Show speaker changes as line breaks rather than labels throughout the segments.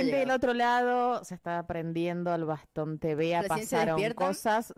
del otro lado se está prendiendo al bastón TV.
Recién se
Pasaron
despiertan.
cosas.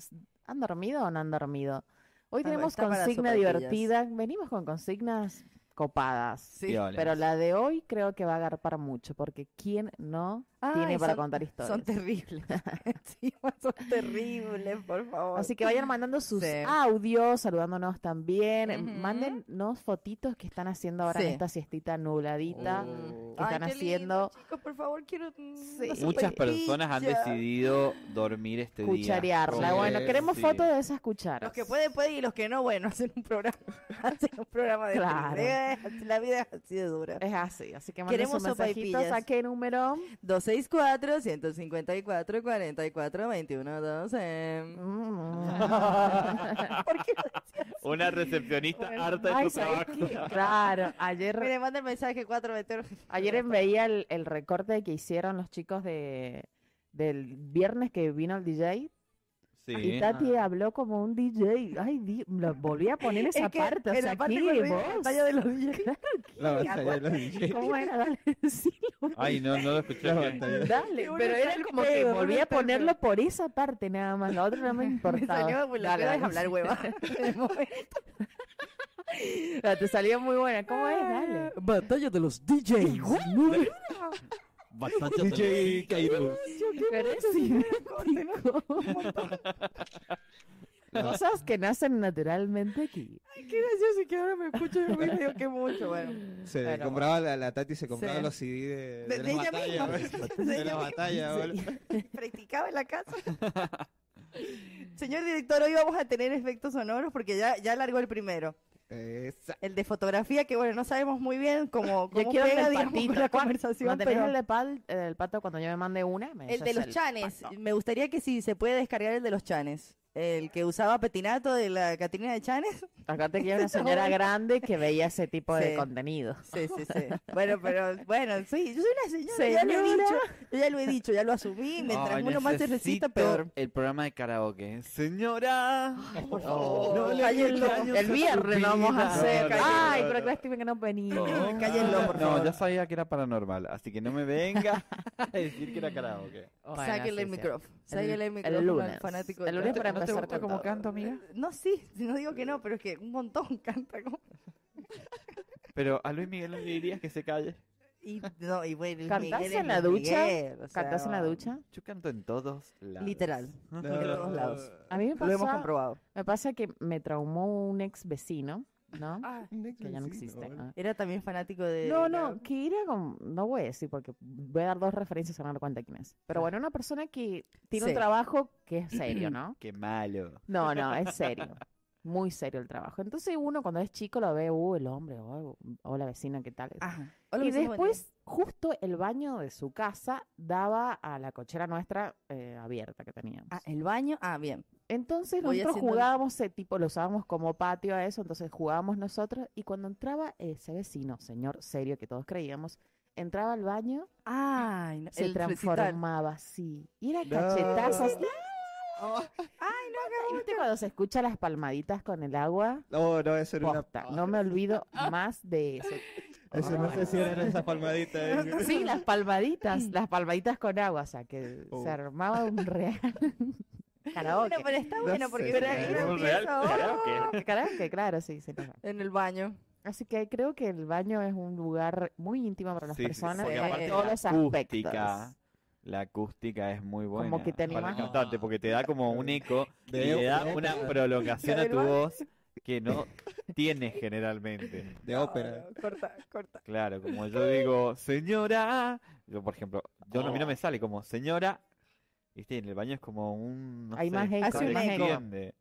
¿Han dormido o no han dormido? Hoy
Está-
tenemos
está para
consigna
superpillas.
divertida. Venimos con consignas copadas.
Sí.
Piolas.
Pero la de hoy creo que va a agarpar mucho, porque ¿quién no
Ay,
tiene para
son-
contar historias?
Son terribles. Encima son terribles, por favor.
Así que vayan mandando sus
Sí.
audios, saludándonos también.
Ujú.
Mándennos fotitos que están haciendo ahora en
Sí.
esta siestita nubladita.
Oh.
que están
Ay, qué lindo,
haciendo-
chicos, por favor, quiero. mm,
Sí.
unas
Muchas
Muchas personas han
sopaipillas.
decidido dormir este día.
Cucharearla.
Sí,
bueno, queremos
sí.
fotos de esas cucharas.
Los que pueden, pueden, y los que no, bueno, hacen un programa. hacen un programa de
Claro. Eh.
felicidades. La vida es así de dura.
Es así, así que manden
Queremos
sus mensajitos.
sopaipillas.
¿A qué número?
264-154-44-21-12.
Mm.
¿Por qué lo decías?
Una recepcionista harta de
Ay,
su
¿sabes
trabajo.
qué? Claro, ayer,
Mire, manda el mensaje 4
ayer veía el, el recorte que hicieron los chicos de, del viernes que vino el DJ. Y
Sí.
Tati habló como un DJ. Ay, di- lo volví a poner esa parte. O sea, aquí vos.
de los DJs.
La batalla de los DJs.
¿Cómo era? Dale, sí, lo-
Ay, no, no lo escuché.
La
bien.
batalla.
dale.
uno
Pero
está
era
al
como que
pedo, uno
volví a
está al pedo.
ponerlo por esa parte nada más. La otra no me importaba.
Me salió, pues, lo que
Dale,
vas a
dale.
hablar, hueva. En el momento.
Ah, Te salió muy buena. ¿Cómo
Ah.
es? Dale.
Batalla de los DJs.
Bastante
DJ Cairo.
Pero es idéntico. Cosas que nacen naturalmente aquí.
Qué gracioso que ahora me escucho yo mismo y digo que mucho, bueno.
Se
Bueno.
compraba la, la Tati, se compraba
Sí.
los CD de,
De-
de,
de
las
ella
batallas,
misma.
boludo.
De
De
ella
las batallas, boludo.
Practicaba en la casa. Señor director, hoy vamos a tener efectos sonoros porque ya, ya largó el primero.
Esa.
El de fotografía, que bueno, no sabemos muy bien cómo,
Yo
cómo
quiero
Ah, pega,
el
digamos,
patito.
con la
¿Cuál-
conversación,
¿No tenés
pero-
el de pal- el pato cuando yo me mande una? Me
El de
haces
los chanes. Me gustaría que si se puede descargar el de los chanes. El que usaba Petinato de la Catrina de Chanes.
Acá te queda una señora grande que veía ese tipo de
Sí.
contenido.
Sí, sí, sí. Bueno, pero bueno, sí, yo soy una señora. Ya lo he
Señora.
dicho, yo ya lo he dicho, ya lo asumí. Mientras
Ay,
uno más se
necesito
resista, peor.
El programa de karaoke. Señora.
Oh.
por
favor. No le
Cállenlo.
engañes
El
a
viernes
tu
lo vamos a
vida.
hacer.
No, no,
Ay,
no,
pero
no.
lástima que no venimos.
Cállenlo, por favor.
No, yo sabía que era paranormal, así que no me venga a decir que era karaoke.
Bueno,
Sáquenle el
sí, sí.
micrófono. Sáquenle el
el
micrófono
lunes.
al fanático.
El
del
lunes
teatro.
para empezar
gusta
con todo.
amiga?
No, sí, no digo que no, pero es que un montón canta como.
Pero a Luis Miguel le dirías que se calle.
Y, no, y bueno, Luis
¿Cantás
Miguel
en
es
la
Luis
ducha?
Miguel, o sea,
¿Cantás en la ducha?
Yo canto en todos lados.
Literal.
No.
todos lados.
Ah,
A mí me
Lo hemos
pasa-
comprobado.
Me pasa que me traumó un ex vecino, ¿no?
Ah,
que ya no
Sí,
existe.
boludo.
ah.
Era también fanático de.
No, no, que era como, no voy a decir porque voy a dar dos referencias a dar cuenta quién es. Pero bueno, una persona que tiene
Sí.
un trabajo que es serio, ¿no?
Qué malo.
No, no, es serio. Muy serio el trabajo. Entonces uno cuando es chico lo ve, uh, el hombre, o la vecina, ¿qué tal?
Ajá.
y después, justo el baño de su casa daba a la cochera nuestra eh, abierta que teníamos.
Ah, el baño. Ah, bien.
Entonces
Voy
nosotros
haciendo-
jugábamos, eh, tipo, lo usábamos como patio a eso, entonces jugábamos nosotros y cuando entraba ese vecino, señor serio que todos creíamos, entraba al baño,
Ay, no,
se
el recital.
transformaba así. Y era cachetazas.
Ay, no,
¡Ah! ¿Viste cuando se escucha las palmaditas con el agua?
No, no, eso era una.
Posta, No me Ah, olvido más de eso.
Eso no sé si era esa palmadita. eh.
Sí, las palmaditas, las palmaditas con agua, o sea, que
Oh.
se armaba un real karaoke.
Bueno, pero está bueno porque
sé,
era
era
era
un
pieza,
real
oh,
karaoke.
Karaoke, claro, sí, se nos-
En el baño.
Así que creo que el baño es un lugar muy íntimo para las
Sí, sí, sí,
personas
porque
en
aparte
todos
la
los aspectos.
acústica, la acústica es muy buena.
que te
Para el
animás.
cantante, porque te da como un eco y
De-
le da
de-
una prolongación a tu voz que no tienes generalmente.
De ópera.
Corta, corta.
Claro, como yo digo, señora. Yo, por ejemplo, yo no, a mí
Oh.
no me sale como señora. Viste, en el baño es como un. No
Hay
sé,
más eco,
Hace
se
un eco.
extiende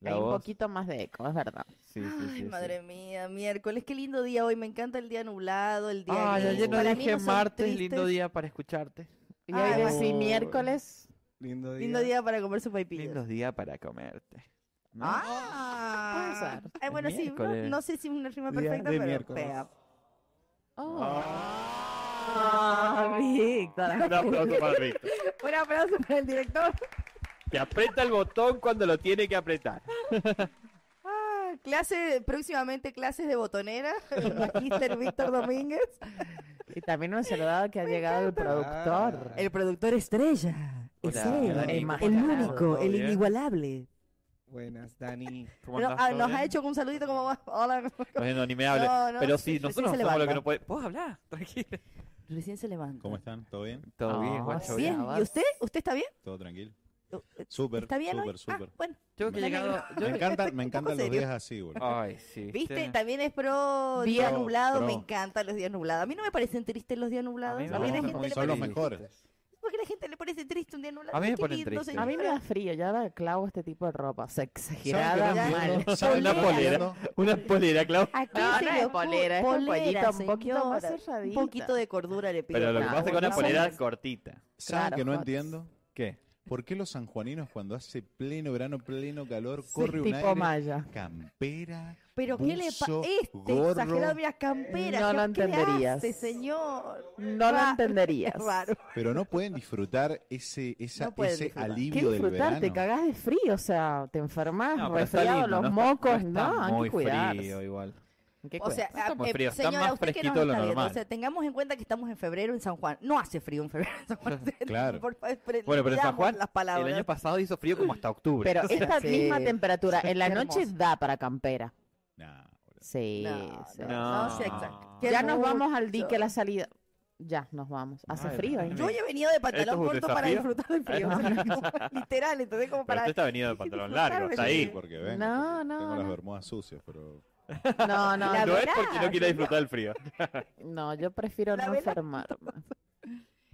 La
Hay un
voz.
poquito más de eco, es verdad.
Sí, sí, sí,
Ay,
sí.
madre mía, miércoles, qué lindo día hoy, me encanta el día nublado, el día
Ay,
gris.
ayer no
Para mí
dije
son
martes,
tristes.
lindo día para escucharte.
Y
Ay,
hoy decí
bueno.
miércoles,
Lindo día.
Lindo día para comer su
Lindo día para comerte. ¿no?
Ah,
Puede
Ay, bueno,
El
sí, no,
miércoles.
no sé si es una rima
Día
perfecta,
de
pero
miércoles.
pega.
oh. Ah, Víctor.
Un aplauso para Víctor.
Un aplauso para el director.
Que aprieta el botón cuando lo tiene que apretar.
Ah, clase, próximamente clases de botonera, el magíster Víctor Domínguez.
Y también un saludado que ha llegado el productor. Eh,
Ah.
El productor estrella. Es
Hola,
él,
Dani,
el
¿cómo estás?
único,
¿Todo
el
bien?
inigualable.
Buenas, Dani.
¿Cómo
No,
andás?
ah,
¿Todo
nos
bien?
ha hecho un saludito como va- hola.
No, no, ni me hable.
No, no,
Pero
sí,
sí,
recién
nosotros
se
no somos los que
levanta.
no podemos. ¿Puedo hablar? Tranquila.
Recién se levanta.
¿Cómo están? ¿Todo bien?
Todo
Ah,
bien, guacho.
sí.
bien.
Bien, ¿y usted? ¿Usted está bien?
¿Todo tranquilo?
Eh, eh,
Súper,
¿Está bien hoy?
súper,
Ah,
súper.
bueno.
Yo que he
Me
llegado.
Me
yo-
encantan, me
Un poco
encantan los
serio.
días así, boludo.
Ay, sí.
¿Viste? También es pro
Bien.
día
Pro,
nublado. Me
pro.
encantan los días nublados. A mí no me parecen tristes los días
A
nublados.
mí
A mí,
me
No,
la
gustan
gente
son
le
mucho.
los
parece-
mejores.
¿Por qué la gente le parece triste un día nublado?
A mí me
Qué
ponen
lindo,
triste.
A
señor.
mí me da frío, ya me clavo este tipo de ropa. O sea,
¿Saben
exagerada,
que no
mal.
entiendo? ¿Saben
Una
que no
polera.
entiendo?
Una polera, Clau.
¿A qué
No,
se
no
le
es
ocurre?
polera, es con pollita, un poquito más
señora. Un
cerradita.
poquito de cordura le pido.
Pero lo que
Ah,
pasa es que una
bueno,
polera
somos-
cortita.
¿Saben
Claro,
que no
Fox.
entiendo?
¿Qué?
¿Por qué los sanjuaninos cuando hace pleno verano, pleno calor,
Sí,
corre un
tipo
aire
maya.
campera?
Pero qué le
buzo,
pasa este
gorro?
exagerado, mira, campera.
No
¿qué-
lo
qué le
entenderías.
hace, señor.
No lo
Ra-
entenderías.
Es raro.
Pero no pueden disfrutar ese, esa,
No pueden
ese
disfrutar.
¿Qué
alivio del
disfrutar? Te
verano.
cagás de frío, o sea, te enfermas,
No, pero está
resfriado,
lindo,
los
no está-
mocos,
no, está
no, hay
muy
que cuidarse.
frío igual.
hay que
O sea,
cuidarse.
está muy
eh,
frío, está
señora,
más
usted que
fresquito
nos
de lo
está viendo,
normal.
o sea, tengamos en cuenta que estamos en febrero en San Juan. No hace frío en febrero en San Juan.
Claro.
Por favor, pre-
Bueno, pero en San
leamos
Juan
las palabras.
el año pasado hizo frío como hasta octubre.
Pero
Entonces,
esta
Sí.
misma temperatura en la
Qué
noche
hermoso.
da para campera.
Nah, boludo.
Sí,
No,
sí.
no,
No.
sí, exacto. Qué
Ya nos vamos al
mucho.
dique la salida. Ya nos vamos. Hace
Ay,
frío.
Dios
¿eh?
Yo hoy he venido de
¿Esto es
pantalón
un
corto para
desafío?
disfrutar del frío. o sea, como- literal, entonces
Pero
como para...
usted está venido de pantalón
disfrutar
largo,
de
está
la
ahí.
Sí, porque vengo,
No,
porque
no,
tengo las
no.
bermudas sucias, pero...
Ah,
No, no,
La
No es
verdad,
porque no quiera
señor.
disfrutar el frío.
no, yo prefiero
La
no
verdad.
enfermarme.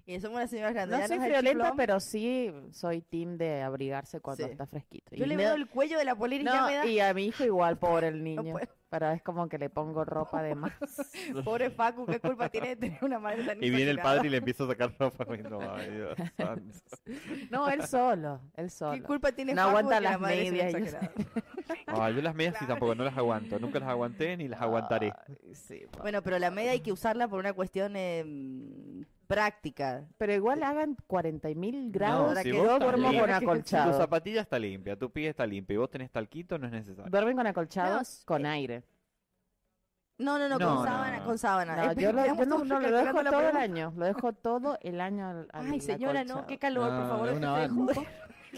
Y somos una señora grande.
No soy friolenta, pero sí soy team de abrigarse cuando
Sí.
está fresquito.
Yo
Y
le
me-
veo el cuello de la polera y ya
no,
me da...
y a mi hijo igual, pobre el niño.
puedo.
pero es como que le pongo ropa de más.
Pobre Facu, ¿qué culpa tiene de tener una madre tan
Y viene el
exagerada?
padre y le empieza a sacar ropa. y no, ay, Dios santo.
No, él solo, él solo.
¿Qué culpa tiene
No
Facu de
aguanta
que la
las
madre sea
medias, yo
exagerada?
Ay, yo las medias sí tampoco, no las aguanto. Nunca las aguanté ni las aguantaré.
Ay, sí, bueno.
Bueno, pero la media hay que usarla por una cuestión em, práctica.
Pero igual hagan 40.000 grados.
ahora
si
que
vos
yo
estás
duermo
limpia,
con
que-
Tu
acolchado.
zapatilla está limpia, tu pie está limpio y vos tenés talquito, no es necesario.
Duermen con acolchados
No,
con
eh,
aire.
No, no, no,
No,
con
no,
sábana,
no.
con sábana.
No,
Eh,
yo lo, yo
veamos
no,
cómo
no,
estoy
lo dejo
calculando la
todo el
pregunta.
año. Lo dejo todo el año al, al-
Ay,
al
señora, no,
acolchado.
qué calor, por
No,
favor.
es
que
una
se
banda.
joda.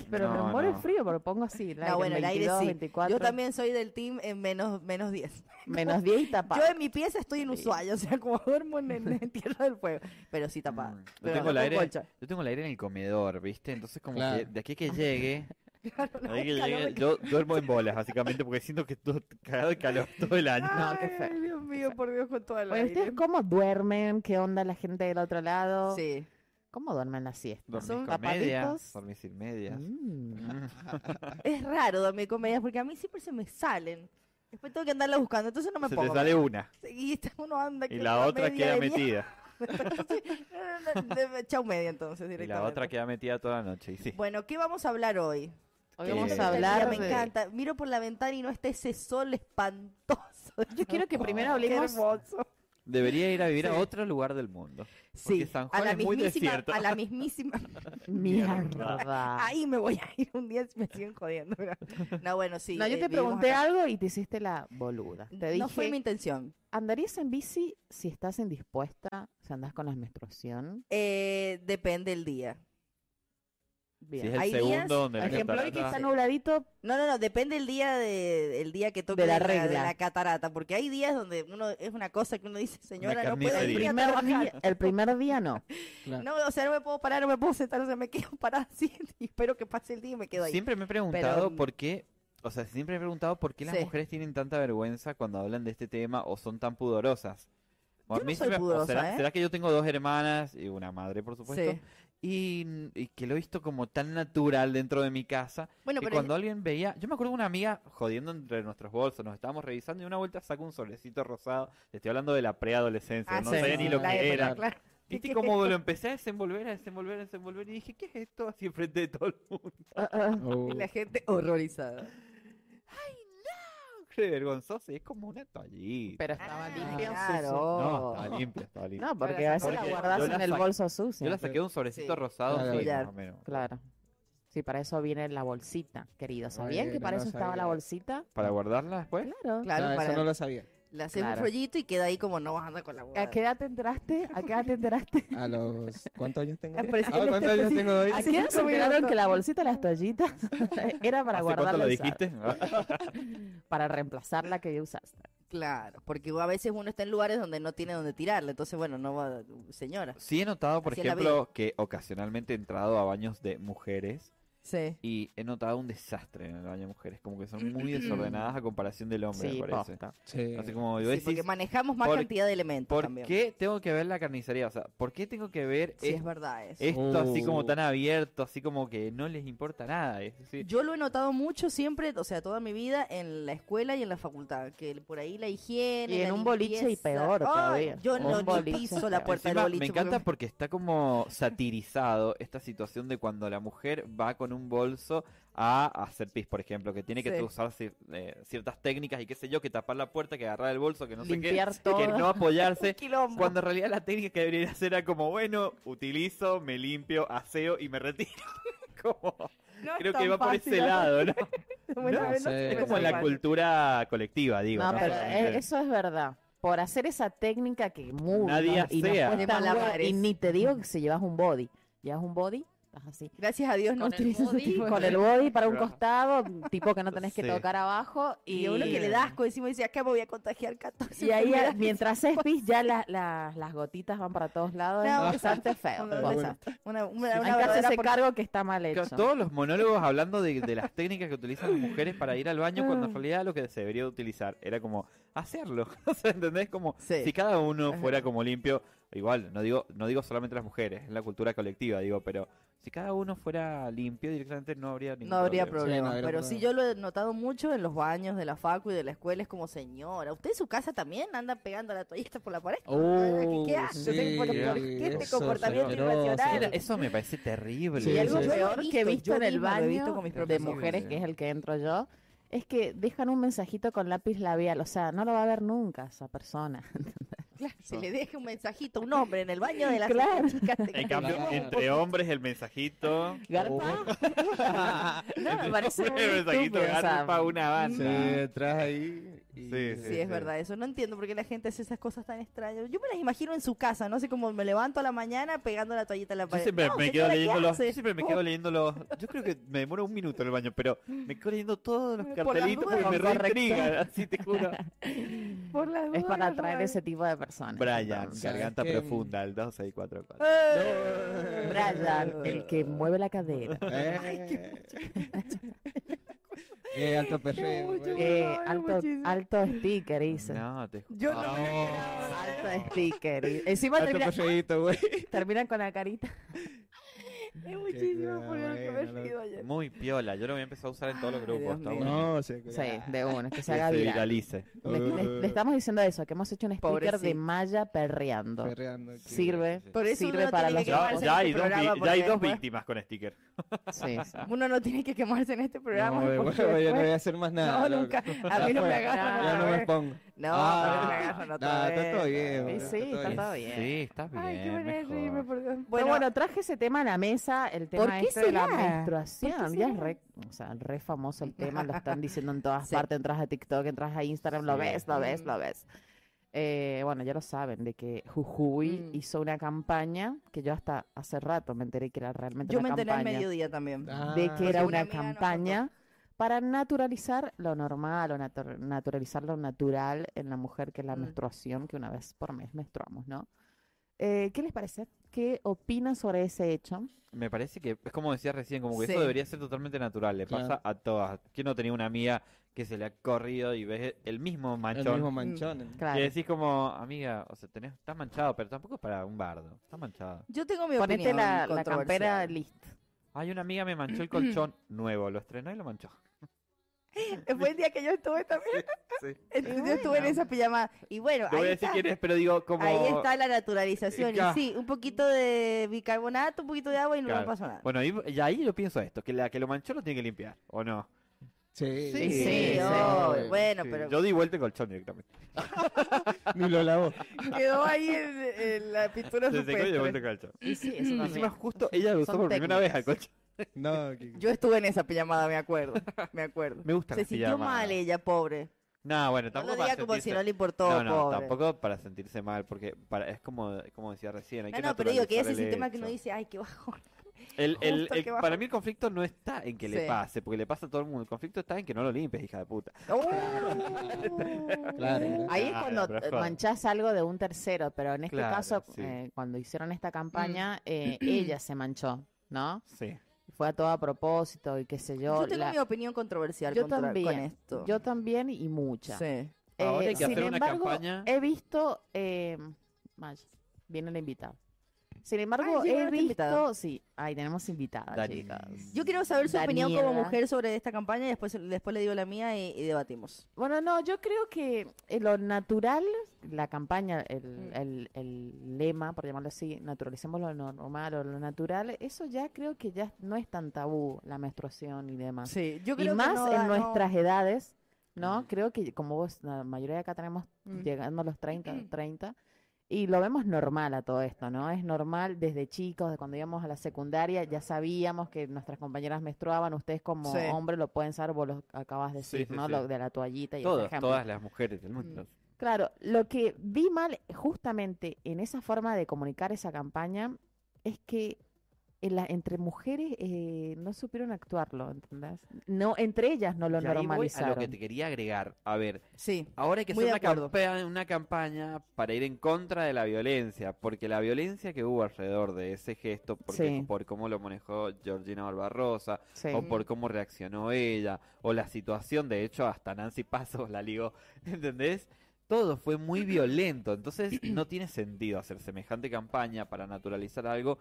Pero
No,
me muero el
no.
frío, pero pongo así. El
No,
aire,
bueno, el aire
22,
sí.
24,
Yo también soy del team en menos, menos 10.
Menos 10 y tapado.
Yo en mi pieza estoy en Ushuaia, o sea, como duermo en, en- en Tierra del Fuego. Pero sí tapada.
Mm, yo
Pero
tengo
no
el
con
aire-
colcha.
Yo tengo el aire en el comedor, ¿viste? Entonces, como
Claro.
que de aquí que llegue,
Claro, no,
de aquí que
el calor
llegue,
que-
yo duermo en bolas, básicamente, porque siento que estoy cagado de calor todo el año.
No, qué
Ay,
feo,
Dios mío, por Dios, con toda la
Bueno, ¿ustedes cómo duermen? ¿Qué onda la gente del otro lado?
Sí.
¿Cómo duermen la siesta?
Dormís
Son
con medias,
tapaditos.
dormís sin medias.
Mm.
Mm.
Es raro dormir con medias porque a mí siempre se me salen. Después tengo que andarla buscando, entonces no me
Se te
pongo.
sale
medias.
una
Y está- uno anda
y
que
la
una
otra
media
queda
de mierda.
metida.
Entonces, no, no, no, de- chau media entonces
Y
directamente.
la otra queda metida toda la noche. Y sí.
Bueno, ¿qué vamos a hablar hoy?
Hoy
Qué
vamos
lindo
a
Este día
hablar
Me
de-
encanta. Miro por la ventana y no está ese sol espantoso.
Yo quiero que primero
Qué
hablemos
hermoso.
Debería ir a vivir a
Sí.
otro lugar del mundo.
Sí,
San
a
Juan
la
es muy
mismísima,
desierto. Ah.
a la mismísima
mierda.
Ahí me voy a ir un día si me siguen jodiendo. ¿no? No, bueno, sí.
no, yo
eh,
te
vivimos
pregunté
acá.
algo y te hiciste la boluda. Te dije,
No fue mi intención.
¿andarías en bici si estás indispuesta? Si andás con la menstruación.
Eh, depende el día.
Bien.
Si es el
Hay días,
segundo donde
Por
la
ejemplo, hoy que
catarata-
está nubladito,
No, no, no, depende el día de, el día que toque
De la
de
regla.
la catarata, porque hay días donde uno es una cosa que uno dice, señora, no puedo
carnicería.
el
ir a
primer, día,
trabajar".
el primer día no.
No, o sea, no me puedo parar, no me puedo sentar, o sea, me quedo parada así y espero que pase el día y me quedo ahí.
Siempre me he preguntado
Pero-
por qué, o sea, siempre me he preguntado por qué las
Sí.
mujeres tienen tanta vergüenza cuando hablan de este tema o son tan pudorosas. O a
Yo no
mí
soy
siempre- o
pudorosa,
será,
¿eh?
será que yo tengo dos hermanas y una madre, por supuesto?
Sí.
Y, y que lo he visto como tan natural dentro de mi casa.
Bueno,
que
pero
cuando alguien veía, yo me acuerdo de una amiga jodiendo entre nuestros bolsos, nos estábamos revisando y una vuelta saca un sobrecito rosado. Te estoy hablando de la preadolescencia,
Ah,
no
sí,
sé ni lo
la
que
época,
era.
claro.
Viste
¿Qué
cómo lo empecé a desenvolver, a desenvolver, a desenvolver y dije, ¿qué es esto? Así enfrente de todo el mundo.
Ah, ah.
Oh.
Y la gente horrorizada.
Qué vergonzoso, y es como una toallita.
Pero estaba
Ah,
limpio,
claro.
No,
sucio.
estaba limpia, estaba limpia.
No, porque
Pero
a veces
porque
la
yo
guardás
la
en el
saqué-
bolso
Yo
sucio.
la saqué de un sobrecollecito
Sí.
rosado,
Claro.
sí,
Collar.
más o menos.
Claro. Sí, para eso viene la bolsita, querido. ¿Sabían que
Bueno,
para
no
eso estaba la
sabía.
bolsita?
¿Para guardarla después?
Claro.
Claro,
Ah,
para-
Eso no lo sabía.
Le haces
Claro.
un rollito y queda ahí como no vas a andar con la boca.
¿A qué edad te enteraste? ¿A qué edad te enteraste?
A los. ¿Cuántos años tengo?
Parece que
Ah,
le
¿Cuántos
estás
años tengo hoy?
¿A
Así
qué edad
fue
se
mi
enteraron
dato.
que la bolsita de las toallitas era para
¿Hace cuánto
guardarla
lo
y usar?
dijiste?
Para reemplazar la que ya usaste.
Claro, porque a veces uno está en lugares donde no tiene donde tirarla, entonces bueno, no va, señora.
Sí he notado, por
Así es la
ejemplo, que ocasionalmente he entrado a baños de mujeres
Sí.
y he notado un desastre en el baño de mujeres. Como que son muy desordenadas a comparación del hombre,
Sí,
me parece. Eh,
posta.
Sí.
Así como yo
Sí, porque
decís,
manejamos más
¿por-
cantidad de elementos
¿por
también.
qué tengo que ver la carnicería? O sea, ¿por qué tengo que ver
Sí, es
es-
verdad eso.
esto así como
Oh.
tan abierto, así como que no les importa nada? Es decir,
Yo lo he notado mucho siempre, o sea, toda mi vida en la escuela y en la facultad, que el- por ahí la higiene.
Y en
la
un boliche y
limpieza-
peor
¡Ay!
todavía.
Yo
Un
no ni
boliche
piso
es
la
peor.
puerta del
Encima,
boliche.
me
porque-
encanta porque está como satirizado esta situación de cuando la mujer va con un bolso a hacer pis, por ejemplo, que tiene que
Sí.
usar cier- eh, ciertas técnicas y qué sé yo, que tapar la puerta, que agarrar el bolso, que no
Limpiar
sé qué, que
todo.
no apoyarse.
Quilombo.
Cuando en realidad la técnica que debería hacer era como, bueno, utilizo, me limpio, aseo y me retiro. Como,
No es
creo
tan
que va por
fácil.
ese lado, ¿no?
Bueno,
No
no
sé.
sé,
Es
Pues
como
no
la
tan
cultura colectiva, digo.
No,
¿no?
pero
Solamente-
eh, eso es verdad. Por hacer esa técnica que muda
Nadie
y no
hacea.
fue tan
De
buena,
malabares.
y ni te digo que si llevas un body, llevas un body, estás así.
Gracias a Dios no
Con el
utilizo ese
body.
tipo de
Con el body para un
Claro.
costado, tipo que no tenés que
Sí.
tocar abajo y
Y a uno que le da asco, decimos, dice, acá me voy a contagiar 14
Y ahí ah,
enfermedades".
mientras es pis ya la- la- las gotitas van para todos lados,
No,
es bastante feo.
Una-
un
una-
desastre.
Una, una,
Hay
una
que hacerse
verdadera por-
cargo que está mal
Claro,
hecho.
Todos los monólogos hablando de, de las técnicas que utilizan las mujeres para ir al baño,
Ah.
cuando en realidad lo que se debería utilizar era como hacerlo. O sea, ¿entendés? Como
Sí.
si cada uno fuera como limpio, igual, no digo, no digo solamente las mujeres, es la cultura colectiva, digo, pero si cada uno fuera limpio directamente no habría ningún
No habría
Sí, no
problema.
habría
pero sí,
problema.
yo lo he notado mucho en los baños de la facu y de la escuela. Es como, señora, ¿usted en su casa también anda pegando la toallita por la pared?
Oh,
¿Qué haces?
sí,
¿Por qué este
eso,
comportamiento
señor.
irracional?
Era- Eso me parece terrible.
Sí,
y algo
sí, sí.
peor que he
Yo
visto en el
misma lo he visto
baño
con mis
de
propios ojos.
mujeres, que es el que entro yo, es que dejan un mensajito con lápiz labial. O sea, no lo va a ver nunca esa persona.
Claro, se le deja un mensajito a un hombre en el baño de la
Claro.
chica. te-
En cambio,
Claro.
entre hombres el mensajito.
Garpa. no, me parece muy
el mensajito
estúpido. o sea,
garpa una
Sí,
banda.
entras ahí. y-
Sí,
Sí, es verdad eso. No entiendo por qué la gente hace esas cosas tan extrañas. Yo me las imagino en su casa, no sé cómo me levanto a la mañana pegando la toallita a la Oh.
Yo
pared.
siempre
No,
me quedo
señora, ¿qué
leyendo los.
hace?
Yo siempre me quedo leyendo los. Yo creo que me demoro un minuto en el baño, pero me quedo leyendo todos los
Por las
cartelitos
dudas,
porque me
correcto.
reintriga, así te juro.
Por las
Es
dudas,
para
no
atraer
sabe.
ese tipo de personas.
Brian,
entonces.
garganta
que-
profunda, el 2644.
Eh,
Brian, el que mueve la cadera.
Eh, eh, alto perreo.
mucho.
güey.
Eh,
Ay,
alto,
muchísimo.
alto sticker, dice.
No, te juro.
Yo no.
Alto sticker. y- Encima
Alto
termina-
perreíto, güey.
terminan con la carita.
Es muchísimo
Qué
por lo que me he
bueno,
reído ayer.
Muy piola, yo lo voy a empezar a usar en todos los
Ay,
grupos.
Dios
está
mío.
bueno.
No, se
Sí, de una, que
Que
se haga
se
viral.
viralice.
Le, le- le estamos diciendo eso, que hemos hecho un sticker de
Pobrecito.
malla perreando.
Perreando. aquí.
Sirve,
Sí.
Por eso
sirve
uno
para
tiene
los
que
dos.
Ya,
quemarse
ya
en
hay
este
dos, vi-
programa
ya hay
porque
dos
después-
víctimas con sticker.
Sí, sí.
Uno no tiene que quemarse en este programa.
No, güey,
porque
bueno, yo no voy
después-
a hacer más
no,
nada. loco.
nunca. A mí no me
fue.
agarran.
Ya no
otra
me
vez.
expongo.
No,
Ah,
pero me agarran otra
nah,
vez.
está todo bien,
Sí,
güey, está
sí,
todo
está
bien.
todo bien.
Sí, estás bien.
Ay, qué buena de
mejor.
reírme, por Dios.
Bueno,
Bueno,
bueno, traje ese tema a la mesa, el
¿Por
tema
qué
este de la
será? ¿Por
menstruación.
qué
Ya es
será?
re, o sea, re famoso el tema, lo están diciendo en todas
Sí.
partes. Entras a TikTok, entras a Instagram, lo
Sí.
ves, lo ves,
Mm.
lo ves. Eh, bueno, ya lo saben, de que Jujuy
Mm.
hizo una campaña que yo hasta hace rato me enteré que era realmente
yo
una
me enteré al
campaña.
mediodía también.
Ah,
de que era
una
una,
amiga nos contó.
campaña para naturalizar lo normal o natu- naturalizar lo natural en la mujer que es la
Mm.
menstruación, que una vez por mes menstruamos, ¿no? Eh, ¿Qué les parece? ¿Qué opinan sobre ese hecho?
Me parece que es como decía recién, como que
Sí.
eso debería ser totalmente natural. Le pasa
Claro.
a todas. ¿Quién no tenía una amiga que se le ha corrido y ves el mismo
El
manchón?
mismo manchón.
Claro.
Que decís como, amiga, o sea, tenés, estás manchado, pero tampoco es para un bardo. Estás manchado.
Yo tengo mi
Ponete
opinión
la, la
controversial.
campera list.
Hay una amiga me manchó el colchón nuevo, lo estrenó y lo manchó.
Fue el día que yo estuve también.
sí.
Entonces yo estuve en esa pijamada. Y bueno,
No voy a
ahí
decir
está.
quién es, pero digo como...
Ahí está la naturalización. Y
Ca-
sí, un poquito de bicarbonato, un poquito de agua y no
Claro.
me pasó nada.
Bueno, ahí- y ahí yo pienso esto, que la que lo manchó lo tiene que limpiar, ¿o no?
Sí,
Sí, sí, sí.
obvio. Bueno,
Sí,
pero
Yo di vuelta el colchón directamente.
Ni lo lavó.
quedó ahí en, en la pintura
Se secó y di vuelta Mm.
super.
el colchón.
Y sí, eso
Encima
también.
justo ella lo usó
Son
por primera vez al colchón.
No, que-
Yo estuve en esa pijamada, me acuerdo. Me acuerdo.
Me gusta
Se
la
sintió
pijamada.
mal ella, pobre.
No, bueno,
No
tampoco
lo diga
para
como si no
sentirse...
le importó,
no, no,
pobre.
tampoco para sentirse mal, porque para, es como, como decía recién, hay
No,
que
no, pero digo que ese
naturalizar
es
el
el tema que uno
hecho.
dice, ay, qué bajón.
El, el-
Justo
el-
que
para
bajo.
mí el conflicto no está en que le
Sí.
pase, porque le pasa a todo el mundo. El conflicto está en que no lo limpies, hija de puta.
Oh.
Claro.
Ahí es
Claro,
cuando
Ah, pero es
eh,
joda.
manchás algo de un tercero, pero en este
Claro,
caso,
sí.
eh, cuando hicieron esta campaña,
Mm.
eh, ella se manchó, ¿no?
Sí.
Fue a todo a propósito y qué sé yo.
Yo tengo
la-
mi opinión controversial
Yo
contra-
también.
con esto.
Yo también y mucha.
sí.
Ahora hay que
Eh, sin
hacer una
embargo,
campaña.
he visto... eh, vaya, viene la invitada. Sin embargo,
llega
he
nuestra
visto...
invitada.
Sí, ahí tenemos invitada,
Dani.
chicas.
Yo quiero saber su opinión como
Daniela.
mujer sobre esta campaña y después, después le digo la mía y, y debatimos.
Bueno, no, yo creo que eh, lo natural, la campaña, el,
Mm.
el- el lema, por llamarlo así, naturalicemos lo normal o lo natural, eso ya creo que ya no es tan tabú, la menstruación y demás.
Sí, yo
y
creo
más
que no da-
en
no-
nuestras edades,
Mm.
¿no? Creo que como vos, la mayoría de acá tenemos
Mm.
llegando a los 30, 30, y lo vemos normal a todo esto, ¿no? Es normal desde chicos, de cuando íbamos a la secundaria, ya sabíamos que nuestras compañeras menstruaban, ustedes como
Sí.
hombres lo pueden saber, vos lo acabas de
Sí,
decir,
sí,
¿no?
sí.
Lo de la toallita y ese
Todas,
ejemplo.
todas las mujeres del
Mm.
mundo.
Claro, lo que vi mal justamente en esa forma de comunicar esa campaña es que en la- entre mujeres eh, no supieron actuarlo, ¿entendés? No, entre ellas no lo
Y ahí voy a lo que
normalizaron.
te quería agregar. A ver,
Sí.
ahora hay que
Muy
hacer una,
de acuerdo.
campa- una campaña para ir en contra de la violencia, porque la violencia que hubo alrededor de ese gesto, porque
Sí.
por cómo lo manejó Georgina Barbarosa,
Sí.
o por cómo reaccionó ella, o la situación, de hecho, hasta Nancy Pasos la ligó, ¿entendés? Todo fue muy violento, entonces no tiene sentido hacer semejante campaña para naturalizar algo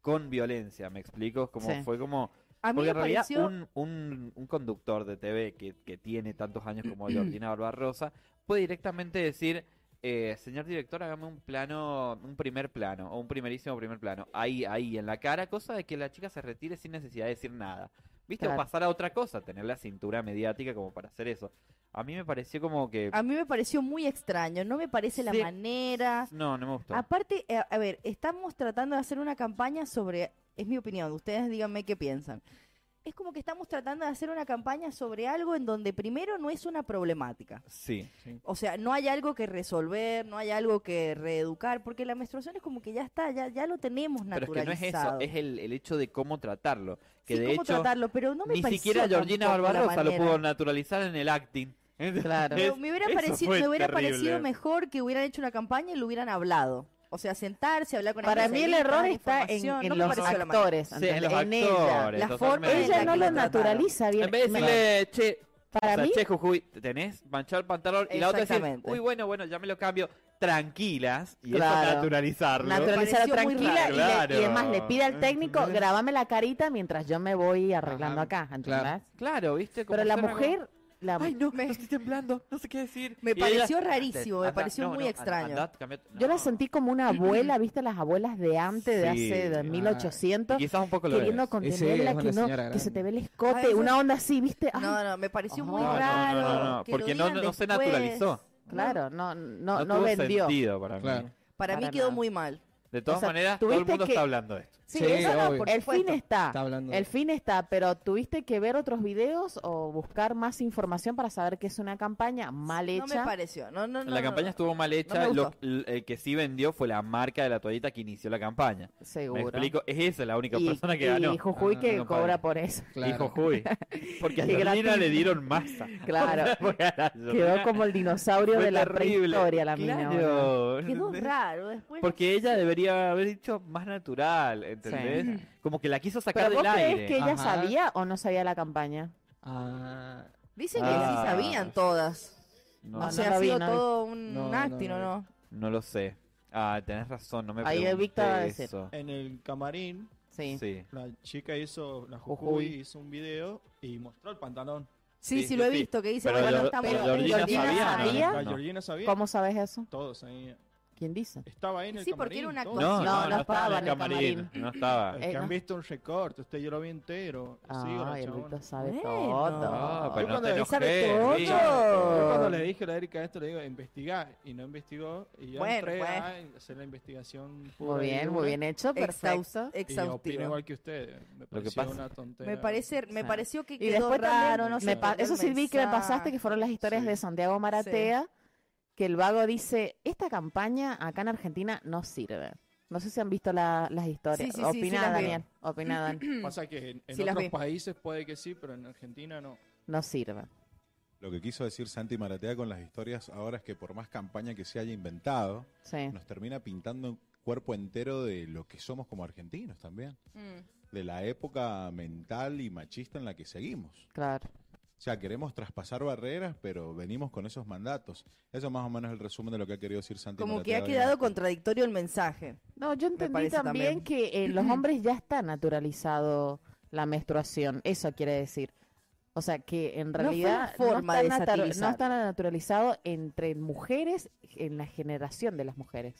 con violencia, ¿me explico? Es Como
Sí.
fue como...
A mí
Porque
me
en realidad
pareció...
un, un- un conductor de TV que, que tiene tantos años como Georgina Barbarosa puede directamente decir, eh, señor director, hágame un plano, un primer plano, o un primerísimo primer plano, ahí, ahí, en la cara, cosa de que la chica se retire sin necesidad de decir nada. ¿Viste? O
Claro.
pasar a otra cosa, tener la cintura mediática como para hacer eso. A mí me pareció como que...
A mí me pareció muy extraño, no me parece la
Sí.
manera.
No, no me gustó.
Aparte, eh, a ver, estamos tratando de hacer una campaña sobre, es mi opinión, ustedes díganme qué piensan. Es como que estamos tratando de hacer una campaña sobre algo en donde primero no es una problemática.
Sí,
O sea, no hay algo que resolver, no hay algo que reeducar, porque la menstruación es como que ya está, ya, ya lo tenemos
pero es que no
naturalizado.
es eso, es el, el hecho de cómo tratarlo. Que
Sí,
de
cómo
hecho,
tratarlo, pero no me
ni
pareció
siquiera Georgina
tampoco la
Barbarosa lo
manera.
pudo naturalizar en el acting.
Claro.
Pero me hubiera,
Eso
parecido,
fue
me hubiera
terrible.
parecido mejor que hubieran hecho una campaña y lo hubieran hablado. O sea, sentarse, hablar con
Para mí el
especialistas,
error está en,
información.
en
No me
los
pareció la manera.
actores,
Sí, en
¿entendés?
los
en ella.
actores,
La forma
totalmente.
ella no
En
lo
la que lo trataron.
naturaliza bien.
En vez de
Me-
decirle, che,
para
o sea,
mí,
che, Jujuy, tenés manchado el pantalón. Y la otra decir,
Exactamente.
uy, bueno, bueno, ya me lo cambio. Tranquilas. Y
Claro.
eso naturalizarlo.
naturalizar
Me pareció muy
tranquila y, le-
raro.
y además le pide al técnico,
Claro.
grabame la carita mientras yo me voy arreglando
Ajá,
acá, ¿entendés?
Claro, viste. Como
Pero la
hacer algo-
mujer, la,
Ay, no,
Me-
no estoy temblando, no sé qué decir.
Me
Y ella-
pareció rarísimo, me
Andá,
pareció
no,
muy
no,
extraño.
andá, cambiate-
Yo la
no.
sentí como una abuela, ¿viste? Las abuelas de antes, de hace
Sí,
de
ay.
1800,
Y Quizás un poco lo
queriendo
es.
contenerla,
es
que,
una
no,
señora
que se te
grande.
ve el escote,
Ay, Ah, eso-
una onda así, ¿viste? Ay,
No, no, me pareció muy
No, no, no,
raro.
no, no,
que lo
porque no-
digan
no se
después.
naturalizó.
claro, no, no, no,
tuvo
vendió.
sentido para mí.
Claro.
Para,
Para
mí quedó
nada.
muy mal.
De todas
O sea,
maneras, todo el
tuviste
mundo
que-
está hablando de esto.
Sí,
Sí,
eso no,
obvio.
por
El fin
supuesto.
está,
Está hablando de-
el fin está, pero tuviste que ver otros videos o buscar más información para saber que es una campaña mal
No me
hecha.
pareció. No, no, no,
la
no,
campaña
no.
estuvo mal hecha.
me
lo-
gustó.
l- el que sí vendió fue la marca de la toallita que inició la campaña.
seguro.
Me explico, es esa la única
y,
persona que
y
ganó.
Jujuy
Ah,
que
no paga.
cobra por eso.
Claro.
Dijo Juy. Porque a
Y
Georgina
gratis.
le dieron masa.
Claro.
Porque a la Georgina
Quedó como el dinosaurio
fue
de la
terrible.
prehistoria la mina. boludo.
Claro,
Quedó
¿entendés?
raro. Después
Porque ella debería haber dicho más natural, ¿entendés? Como que la quiso sacar
¿Pero vos
del aire.
crees que ella
Ajá.
sabía o no sabía la campaña?
Ah,
dicen que
Ah.
sí sabían todas.
No,
No
o
sé.
no,
sea,
la
ha
vi,
sido
no vi.
todo un
No, no,
acting, ¿o
no.
no?
no lo sé. Ah, tenés razón, no me
Ahí el
pregunté
Víctor va a decir.
eso.
En el camarín,
Sí.
Sí.
la chica hizo, la
Jujuy.
Jujuy hizo un video y mostró el pantalón.
Sí,
Sí,
sí, lo he
sí,
visto. Que dice,
Pero,
bueno,
Geor-
estamos.
pero
Georgina
Georgina
Georgina
sabía. ¿no?
sabía.
La
No.
Georgina sabía,
¿Cómo sabes eso?
todos ahí
¿Quién dice?
Estaba en el
Sí,
camarín.
porque era una
todo.
No, no,
actuación.
no,
No, no
estaba en
estaba
el camarín. No estaba.
Es
Eh,
que
no.
han visto un recorte, usted yo lo vi entero. Sí,
Ah,
la
el
chabona.
Rito sabe
Bueno.
todo.
Ah, pero
Yo
no
cuando
te
le-
¿sabe
enojes,
todo?
Yo
Guille.
cuando le dije a la Erika esto, le digo, investigar. Y no investigó. Y yo
Bueno,
entré
pues.
a hacer la investigación.
Muy bien, muy bien hecho,
Exhausto.
perfecto.
Exhaustivo. Y opino
Exhaustivo.
igual que ustedes. Me
que
pareció
pasa-
una tontería.
Me, parece, me
Sí.
pareció que
Y
quedó
después
raro,
también
no se
me pa-
entendió
eso sí
el
vi que me pasaste,
mensaje.
que fueron las historias
Sí.
de Santiago Maratea, que el vago dice, esta campaña acá en Argentina no sirve. No sé si han visto la- las
Sí,
historias.
sí, sí, sí,
opina,
las vi.
Daniel, opina, Dan.
Mm.
Pasa que en, en
Sí, las
otros
vi.
países puede que sí, pero en Argentina no.
No sirve.
Lo que quiso decir Santi Maratea con las historias ahora es que por más campaña que se haya inventado,
Sí.
nos termina pintando un cuerpo entero de lo que somos como argentinos también,
Mm.
de la época mental y machista en la que seguimos.
Claro.
O sea, queremos traspasar barreras, pero venimos con esos mandatos. Eso más o menos es el resumen de lo que ha querido decir Santi
Como que ha
Maratea hoy en
quedado
la-
contradictorio el mensaje.
No, yo entendí
parece
también,
también.
que en los hombres ya está naturalizado la menstruación. Eso quiere decir. O sea, que en
fue una
realidad
forma de
está natu- no
satirizar.
está naturalizado entre mujeres, en la generación de las mujeres.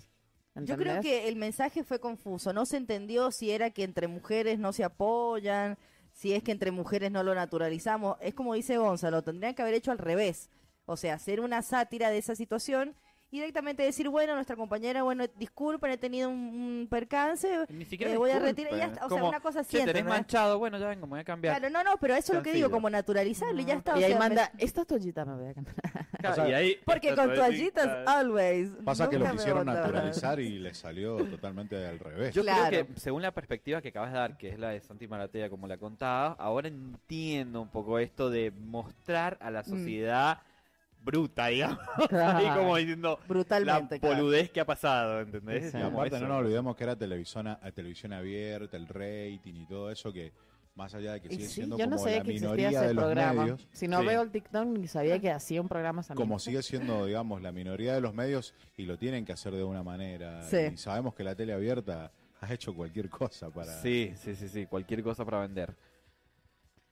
Yo creo
¿Entendés?
que el mensaje fue confuso. No se entendió si era que entre mujeres no se apoyan, si es que entre mujeres no lo naturalizamos. Es como dice Gonzalo, tendrían que haber hecho al revés. O sea, hacer una sátira de esa situación y directamente decir, bueno, nuestra compañera, bueno, disculpen, he tenido un, un percance,
Ni siquiera
me voy a
disculpen.
retirar. y ya está. O sea,
Como,
una cosa así.
che, tenés
¿entendés?
manchado, bueno, ya vengo, me voy a cambiar.
Claro, no, no, pero eso es lo que digo,
Sencillo.
como naturalizarlo y ya está. o
Y ahí
sea, me-
manda, esta toallita me voy a cambiar.
y ahí,
Porque
esta
con
toallita-
toallitas, always.
Pasa que lo
Nunca me
quisieron
botaron.
naturalizar y les salió totalmente al revés.
Yo creo
Claro.
que, según la perspectiva que acabas de dar, que es la de Santi Maratea, como la contaba, ahora entiendo un poco esto de mostrar
Mm.
a la sociedad bruta, digamos. Ahí como diciendo la
Brutalmente. claro.
boludez que ha pasado, ¿entendés?
Sí.
Y
Como
aparte no nos
lo
olvidemos que era televisión, a, televisión abierta, el rating y todo eso que más allá de que
Y
sigue
sí,
siendo
yo no
como
sabía
la
que existía
minoría de
ese
los
programa.
medios,
si no
Sí.
veo el TikTok ni
Ah.
sabía que hacía un programa esa
como
mina.
sigue siendo, digamos, la minoría de los medios y lo tienen que hacer de una manera.
Sí.
Y sabemos que la tele abierta ha hecho cualquier cosa para...
Sí, sí, sí, sí, cualquier cosa para vender.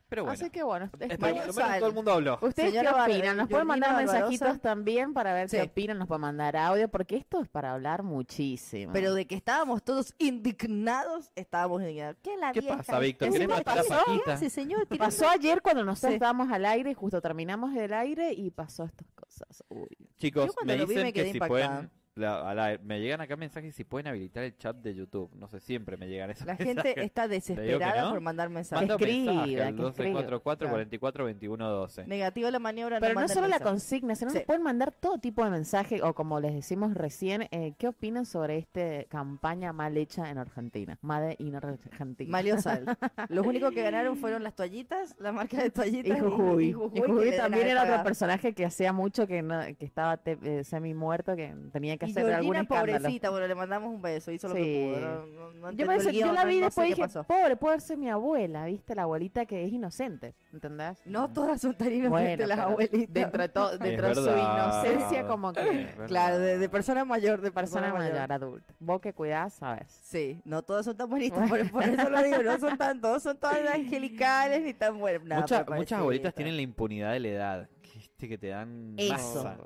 Pero bueno,
Así que bueno,
este, por lo menos
esperemos.
Sal.
todo el mundo habló.
¿Ustedes
Señora
qué
Bar-
opinan? Nos
eh,
pueden mandar
Georgina
mensajitos
Barbarosa.
también para ver
Sí.
qué opinan, nos pueden mandar audio, porque esto es para hablar muchísimo.
Pero de que estábamos todos indignados, estábamos indignados. ¿Qué la
¿Qué
vieja?
pasa, Víctor?
¿Qué
Encima
le
que
pasó?
tiene que
Paquita?
hace, señor? Tiene
pasó ayer cuando nosotros
Sí.
estábamos al aire, justo terminamos el aire y pasó estas cosas. Uy.
Chicos,
Yo cuando
me
lo vi
dicen
me
que
quedé
si
impactada.
pueden... la- a la- me llegan acá mensajes si pueden habilitar el chat de YouTube. No sé, siempre me llegan esos
La
mensajes.
gente está desesperada
no.
por mandar mensajes.
Manda un
Escriba,
mensaje al
que escriba.
1244
Claro.
44 21 12.
Negativa la maniobra.
Pero no
manden
solo la
mensajes.
consigna, sino
Sí.
nos pueden mandar todo tipo de mensaje o como les decimos recién, eh, ¿qué opinan sobre esta campaña mal hecha en Argentina? Madre in Argentina.
Malio Sal. Los únicos que ganaron fueron las toallitas, la marca de toallitas.
Y Jujuy. Y
que
Jujuy
le dan a
también era
esta-
otro personaje que hacía mucho que, no- que estaba te- eh, semi muerto, que tenía que
Y
hacer algún
Georgina,
escándalo.
pobrecita, bueno, le mandamos un beso, hizo lo
Sí.
que pudo. no- no- no
Yo,
entendió
me
el
dese- yo
guión,
la
no-
vi
no sé
después y
qué
dije,
pasó.
pobre, puede ser mi abuela, ¿viste? La abuelita que es inocente, ¿entendés?
No todas son tan inocentes
Bueno,
las
pero
abuelitas.
Dentro de, todo, dentro de su
verdad.
inocencia, como
Es
que
verdad.
Claro, de, de persona mayor, de
persona mayor, adulta. Vos que cuidás, sabes.
Sí, no todos son tan bonitos, por, por eso lo digo, no son tan, todos son tan angelicales ni tan buenos. Nada,
Mucha-
pero
muchas
pobrecita.
abuelitas tienen la impunidad de la edad. Que, este, que te dan
Eso.
masa.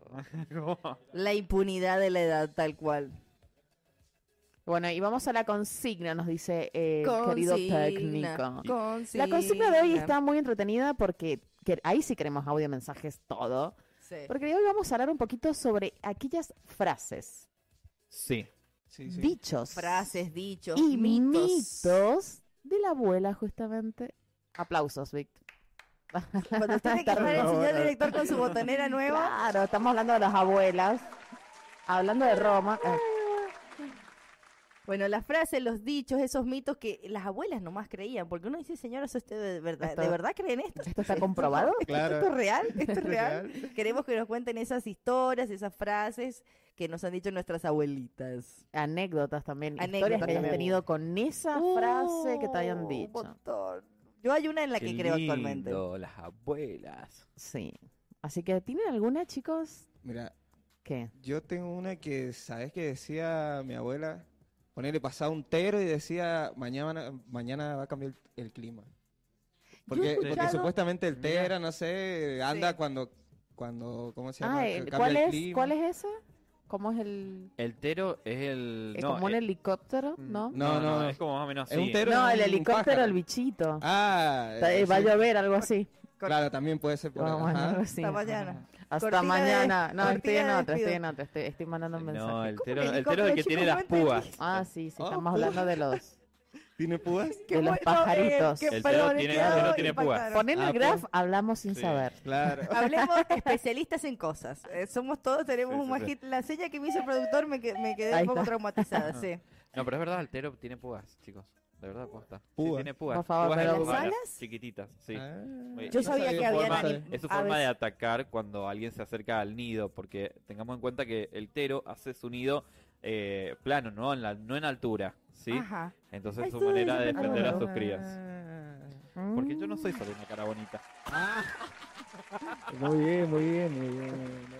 Como-
la impunidad de la edad tal cual.
Bueno, y vamos a la consigna, nos dice eh, el querido técnico.
consigna.
La consigna de hoy está muy entretenida porque que- ahí sí queremos audio, mensajes, todo.
Sí.
Porque hoy vamos a hablar un poquito sobre aquellas frases,
sí.
Sí, sí.
dichos
Frases, dichos,
y
mitos.
mitos de la abuela, justamente. Aplausos, Vic.
Cuando usted tiene que
Está
llamar al
re
señor
bueno.
director con su botonera nueva.
Claro, estamos hablando de las abuelas. Hablando de Roma. eh,
Bueno, las frases, los dichos, esos mitos que las abuelas nomás creían, porque uno dice, señora, ¿eso usted de verdad,
Esto-
¿de verdad creen esto?
¿Esto está comprobado?
Claro.
¿Esto es real? ¿Esto es real? Queremos que nos cuenten esas historias, esas frases que nos han dicho nuestras abuelitas.
Anécdotas también. historias
Anécdotas
que hayan
también.
tenido con esa frase que te hayan
Uh, un
dicho.
montón. Yo hay una en la
Qué
que creo
lindo,
actualmente.
Las abuelas.
Sí. Así que, ¿tienen alguna, chicos?
Mira,
¿Qué?
yo tengo una que, ¿sabes qué decía mi abuela? Ponerle pasaba un tero y decía, mañana, mañana va a cambiar el, el clima.
he
Porque, porque
escuchado-
supuestamente el té
Mira.
era, no sé, anda
Sí.
cuando, cuando, ¿cómo se llama?
Ah,
Que
eh,
cambia
¿cuál
el
es,
clima.
¿cuál es esa? ¿Cómo es el...?
El tero es el.
es
no,
como un
eh,
helicóptero, ¿no?
No, no,
es como más o menos
es
así.
un tero.
No,
es
el
un
helicóptero,
pájaro.
el bichito.
Ah,
Está-
eh,
eh, va a
sí.
llover, algo así.
Claro, también puede ser por
Vamos,
ajá.
algo así.
Hasta mañana.
Hasta
Cortina de-
mañana. no, estoy
cortina
en
de
otra, estoy
despido.
en otra. Estoy, estoy mandando un mensaje.
Eh, No, el
¿Cómo
tero,
que
el tero es el que
helicóptero,
tiene
chicos?
las
No entendí.
púas.
Ah, sí, sí,
Oh,
estamos hablando de los...
¿Tiene púas?
De los
bueno, eh,
pajaritos.
qué
El
tero
feo,
tiene-
quedó
el tero tiene púa.
impactado.
Ponen
Ah,
el graph, hablamos sin
Sí.
saber.
Claro.
Hablemos especialistas en cosas. Eh, somos todos, tenemos
Sí,
un
sí,
majito. La seña que me hizo el productor me, que- me quedé
Ahí
un poco
está.
traumatizada, sí.
No, pero es verdad, el tero tiene púas, chicos. De verdad, posta. Sí,
Púas.
tiene púas.
Por favor,
Púas en
pero-
las manos,
¿Salas?
Chiquititas, sí.
Ah,
Oye,
Yo
no
sabía que
no
había
sabía.
animales.
Es su forma
aves.
de atacar cuando alguien se acerca al nido, porque tengamos en cuenta que el tero hace su nido eh, plano, no en, la- no en altura, ¿sí?
Ajá.
Entonces
Ay,
su
estuve
manera de
leyendo
defender a
algo.
sus crías. Porque yo no
Mm.
soy solo una cara bonita.
Muy bien, muy bien, muy bien. muy bien.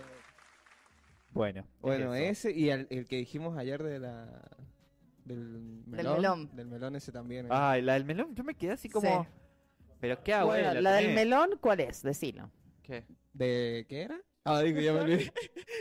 Bueno,
Bueno,
eso.
ese y el, el que dijimos ayer de la del melón,
melón.
del melón ese también. eh.
Ay, la del melón, yo me quedé así como...
Sí.
¿Pero qué hago?
Bueno,
Eh,
la del
tenés.
melón, ¿cuál es? Decilo.
¿Qué?
¿De qué era? Ah, digo, ya me olvidé.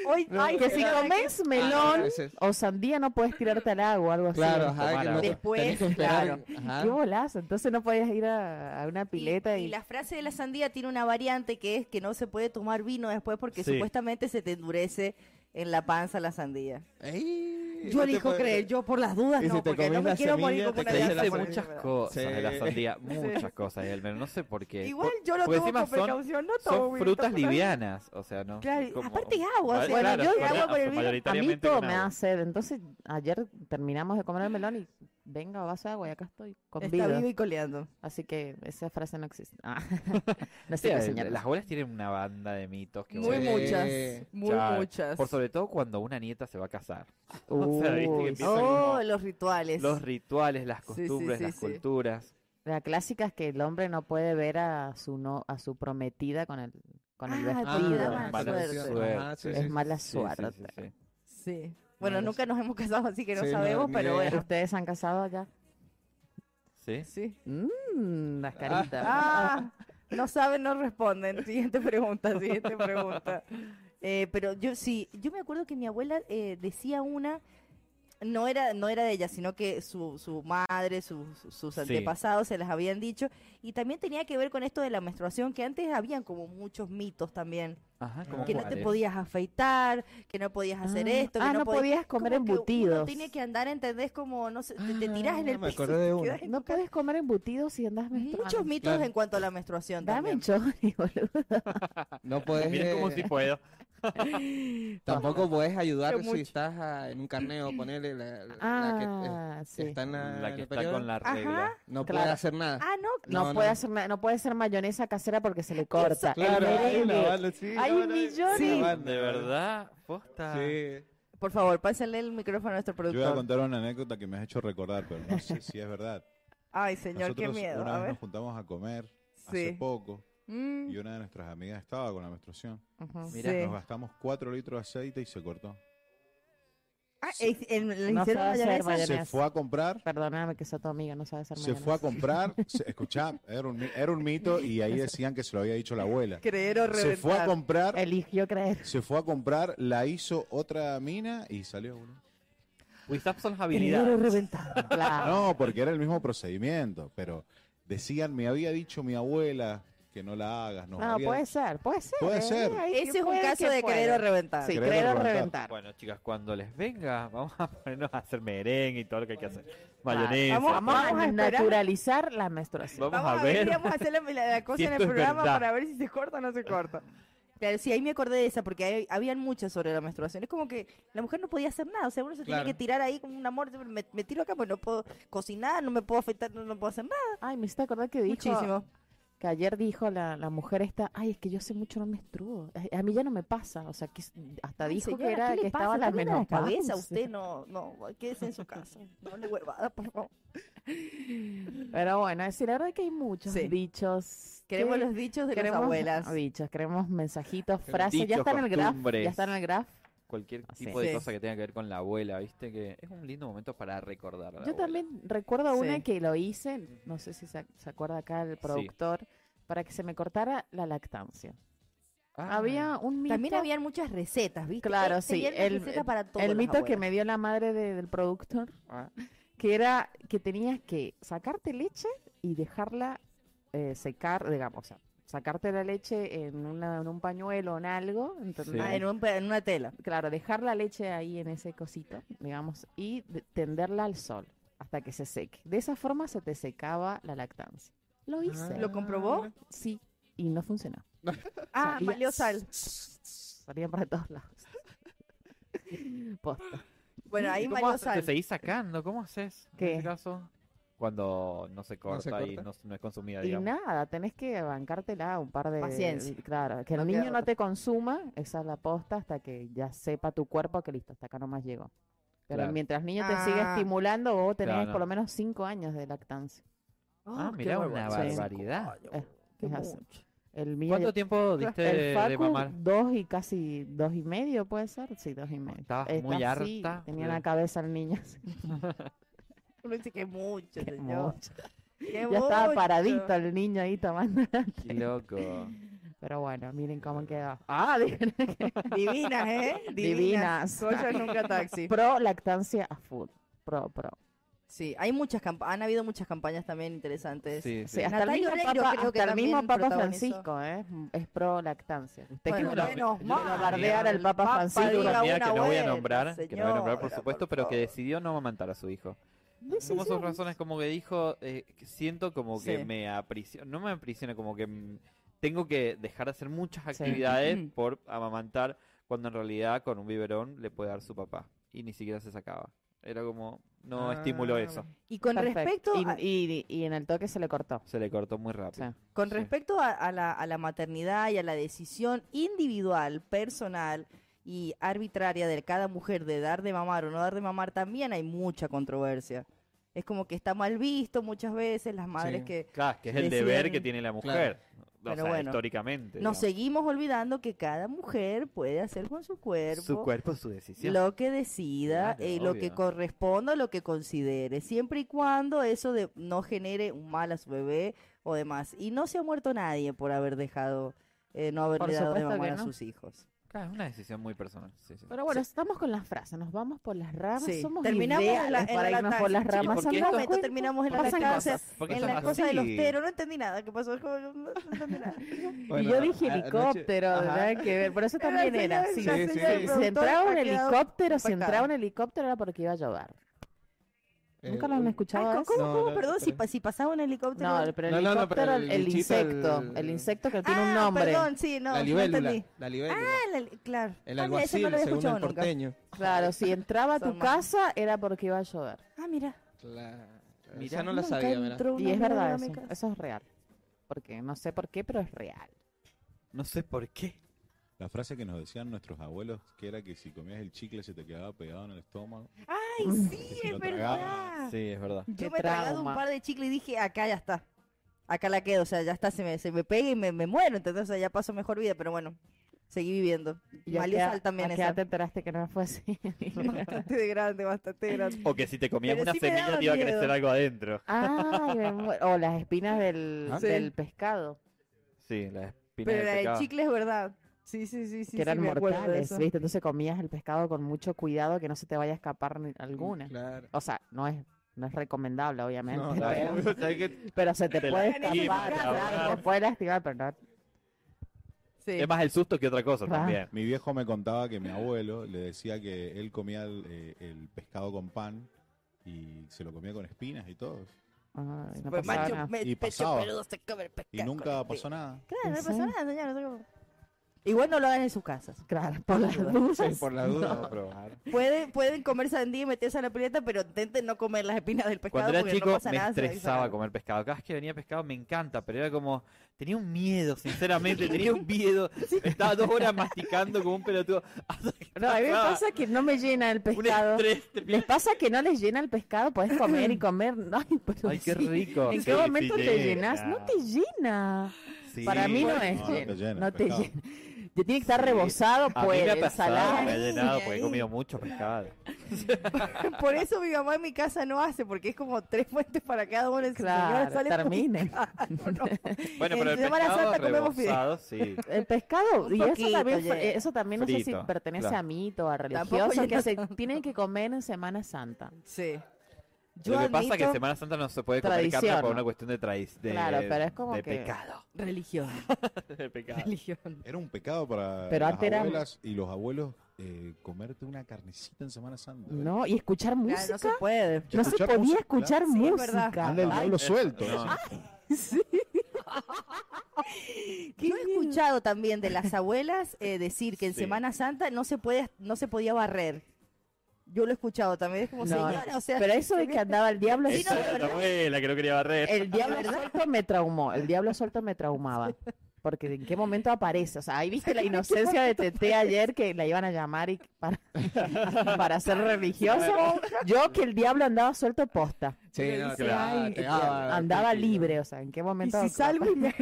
Hoy,
No,
ay,
Que si
era-
comes
Ah,
melón
ese
Oh,
es.
o sandía no puedes tirarte al agua, algo así.
Claro, ajá, que no-
Después,
tenés que esperar, ajá.
Qué bolazo, entonces no podías ir a, a una
y-
pileta y...
y la frase de la sandía tiene una variante que es que no se puede tomar vino después porque
Sí.
supuestamente se te endurece en la panza la sandía.
Ey,
Yo
no te
elijo
puede-
creer, yo por las dudas
Y si
no,
te
porque no
comes
me
la
quiero morir
semilla,
con
te
una
crees
de
Dice
la
las
forma-
muchas
enfermedades.
cosas de la
Sí.
sandía, muchas cosas del melón, no sé por qué.
Igual
Eh, Por-
yo lo
porque
tomo
encima
con
son-
precaución, no tomo
Son
vino,
frutas
tomo sandía.
livianas, o sea, no.
Claro,
sé cómo-
aparte es agua, o
Vale,
sea,
claro,
yo
son-
agua
son
por el vino.
A mí
mayoritariamente
todo
con
me
agua.
da sed, entonces ayer terminamos de comer el melón y venga, vas a agua y acá estoy con
Está
vida.
vivo y coleando.
Así que esa frase no existe. Ah, no
Sí,
sé qué
el-
señalar.
las abuelas tienen una banda de mitos que
Muy
vos-
Sí.
muchas, muy
Chao.
muchas.
Por sobre todo cuando una nieta se va a casar. O sea, viste que
Uy,
empiezan
Oh,
como
los rituales.
los rituales, las
Sí, sí,
costumbres,
sí,
las
sí.
culturas.
La clásica es que el hombre no puede ver a su no, a su prometida con el con el
Ah, te
Ah,
vestido.
da más
mala
suerte.
suerte.
Ajá, sí,
es
sí,
mala
Sí, sí, sí,
suerte.
sí.
Sí. Bueno,
No lo
nunca nos hemos casado, así que no
Sí, no,
sabemos,
ni
pero
idea.
bueno.
¿Ustedes han casado allá?
¿Sí?
Sí.
Mm, las caritas.
Ah, no saben, no responden. Siguiente pregunta, siguiente pregunta. Eh, pero yo sí, yo me acuerdo que mi abuela eh, decía una, no era, no era de ella, sino que su, su madre, sus- sus
Sí.
antepasados se las habían dicho. Y también tenía que ver con esto de la menstruación, que antes habían como muchos mitos también.
Ajá, como
Que no te
cuáles.
podías afeitar, que no podías hacer
Ah,
esto, que
ah, no
podías
podías comer
como que uno
embutidos.
Tiene que andar, ¿entendés? Como, no sé, te, te tirás en
Ah,
el
me
piso.
acordé de
te
uno.
quedás en
No
tu cama.
puedes comer embutidos si andas menstruando. Ah,
Muchos mitos
Claro.
en cuanto a la menstruación
Dame
también.
chori, boludo.
No puedes,
Mira como
eh,
si puedo.
tampoco puedes ayudar
Fue
si
mucho.
estás ah, en un carneo, ponerle la, la- la
Ah,
que eh,
sí.
está en la,
La
en
que
el
está
periodo,
con la
Ajá.
regla.
no
Claro.
puede hacer nada.
Ah, no.
No,
No,
puede
no.
hacer na- no puede ser mayonesa casera porque se le corta.
Claro, hay
el
una
merengue.
bala, sí,
Hay
una bala,
millones.
una
Sí.
banda,
De verdad, posta.
Sí.
Por favor, pásenle el micrófono a nuestro
Yo voy a
productor.
contar una anécdota que me has hecho recordar, pero no sé si es verdad.
Ay, señor,
Nosotros
qué miedo.
una
A
vez
ver.
nos juntamos a comer hace
Sí.
poco
Mm,
y una de nuestras amigas estaba con la menstruación.
Ujú.
Mirá,
sí.
Nos gastamos 4 litros de aceite y se cortó.
Ah, es- en- le
No
hicieron
sabe hacer
mayonesa.
mayonesa.
Se fue a comprar,
Perdóname que soy tu amiga, no sabes hacer
se fue a
mayonesa.
comprar, se- escuchá, era un, mi- era un mito y ahí decían que se lo había dicho la abuela.
Creer o
Se fue a
reventar.
comprar,
Eligió creer.
se fue a comprar, la hizo otra mina y salió. boludo.
WhatsApp son las
Creer
habilidades.
o reventar.
Claro.
No, porque era el mismo procedimiento, pero decían, me había dicho mi abuela que no la hagas. nos
No,
había
puede
dicho-
ser, puede ser.
Puede
eh,
ser.
ahí sí
Ese es un
puede
caso
que
de creer
pueda.
o reventar.
Sí,
Creer o
creer o
reventar.
reventar.
Bueno, chicas, cuando les venga, vamos a ponernos a hacer merengue y todo lo que hay que hacer. Mayonesa.
Vamos-
todo.
Vamos
Vamos a
a
esperar.
naturalizar la menstruación.
Vamos
Vamos
a
a ver,
ver.
y vamos a hacer la, la- la cosa en el
esto es
programa
verdad.
para ver si se corta o no se corta. Claro, sí, ahí me acordé de esa, porque hay- habían muchas sobre la menstruación. Es como que la mujer no podía hacer nada, o sea, uno se
Claro.
tiene que tirar ahí como un amor, me, me tiro acá, pues no puedo cocinar, no me puedo afectar, no, no puedo hacer nada.
Ay, me hiciste acordar que dijo
Muchísimo.
que ayer dijo la, la mujer esta, ay, es que yo hace mucho no menstruo. A- A mí ya no me pasa, o sea, que s- hasta
Ay,
dijo
señora,
que era
¿qué le
que
pasa?
estaba la
¿Está bien de
menopausia.
cabeza, usted no, no, quédese en su casa. No le huevada, por favor.
Pero bueno, es decir, la verdad que hay muchos
Sí.
dichos.
Queremos
que-
los dichos de
queremos
las abuelas.
dichos, queremos mensajitos, frases, ya
dichos,
está en el graph,
costumbres.
ya está en el graph.
Cualquier
Así
tipo de
es.
cosa que tenga que ver con la abuela, viste que es un lindo momento para recordar. a la
Yo
abuela.
también recuerdo una
Sí.
que lo hice, no sé si se, se acuerda acá el productor, para que se me cortara la lactancia.
Ah,
Había un mito.
También habían muchas recetas, ¿viste?
Claro,
Eh,
sí,
tenían una
el-
receta para todo
el
las
mito que
abuelas.
me dio la madre de- del productor,
Ah.
que era que tenías que sacarte leche y dejarla eh, secar, digamos, o sea, sacarte la leche en, una- en un pañuelo o en algo, ¿entendés?
Ah, en, un pe- en una tela.
Claro, dejar la leche ahí en ese cosito, digamos, y de- tenderla al sol hasta que se seque. De esa forma se te secaba la lactancia. Lo hice,
Ah. ¿Lo comprobó?
sí, y no funcionó.
Ah,
Salía-
valió sal.
Salía para todos lados. Posta.
Bueno, ahí
¿Y cómo
valió
haces? ¿Te
sal.
seguís sacando? ¿Cómo haces
¿Qué?
en este caso? Cuando no se corta, y
corta?
no, no es consumida,
Y
digamos.
nada, tenés que bancártela un par de...
Paciencia.
Claro, que el
No queda
niño no
otra.
te consuma, esa es la posta, hasta que ya sepa tu cuerpo que listo, hasta acá nomás llegó. Pero
Claro.
mientras el niño te sigue
Ah.
estimulando, vos tenés
Claro.
por lo menos cinco años de lactancia.
Ah,
Oh, qué
mirá, una
barbaridad.
barbaridad.
Qué
Es así.
mucho.
El mío...
¿Cuánto tiempo diste de,
El Facu,
de mamar?
dos y casi dos y medio puede ser, sí, dos y medio.
Estabas
Está
muy
así,
harta
Tenía
de-
la cabeza el niño. así,
Uno dice que mucho,
que
señor.
mucho.
Qué
Ya estaba
mucho.
paradito el niño ahí tomando.
Qué loco.
Pero bueno, miren cómo quedó. Ah, dijeron que-
Divinas, ¿eh?
Divinas.
Joyas nunca taxi.
pro lactancia a full. Pro, pro.
Sí, hay muchas campa- han habido muchas campañas también interesantes.
Sí,
Sí,
sí.
hasta el
Natalia
mismo
Oreiro
Papa,
creo que
hasta el mismo
también
Papa
protagonizó.
Francisco eh, es pro lactancia. Usted
Bueno,
que me lo-
menos
me
mal.
lo bardear al Papa
Papa
Sí,
Francisco.
diga
una amiga que no voy a
buena,
nombrar, que no voy a nombrar, por
señora,
supuesto,
por
pero que
favor.
decidió no amamantar a su hijo. Como sus razones, como que dijo, eh, que siento como que
Sí.
me aprisiona, no me aprisiona, como que mm, tengo que dejar de hacer muchas actividades por amamantar, cuando en realidad con un biberón le puede dar su papá. Y ni siquiera se sacaba. Era como, no
Ah,
estimuló eso.
Y con
Perfecto.
respecto
Y-
a-
y, y en el toque se le cortó.
Se le cortó muy
O sea,
rápido.
Con
Sí.
respecto a, a la, a la maternidad y a la decisión individual, personal y arbitraria de cada mujer de dar de mamar o no dar de mamar, también hay mucha controversia. Es como que está mal visto muchas veces las madres
Sí.
que...
Claro, que es el deber que
Deciden-
tiene la
Claro.
mujer. O
Pero
sea,
bueno.
históricamente. digamos.
Nos seguimos olvidando que cada mujer puede hacer con su cuerpo,
Su cuerpo, su decisión.
lo que decida,
Claro,
eh, lo que
obvio.
corresponda, lo que considere, siempre y cuando eso de, no genere un mal a su bebé o demás. Y no se ha muerto nadie por haber dejado, eh, no haberle
Por
dado de
supuesto que
mamar a
no.
sus hijos.
Claro, es una decisión muy personal. sí, sí.
Pero bueno, estamos con las frases, nos vamos por las ramas,
Sí.
somos
Terminamos en la-
ideales
en
para
la
irnos por las
lactancia.
Sí,
ramas.
porque
¿Se han
En
dado
un momento
cuenta?
terminamos en la
Pasan
lactancia,
cosas.
Porque
en
son
la cosa del
así.
hostero, no entendí nada, ¿qué pasó? No, no entendí nada.
y yo dije helicóptero,
Ajá.
nada que ver, por eso
Era
también
el
era.
señor-
Si,
la
si-
señora
si
del
se
productor
entraba un
ha quedado
helicóptero, si
impactada.
entraba un helicóptero era porque iba a llover.
Eh,
¿Nunca lo han escuchado?
Ay,
eso?
¿cómo, cómo,
No,
cómo?
no,
Perdón, si,
pero-
pa- si pasaba un helicóptero.
No, pero el
No, no, no,
helicóptero,
pero
el,
el
el
bichito,
insecto, el...
el-
insecto que
ah,
tiene un nombre.
Perdón, sí, no,
la
no
libélula.
entendí.
La libélula.
Ah, la- claro.
el
Ah, mira, ese
alguacil,
no lo había
según
escuchado
el
nunca.
porteño.
Claro, si entraba a
Son
tu
más.
casa era porque iba a llover.
Ah, mira.
Claro.
Mirá,
Esa no la
nunca
sabía, mirá.
entró
Y
una
es verdad
libélula a mi
eso,
casa.
eso es real. Porque no sé por qué, pero es real.
No sé por qué.
La frase que nos decían nuestros abuelos, que era que si comías el chicle se te quedaba pegado en el estómago.
Ay,
que
sí,
si
es
lo tragabas-
verdad.
Sí, es verdad.
Qué
Yo me he tragado
trauma.
un par de chicles y dije, acá ya está. Acá la quedo, o sea, ya está, se me, se me pega y me, me muero, entonces o sea, ya paso mejor vida, pero bueno, seguí viviendo.
Y a
Valió
qué-
sal también
a qué
esa.
edad te enteraste que no fue así.
Bastante de grande, bastante de grande.
O que si te comías
Pero
una
sí me
semilla
daba
te iba a
miedo.
crecer algo adentro.
Ay, me muero. O las espinas del,
Ah.
del pescado,
Sí, la espina
Pero
de
la del
pecado.
chicle es verdad. Sí, sí, sí, sí.
que eran
sí, me acuerdo de
mortales,
eso.
¿viste? Entonces comías el pescado con mucho cuidado que no se te vaya a escapar ni- alguna.
Claro.
O sea, no es, no es recomendable, obviamente,
No,
pero,
claro. ¿Sabes qué?
pero se te
Te la
puede
esquivan, te
escapar,
la
claro,
van.
te puede lastimar, pero no.
Sí.
Es más el susto que otra cosa
Ah.
Claro.
también.
Mi viejo me contaba que mi abuelo le decía que él comía el, eh, el pescado con pan y se lo comía con espinas y todo.
Ay, no
Pues,
pasaba
macho,
nada.
me-
Y
pecho
pasaba.
peludo se come el
Y
pescado
nunca
con el
pasó nada.
pie. Claro, no
¿En
pasó
serio?
nada, señor. no sé cómo. Igual no lo hagan en sus casas.
Claro, por las dudas.
Sí, por la duda.
Pueden, pueden comer sandía y meterse a la pileta, pero intenten no comer las espinas del pescado
Cuando era
porque
chico
no pasa
me
nada. se va a
estresaba
disparar.
comer pescado. Cada vez que venía pescado me encanta, pero era como... Tenía un miedo, sinceramente, tenía un miedo. Estaba dos horas masticando como un pelotudo. hasta que
No, a mí me
pasaba
pasa que no me llena el
Un
pescado.
estrés.
¿Les pasa que no les llena el pescado? Podés comer y comer. Ay, pero
Ay, qué
sí.
rico.
¿En
Sí,
qué momento
sí
te llenas? No te llena.
Sí.
Para mí no
bueno,
es.
no, no te llena,
No te
pescado.
llena.
Ya tiene que estar
Sí.
rebozado
A
por
pues,
mí me ha pasado,
ensalada.
me ha llenado porque he
Ahí.
comido mucho pescado.
Por eso mi mamá en mi casa no hace, porque es como tres fuentes para cada uno.
Claro, terminen.
Bueno,
Ah, En
pero el
Semana
pescado
Santa comemos fideo.
rebozado, sí.
El pescado,
Un
y eso
poquito,
también, fue-
oye.
eso también no sé si
Frito,
pertenece a
claro.
mito, a
Tampoco
religiosos,
yo-
que se tienen que comer en Semana Santa.
Sí.
Lo que pasa es que en
admito-
Semana Santa no se puede comer carne
Tradición,
por
¿no?
una cuestión de traición.
Claro, pero es como
de
que-
pecado.
Religión,
De pecado.
religión.
Era un pecado para
Pero
las
antes era-
abuelas y los abuelos eh, comerte una carnecita en Semana Santa. ¿eh?
¿No? Y escuchar
Claro,
música.
no se puede.
no se
Escuchar
podía
música,
escuchar
Sí, es verdad.
música.
Anda el
Ay,
diablo
eso,
suelto.
no.
sí.
Sí. Qué
Yo he
miedo.
escuchado también de las abuelas eh, decir que en
Sí.
Semana Santa no se puede, no se podía barrer. Yo lo he escuchado también, es como
No,
señora, o sea,
Pero eso de que andaba el diablo
Esa
suelto-
era la abuela que no quería barrer.
el diablo suelto me traumó, el diablo suelto me traumaba. Porque en qué momento aparece, o sea, ahí viste la inocencia de Tete ayer que la iban a llamar y para, para ser religiosa. Yo que el diablo andaba suelto posta,
Sí, no, te
claro,
daba- te daba,
andaba
tranquilo.
libre, o sea, en qué
y
momento.
si salgo y me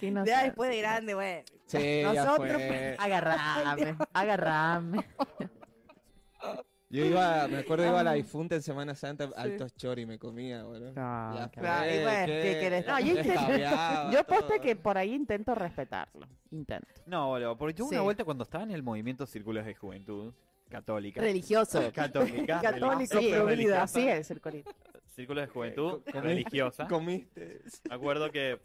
qué inocencia.
Ya después de grande, bueno.
Sí, ya
Nosotros-
fue.
Agarrame, agarrame.
Yo iba, me acuerdo iba a la difunta en Semana Santa, altos chori me comía, boludo.
No,
Ya
qué
fue,
Ah, y bueno,
que-
¿qué querés?
No, yo intento-
descabeaba
Yo posta
todo.
que por ahí intento respetarlo. Intento.
No, boludo, porque yo
Sí.
una vuelta cuando estaba en el movimiento Círculos de Juventud Católica.
Religioso.
Católica.
Católico,
religiosa, Eh,
pero
Sí,
vida.
religiosa,
así es el corito.
Círculos de Juventud
Co-
religiosa.
¿Ah? Comiste.
Me acuerdo que.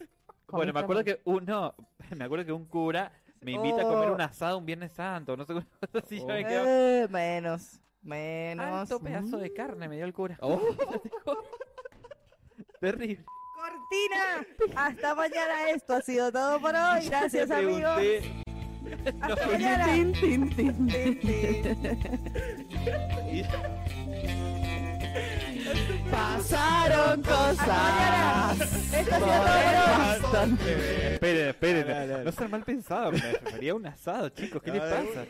Bueno, me acuerdo que uno. Me acuerdo que un cura me invita a comer un asado un Viernes Santo. No sé cómo. Así yo me quedo.
Eh, menos, menos.
Alto pedazo de carne me dio el cura.
Oh.
Terrible.
Cortina. Hasta mañana esto ha sido todo por hoy. Gracias,
Le
amigos.
pregunté-
Hasta mañana. Tin, tin.
Pasaron cosas.
Esto ha sido todo por hoy.
Esperen, esperen.
Dale, dale.
No sean mal pensados. Me refería a un asado, chicos. ¿Qué les
Dale.
pasa?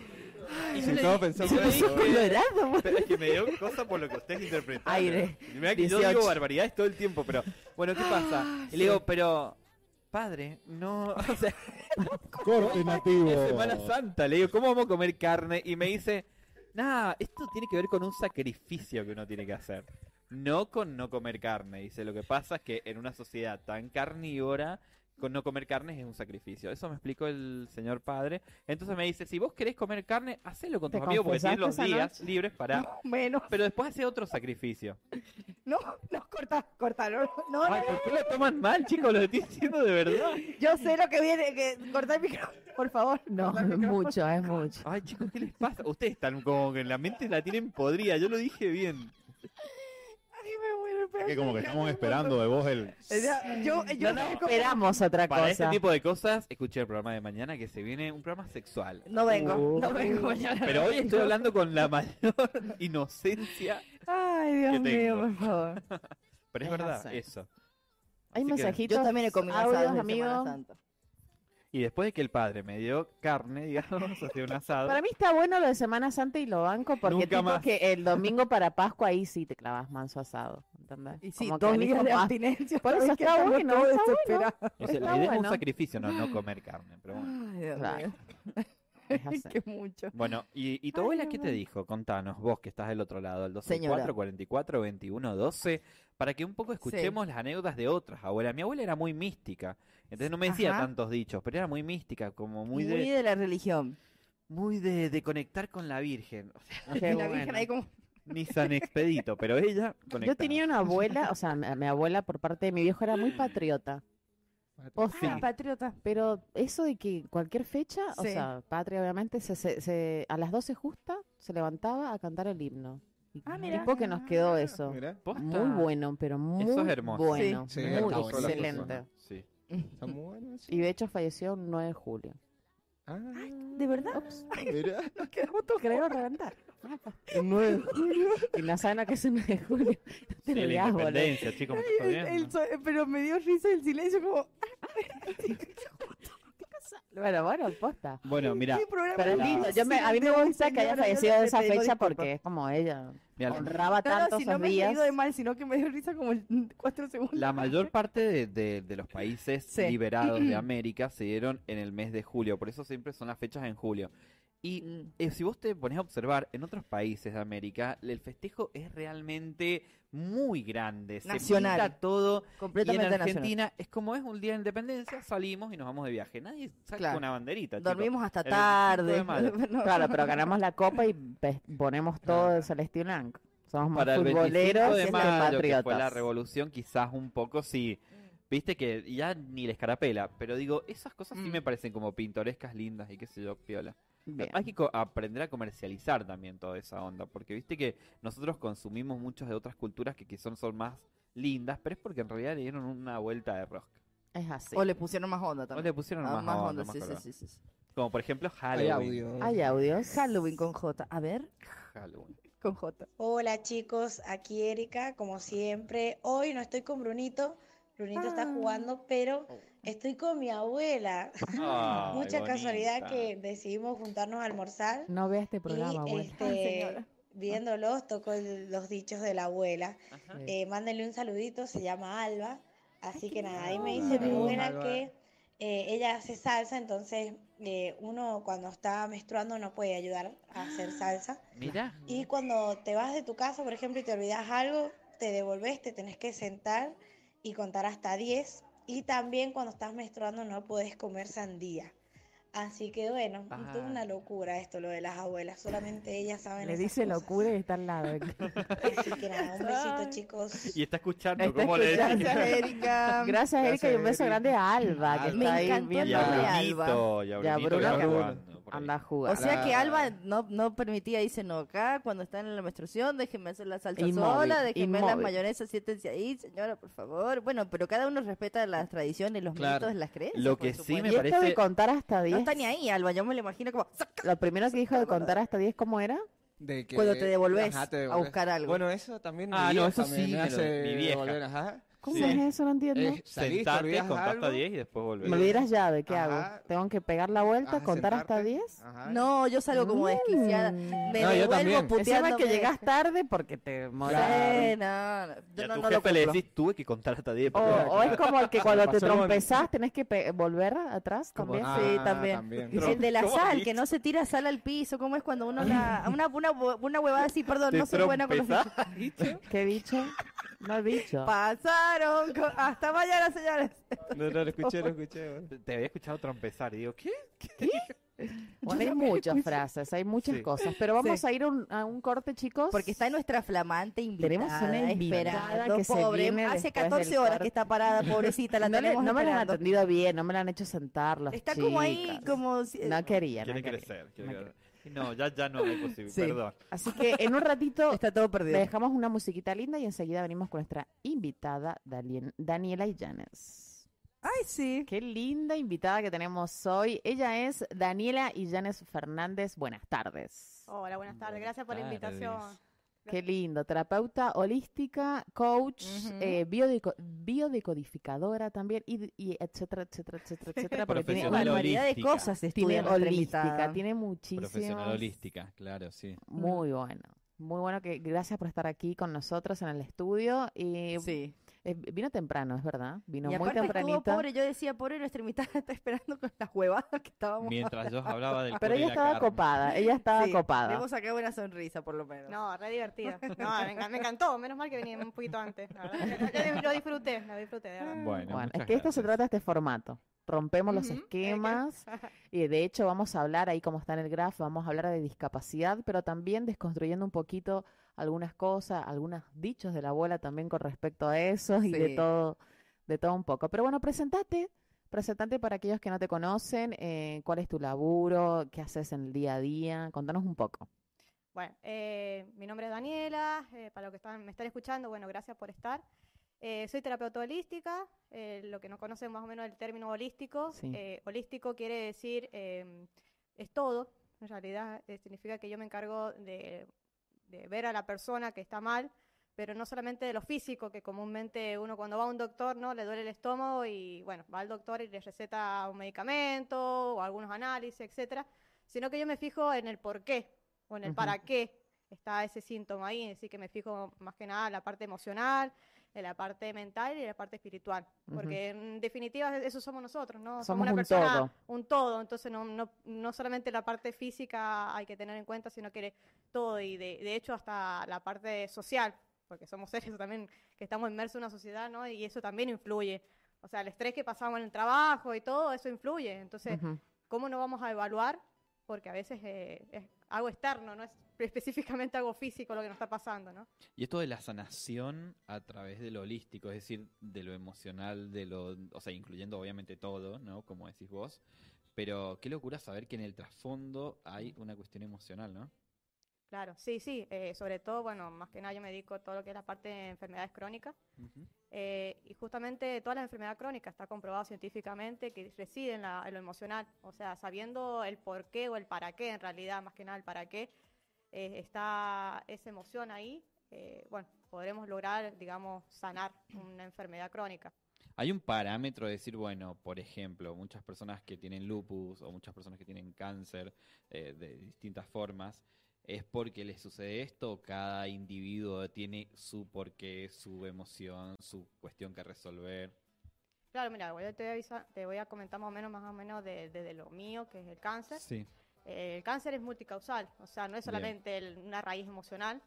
Y yo
Si
le
todo
dije-
pensó
yo le
eso.
dije-
Colorado, boludo.
Pero es que me dio cosa por lo que ustedes interpretaron.
Aire.
Mirá que yo
18.
digo barbaridades todo el tiempo, pero. Bueno, ¿qué pasa? y le digo, pero. Padre, no. O sea,
Coordinativo.
es Semana Santa. Le digo, ¿cómo vamos a comer carne? Y me dice, nada, esto tiene que ver con un sacrificio que uno tiene que hacer. No con no comer carne. Dice, lo que pasa es que en una sociedad tan carnívora, con no comer carne es un sacrificio. Eso me explicó el señor padre. Entonces me dice, si vos querés comer carne, hacelo con
¿Te
tus amigos porque tienes los
confesaste esa
días libres para
Menos.
pero después hace otro sacrificio.
No, no, corta, corta. No, no, no.
Ay, ¿por qué lo toman mal, chicos? Lo estoy diciendo de verdad.
Yo sé lo que viene. Que... Corta el micrófono, por favor.
No, es mucho, es mucho.
Ay, chicos, ¿qué les pasa? Ustedes están como que en la mente la tienen podrida. Yo lo dije bien.
Ay, me muero,
Es
espera.
que como que estamos esperando de vos el...
O sea, Yo, yo
No, no, esperamos otra
Para
cosa.
este tipo de cosas, escuché el programa de mañana que se viene un programa sexual.
No vengo,
Uh.
no vengo mañana.
Pero hoy estoy hablando con la mayor inocencia.
Ay, Dios
que tengo.
mío, por favor.
Pero es
Es
verdad,
así.
eso.
Hay
Así que-
mensajitos,
Yo también he comido
audios,
asados en Semana
amigos.
Santa.
Y después de que el padre me dio carne, digamos, hacía un asado.
Para mí está bueno lo de Semana Santa y lo banco porque
Nunca
tipo
más.
que el domingo para Pascua ahí sí te clavas manso asado, ¿entendés?
Y sí,
Como que
dos
venís
días
con
de
más-
abstinencia.
Por
otra
eso
vez que
está
estamos
bueno,
todos
está bueno.
desesperados.
O sea,
está
la idea es un
bueno.
sacrificio, no, no comer carne. Pero bueno.
Ay, Dios
Claro.
mío,
es así.
qué mucho.
Bueno, ¿y, y tu
Ay,
abuela
no,
qué te
bueno.
dijo? Contanos, vos que estás del otro lado, al
Señora.
264 44 21 12, para que un poco escuchemos las anécdotas de otras abuelas. Mi abuela era muy mística, entonces no me decía
Ajá.
tantos dichos, pero era muy mística, como muy
Muy de...
de
la religión.
muy de, de conectar con la Virgen. O sea,
Qué
la
bueno.
Virgen ahí como...
ni San Expedito, pero ella conectaba.
Yo tenía una abuela, o sea, mi, mi abuela por parte de mi viejo era muy patriota. Posta.
Ah, patriota.
Pero eso de que cualquier fecha, o
Sí.
sea, patria obviamente, se, se- se- a las 12 justa se levantaba a cantar el himno.
Ah, mira.
Tipo que nos quedó eso.
Mirá,
Posta.
Muy bueno, pero muy
Eso es hermoso.
bueno.
Sí, sí,
muy
está bueno.
excelente.
Sí.
está muy bueno eso.
Y de hecho falleció un 9 de julio.
Ah,
¿De verdad?
mirá,
Nos quedamos todos
Creo reventar.
un nuevo.
Y no saben lo que es un 9 de julio. No te
Sí,
lo
la
digas, boludo.
independencia, chicos, me estoy
El-
jodiendo.
el so- pero me dio risa el silencio como... ¿Qué pasa? Lo
Bueno, bueno, posta.
Bueno, mira,
¿Qué programa
Pero es
era?
lindo. Yo me, a mí me
Excelente,
gusta que haya
señora, yo
fallecido de
le
esa
pedí
fecha
disculpas.
porque es como ella
mira, la,
honraba
No, no,
tanto
si no
esos
me he
días.
leído de mal, sino que me dio risa como en cuatro segundos.
la mayor parte de, de- de los países
Sí.
liberados de América se dieron en el mes de julio, por eso siempre son las fechas en julio. Y
Mm.
eh, si vos te pones a observar, en otros países de América, el festejo es realmente muy grande. Se
Nacional.
pinta todo. Y en
Completamente nacional.
Argentina es como es un día de independencia, salimos y nos vamos de viaje. Nadie saca
Claro.
una banderita. chicos.
Dormimos hasta
El 25 de
tarde.
mayo.
No.
Claro, pero ganamos la copa y pe- ponemos todo de celeste y blanco. Somos más
Para el 25
futboleros
de
que
mayo, que fue la
patriotas.
revolución, quizás un poco sí.
Mm.
Viste que ya ni les carapela, pero digo, esas cosas sí
Mm.
me parecen como pintorescas, lindas y qué sé yo, piola.
Bien.
Hay que co- aprender a comercializar también toda esa onda, porque viste que nosotros consumimos muchas de otras culturas que quizás son más lindas, pero es porque en realidad le dieron una vuelta de rosca.
Es así.
O le pusieron más onda
No
también.
le pusieron
Ah,
más, onda, más
sí, sí,
color.
sí, sí, sí.
Como por ejemplo
Hay
Halloween.
audio.
Hay audios.
Halloween con J. A ver,
Halloween.
con J.
Eh,
Hola chicos, aquí Erika, como siempre. Hoy no estoy con Brunito, Brunito está
Ah.
jugando, pero estoy con mi abuela.
Oh. Ay,
Mucha casualidad
bonita.
que decidimos juntarnos a almorzar
No vea este programa,
y
eh,
abuela.
este,
señora.
viéndolos tocó el- los dichos de la abuela.
Ajá.
Sí.
Eh, mándenle un saludito, se llama Alba. Así que nada, ahí me
lindo.
dice mi
Saludos,
abuela
Alba.
que eh, ella hace salsa, entonces eh, uno cuando está menstruando no puede ayudar a hacer salsa.
Mira,
Y cuando te vas de tu casa, por ejemplo, y te olvidas algo, te devolves, te tenés que sentar y contar hasta 10. Y también cuando estás menstruando no puedes comer sandía. Así que bueno,
Ah.
es una locura esto, lo de las abuelas. Solamente ellas saben
Le
esas
dice
cosas.
locura y está al lado.
Así que nada, un besito, chicos.
y está escuchando
Está
cómo le
escuchando.
decís.
Gracias, Erika.
Gracias, Erika, y un beso
Erika.
grande a Alba, que
Me
está ahí
encantó el
viendo.
a
nombre de
Anda
Alba.
Brunito, y a
Ya,
Brunito que
Bruno que-
está jugando por ahí.
anda a jugar.
O sea que
Ah.
Alba no, no permitía, dice, no, acá cuando están en la menstruación, déjenme hacer la salsa
Inmóvil,
sola, déjenme las
inmóvil.
mayonesas, siéntense ahí, señora, por favor. Bueno, pero cada uno respeta las tradiciones, los
Claro.
mitos, las creencias.
Lo
por
que sí
supuesto.
me
y esto
parece-
de contar hasta 10.
No está ni ahí, Alba, yo me lo imagino como...
Lo primero que dijo de contar hasta 10, ¿cómo era?
De que-
Cuando te devolvés
Ajá, te
a
devolvés.
buscar algo.
Bueno, eso también. mi
Ah, no,
vieja
eso
me-
sí,
me
lo-
hace
mi vieja.
devolver, ajá.
¿Cómo
Sí.
es eso? No entiendo.
Eh, salís, te
Sentate,
olvidas
contá
algo,
hasta 10 y después volvés.
¿Me olvidas llave? ¿Qué
Ajá.
hago? ¿Tengo que pegar la vuelta,
ajá,
contar hasta
sentarte,
10?
ajá.
No, yo salgo como desquiciada.
Mm.
Me
No, yo
devuelvo
también.
Encima
puteando.
que llegas tarde porque te molestas.
Sí, no, no,
Y
yo
a
no,
tu
no lo
jefe le
cumplo.
decís, tuve que contar hasta 10.
O,
porque-
o Oh, es como el que cuando te
Pasó lo mismo.
trompezás tenés que pe- volver atrás
Como-
también.
sí,
Ah,
también. El de la
¿Cómo
sal,
dice?
que no se tira sal al piso, ¿cómo es cuando uno la... Una, una, una huevada así, perdón,
Te
no soy buena con los
trompezás.
¿Qué bicho? No he dicho.
Pasaron, co- hasta mañana, señores.
No, no, lo escuché, lo escuché. bueno.
Te había escuchado trompezar y digo, ¿qué?
Bueno, hay muchas frases, hay muchas
Sí.
cosas. Pero vamos a ir a un, a un corte, chicos.
Porque está nuestra flamante
Tenemos
invitada,
una invitada
esperando,
que se
pobre,
viene
hace
después
14
del
horas
corte.
que está parada, pobrecita, la
no, le-
tenemos
no me la han
esperando.
atendido bien, no me la han hecho sentar los
Está como ahí,
chicos.
como... si-
No quería, no
Quiere
quería.
crecer. quiere
no
crecer. No, ya, ya no es posible,
Sí.
perdón.
Así que en un ratito
Está todo
le
perdido.
dejamos una musiquita linda y enseguida venimos con nuestra invitada Dalien- Daniela Illanes.
Ay, sí.
Qué linda invitada que tenemos hoy. Ella es Daniela Illanes Fernández. Buenas tardes.
Hola, buenas tardes.
Buenas
Gracias por la
tardes.
invitación.
Qué lindo. Terapeuta holística, coach,
Ujú.
eh, biodeco- biodecodificadora también, y, y etcétera, etcétera, etcétera, etcétera. porque tiene,
Una
Profesional
variedad de
holística.
cosas
tiene
estudia nuestra
holística,
invitada.
tiene muchísimas.
claro, sí.
Muy bueno. Muy bueno que gracias por estar aquí con nosotros en el estudio. Y
Sí.
eh, vino temprano, es verdad. Vino muy
y aparte estuvo
tempranito.
pobre, yo decía, pobre, nuestra invitada está esperando con las huevadas que
Oh.
estábamos...
Mientras yo hablaba del
Pero ella estaba copada, ella estaba
Sí, Le
copada.
hemos sacado una sonrisa, por lo menos.
No, re divertida. No, me, enca- me encantó. Menos mal que venía un poquito antes. la verdad. Yo- yo Lo disfruté, lo disfruté, de verdad.
Bueno,
Bueno, es
muchas
que esto se
gracias.
trata de este formato. Rompemos los
Ujú, hay que-
esquemas y de hecho vamos a hablar ahí como está en el graph, vamos a hablar de discapacidad, pero también desconstruyendo un poquito algunas cosas, algunos dichos de la abuela también con respecto a eso y de
Sí.
todo, de todo un poco. Pero bueno, presentate, presentate para aquellos que no te conocen, eh, cuál es tu laburo, qué haces en el día a día, contanos un poco.
Bueno, eh, mi nombre es Daniela, eh, para los que están, me están escuchando, bueno, gracias por estar. Eh, soy terapeuta holística, eh, lo que no conocen más o menos el término holístico.
Sí.
Eh, holístico quiere decir eh, es todo, en realidad eh, significa que yo me encargo de, de ver a la persona que está mal, pero no solamente de lo físico, que comúnmente uno cuando va a un doctor, ¿no? Le duele el estómago y, bueno, va al doctor y le receta un medicamento o algunos análisis, etcétera, sino que yo me fijo en el por qué o en el
Ujú.
para qué está ese síntoma ahí, así que me fijo más que nada en la parte emocional, en la parte mental y en la parte espiritual,
Ujú.
porque en definitiva eso somos nosotros, ¿no?
Somos un todo.
un todo, entonces no, no, no solamente la parte física hay que tener en cuenta, sino que todo, y de, de hecho hasta la parte social, porque somos seres también que estamos inmersos en una sociedad, ¿no? Y eso también influye. O sea, el estrés que pasamos en el trabajo y todo, eso influye. Entonces,
Ujú.
¿cómo no vamos a evaluar? Porque a veces eh, es algo externo, no es específicamente algo físico lo que nos está pasando, ¿no?
Y esto de la sanación a través de lo holístico, es decir, de lo emocional, de lo, o sea, incluyendo obviamente todo, ¿no? Como decís vos. Pero qué locura saber que en el trasfondo hay una cuestión emocional, ¿no?
Claro, sí, sí. eh, sobre todo, bueno, más que nada yo me dedico a todo lo que es la parte de enfermedades crónicas. Eh, y justamente toda la enfermedad crónica está comprobado científicamente que reside en, la- en lo emocional, o sea, sabiendo el por qué o el para qué, en realidad, más que nada el para qué, eh, está esa emoción ahí, eh, bueno, podremos lograr, digamos, sanar una enfermedad crónica.
Hay un parámetro de decir, bueno, por ejemplo, muchas personas que tienen lupus o muchas personas que tienen cáncer eh, de distintas formas, ¿es porque les sucede esto o cada individuo tiene su porqué, su emoción, su cuestión que resolver?
Claro, mira, voy a- te voy a, avisar- te voy a comentar más o menos, más o menos de- desde lo mío, que es el cáncer.
Sí.
Eh, El cáncer es multicausal, o sea, no es
Bien.
solamente el- una raíz emocional,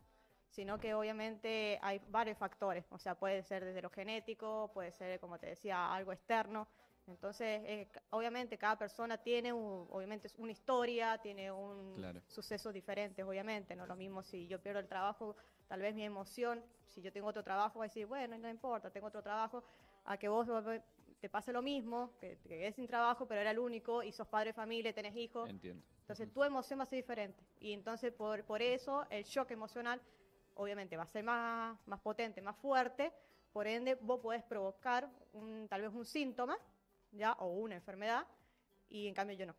sino que obviamente hay varios factores, o sea, puede ser desde lo genético, puede ser, como te decía, algo externo. Entonces, eh, c- obviamente cada persona tiene un- obviamente es una historia, tiene un
Claro.
sucesos diferentes, obviamente, no lo mismo si yo pierdo el trabajo, tal vez mi emoción, si yo tengo otro trabajo, voy a decir, bueno, no importa, tengo otro trabajo, a que vos volve- te pase lo mismo, que te quedes sin trabajo, pero era el único y sos padre de familia, y tenés hijos,
Entiendo.
entonces tu emoción va a ser diferente. Y entonces por, por eso el shock emocional obviamente va a ser más, más potente, más fuerte. Por ende, vos podés provocar un, tal vez un síntoma ya o una enfermedad y en cambio yo no.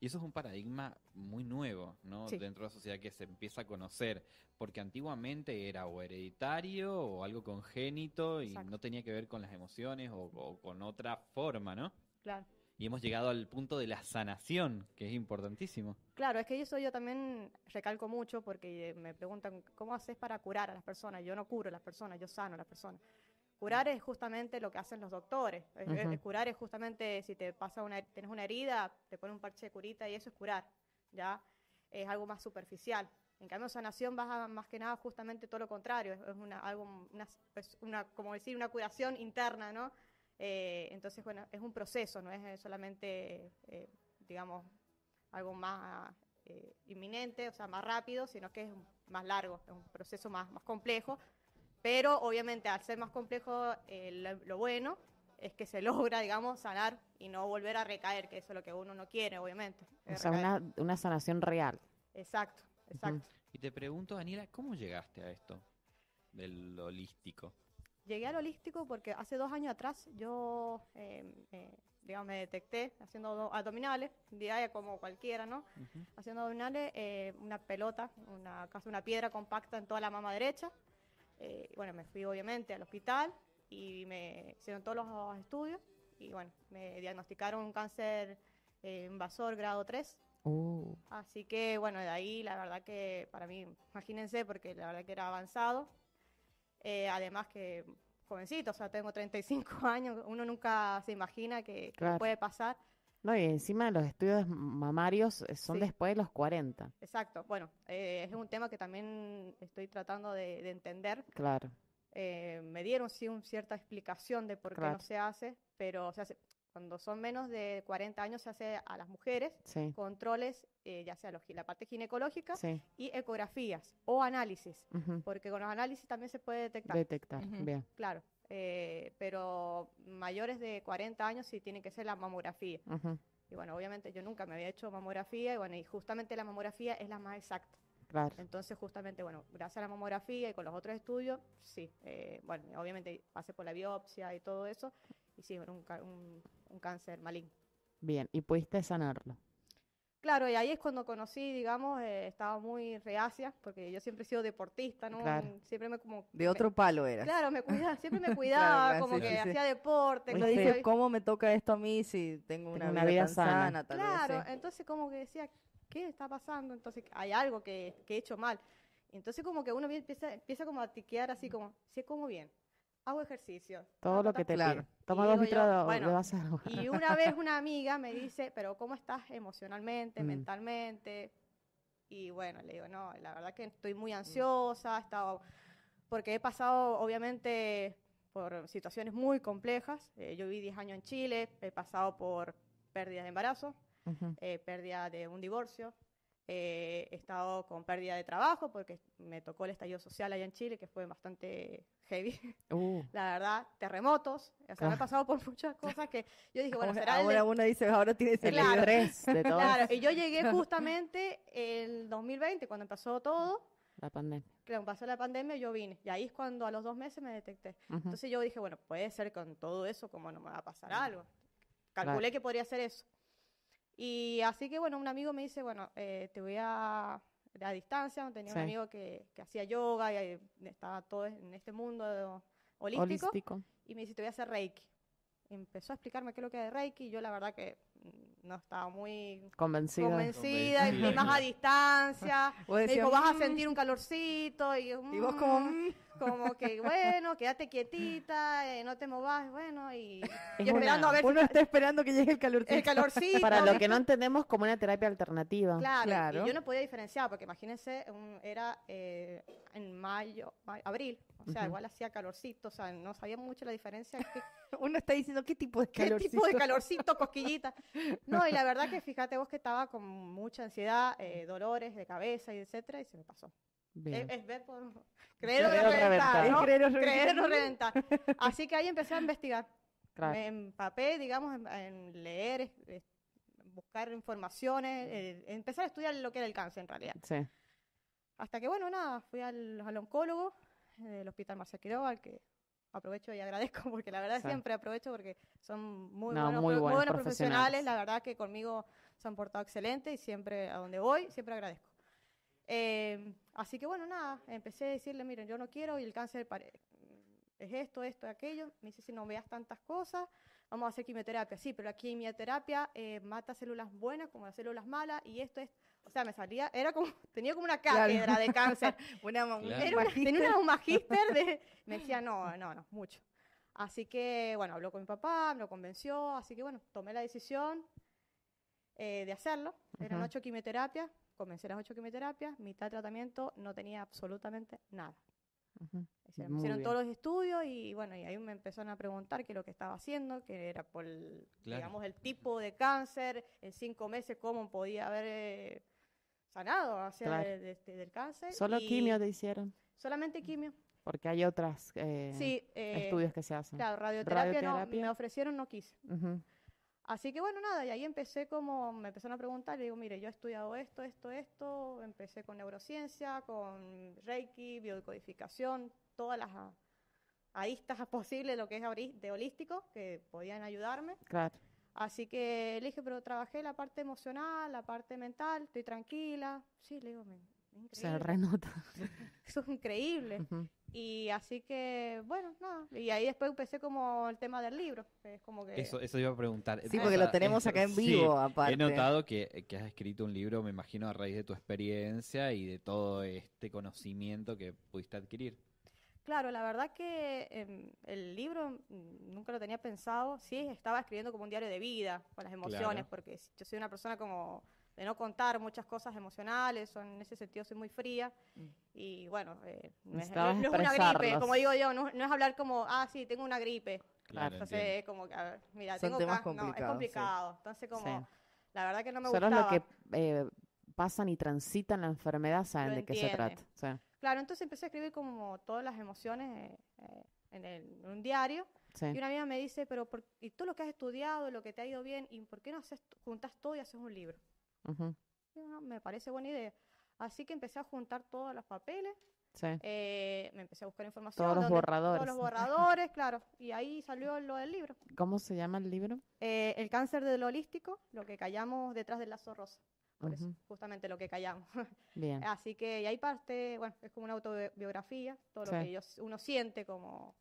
Y eso es un paradigma muy nuevo, ¿no?
Sí.
Dentro de la sociedad que se empieza a conocer, porque antiguamente era o hereditario o algo congénito y
Exacto.
no tenía que ver con las emociones o, o con otra forma, ¿no?
Claro.
Y hemos llegado al punto de la sanación, que es importantísimo.
Claro, es que eso yo también recalco mucho porque eh, me preguntan, ¿cómo haces para curar a las personas? Yo no curo a las personas, yo sano a las personas. Curar es justamente lo que hacen los doctores. Es- es-
Ujú.
Curar es justamente si te pasa una, tenés una herida, te ponen un parche de curita y eso es curar, ¿ya? Es algo más superficial. En cambio, sanación vas a más que nada justamente todo lo contrario. Es, es una, algo, una, es una, como decir, una curación interna, ¿no? Eh, entonces, bueno, es un proceso, no es eh, solamente, eh, digamos, algo más eh, inminente, o sea, más rápido, sino que es un- más largo, es un proceso más, más complejo. Pero obviamente al ser más complejo, eh, lo, lo bueno es que se logra, digamos, sanar y no volver a recaer, que eso es lo que uno no quiere, obviamente.
O
es
sea,
recaer.
una, una sanación real.
Exacto, exacto.
Y te pregunto, Daniela, ¿cómo llegaste a esto del holístico?
Llegué al holístico porque hace dos años atrás yo, eh, eh, digamos, me detecté haciendo do- abdominales, diaria como cualquiera, ¿no? Haciendo abdominales, eh, una pelota, una, casi una piedra compacta en toda la mama derecha. Eh, bueno, me fui obviamente al hospital y me hicieron todos los estudios y bueno, me diagnosticaron un cáncer eh, invasor grado 3.
Uh,
Así que bueno, de ahí la verdad que para mí, imagínense, porque la verdad que era avanzado. Eh, además que jovencito, o sea, tengo 35 años, uno nunca se imagina que, que
Claro.
puede pasar.
No, y encima los estudios mamarios eh, son
Sí.
después de los 40.
Exacto, bueno, eh, es un tema que también estoy tratando de, de entender.
Claro.
Eh, me dieron sí una cierta explicación de por qué
Claro.
no se hace, pero se hace, cuando son menos de 40 años se hace a las mujeres
Sí.
controles, eh, ya sea los gi- la parte ginecológica
Sí.
y ecografías o análisis.
ujú,
porque con los análisis también se puede detectar,
Detectar.
Ujú.
Bien.
claro, eh, pero mayores de 40 años sí tiene que ser la mamografía.
ujú,
Y bueno, obviamente yo nunca me había hecho mamografía y bueno, y justamente la mamografía es la más exacta.
Claro.
Entonces, justamente, bueno, gracias a la mamografía y con los otros estudios, sí, eh, bueno, obviamente pasé por la biopsia y todo eso, y sí, era un, ca- un- un cáncer maligno.
Bien. Y pudiste sanarlo.
Claro, y ahí es cuando conocí, digamos, eh, estaba muy reacia, porque yo siempre he sido deportista, ¿no?
Claro.
Siempre me como...
De
me-
otro palo era.
Claro, me cuidaba, siempre me cuidaba,
claro,
como
sí,
que
sí, sí.
hacía deporte.
Uno
como que
dice,
había-
¿cómo me toca esto a mí si tengo una, vida, tan sana? tal vez,
Claro,
sí.
entonces como que decía, ¿qué está pasando? Entonces hay algo que, que he hecho mal. Entonces como que uno bien empieza, empieza como a tiquear así como, si como bien, hago ejercicio.
Todo
ta,
lo
ta,
que
ta".
te
Claro.
piden. Toma
Ah, Y
dos
digo yo,
litros de-
bueno,
de vaso de agua.
Y una vez una amiga me dice, pero ¿cómo estás emocionalmente,
Mm.
mentalmente? Y bueno, le digo, no, la verdad que estoy muy ansiosa, he estado, porque he pasado obviamente por situaciones muy complejas. Eh, yo viví 10 años en Chile, he pasado por pérdidas de embarazo,
Ujú.
eh, pérdida de un divorcio. eh, he estado con pérdida de trabajo porque me tocó el estallido social allá en Chile, que fue bastante heavy,
Uh,
la verdad. Terremotos, o sea, me he
Claro.
pasado por muchas cosas que yo dije, bueno,
Ahora-
será el
ahora
de-
uno dice, ahora tiene
el
Claro.
sentido.
estrés de todo
Claro, y yo llegué justamente el 2020, cuando empezó todo,
la pandemia.
que pasó la pandemia, yo vine. Y ahí es cuando a los dos meses me detecté.
Ujú.
Entonces yo dije, bueno, puede ser con todo eso, como no me va a pasar algo. Calculé que podría ser eso. Y así que, bueno, un amigo me dice, bueno, eh, te voy a... A distancia, tenía
Sí.
un amigo que, que hacía yoga y eh, estaba todo en este mundo holístico
Holístico.
y me dice, te voy a hacer Reiki. Empezó a explicarme qué es lo que era Reiki y yo la verdad que mm, no estaba muy
Convencido.
convencida, y
Convencida,
más a
claro.
distancia.
Vos
Me
decías,
dijo, vas a
"Mm",
sentir un calorcito. Y, yo,
Y vos como,
"Mm",
"Mm".
como que, bueno, quédate quietita, eh, no te movas, bueno, y,
Es
y
una-
esperando a ver si
uno está esperando que llegue el calorcito.
el calorcito.
Para lo que no entendemos como una terapia alternativa.
Claro,
Claro.
y yo no podía diferenciar, porque imagínense, un- era eh, en mayo, ma- abril, o sea,
Ujú.
igual hacía calorcito, o sea, no sabía mucho la diferencia. que-
Uno está diciendo, ¿qué tipo de
¿Qué
calorcito?
tipo de calorcito, cosquillita? No, y la verdad que fíjate vos que estaba con mucha ansiedad, eh, dolores de cabeza y etcétera, y se me pasó. Es,
Bien.
es ver por... Creer o
Creer o reventar.
reventar, ¿no?
Es creer o
Creer o
reventar.
reventar. Así que ahí empecé a investigar.
Claro.
Me empapé, digamos, en, en leer, es- es- buscar informaciones, eh, empezar a estudiar lo que era el cáncer en realidad.
Sí.
Hasta que, bueno, nada, fui al, al oncólogo del Hospital Marcel Quiroga, al que aprovecho y agradezco, porque la verdad
Sí.
siempre aprovecho porque son muy,
No,
buenos,
muy
pro-
buenos
profesionales.
profesionales.
La verdad que conmigo se han portado excelente y siempre a donde voy, siempre agradezco. Eh, así que, bueno, nada, empecé a decirle, miren, yo no quiero y el cáncer pare- es esto, esto, aquello. Me dice, si no veas tantas cosas, vamos a hacer quimioterapia. Sí, pero la quimioterapia eh, mata células buenas como las células malas y esto es... O sea, me salía, era como, tenía como una
Claro.
cátedra de cáncer.
Una, ma- un
Claro.
Era una-
magíster.
tenía una- un magíster de... Me decía, no, no, no, mucho. Así que, bueno, habló con mi papá, me lo convenció, así que, bueno, tomé la decisión eh, de hacerlo. Eran
Ujú.
ocho quimioterapias, comencé las ocho quimioterapias, mitad tratamiento, no tenía absolutamente nada.
Ujú.
Se me
Muy
hicieron
bien.
todos los estudios y, bueno, y ahí me empezaron a preguntar qué es lo que estaba haciendo, que era por, el,
Claro.
digamos, el tipo de cáncer, en cinco meses cómo podía haber... eh, sanado o sea,
Claro.
de- de- este- del cáncer.
Solo
y
quimio te hicieron.
Solamente quimio.
Porque hay otras eh,
Sí, eh,
estudios que se hacen.
claro, radioterapia, no,
Radioterapia.
me ofrecieron, no quise.
Ujú.
Así que bueno, nada, y ahí empecé como, me empezaron a preguntar, le digo, mire, yo he estudiado esto, esto, esto, empecé con neurociencia, con Reiki, biodecodificación, todas las ah, aristas posibles, lo que es abri- de holístico, que podían ayudarme.
Claro.
Así que le dije, pero trabajé la parte emocional, la parte mental, estoy tranquila. Sí, le digo, "Me- es
Se
increíble,
renota.
eso es increíble.
Ujú.
Y así que, bueno, nada. Y ahí después empecé como el tema del libro. que es como que.
Eso, eso iba a preguntar.
Eh. Sí,
Ah,
porque lo
esa-
tenemos
eso-
acá en
sí,
vivo, aparte.
He notado que, que has escrito un libro, me imagino, a raíz de tu experiencia y de todo este conocimiento que pudiste adquirir.
Claro, la verdad que em, el libro mm, nunca lo tenía pensado. Sí, estaba escribiendo como un diario de vida, con las emociones,
Claro.
porque s- yo soy una persona como de no contar muchas cosas emocionales, son- en ese sentido soy muy fría. Y bueno, eh, no, es,
Necesitabas
no es una gripe, como
expresarlas.
digo yo, no, no es hablar como, ah, sí, tengo una gripe.
Claro,
Entonces
entiendo.
es como que, a ver, mira,
Son
tengo
temas
ca- no, es
complicados, sí.
complicado. Entonces
Sí.
como, la verdad que no me
Solo los
gustaba.
que eh, pasan y transitan la enfermedad saben
Lo
de qué se trata.
entienden.
Sí,
Claro, entonces empecé a escribir como todas las emociones eh, eh, en, el- en un diario.
sí.
Y una amiga me dice, pero por, y todo lo que has estudiado, lo que te ha ido bien, ¿y por qué no haces, juntas todo y haces un libro?
Ujú,
Y yo, "Ah, me parece buena idea. Así que empecé a juntar todos los papeles,
sí.
eh, me empecé a buscar información.
Todos los
donde- Todos
borradores.
los borradores, claro. Y ahí salió lo del libro.
¿Cómo se llama el libro?
Eh, el cáncer del holístico, lo que callamos detrás del lazo rosa. por eso, Ah,
Ujú.
justamente lo que callamos.
Bien.
Así que y hay parte, bueno, es como una autobiografía, todo
Sí.
lo que yo- uno siente como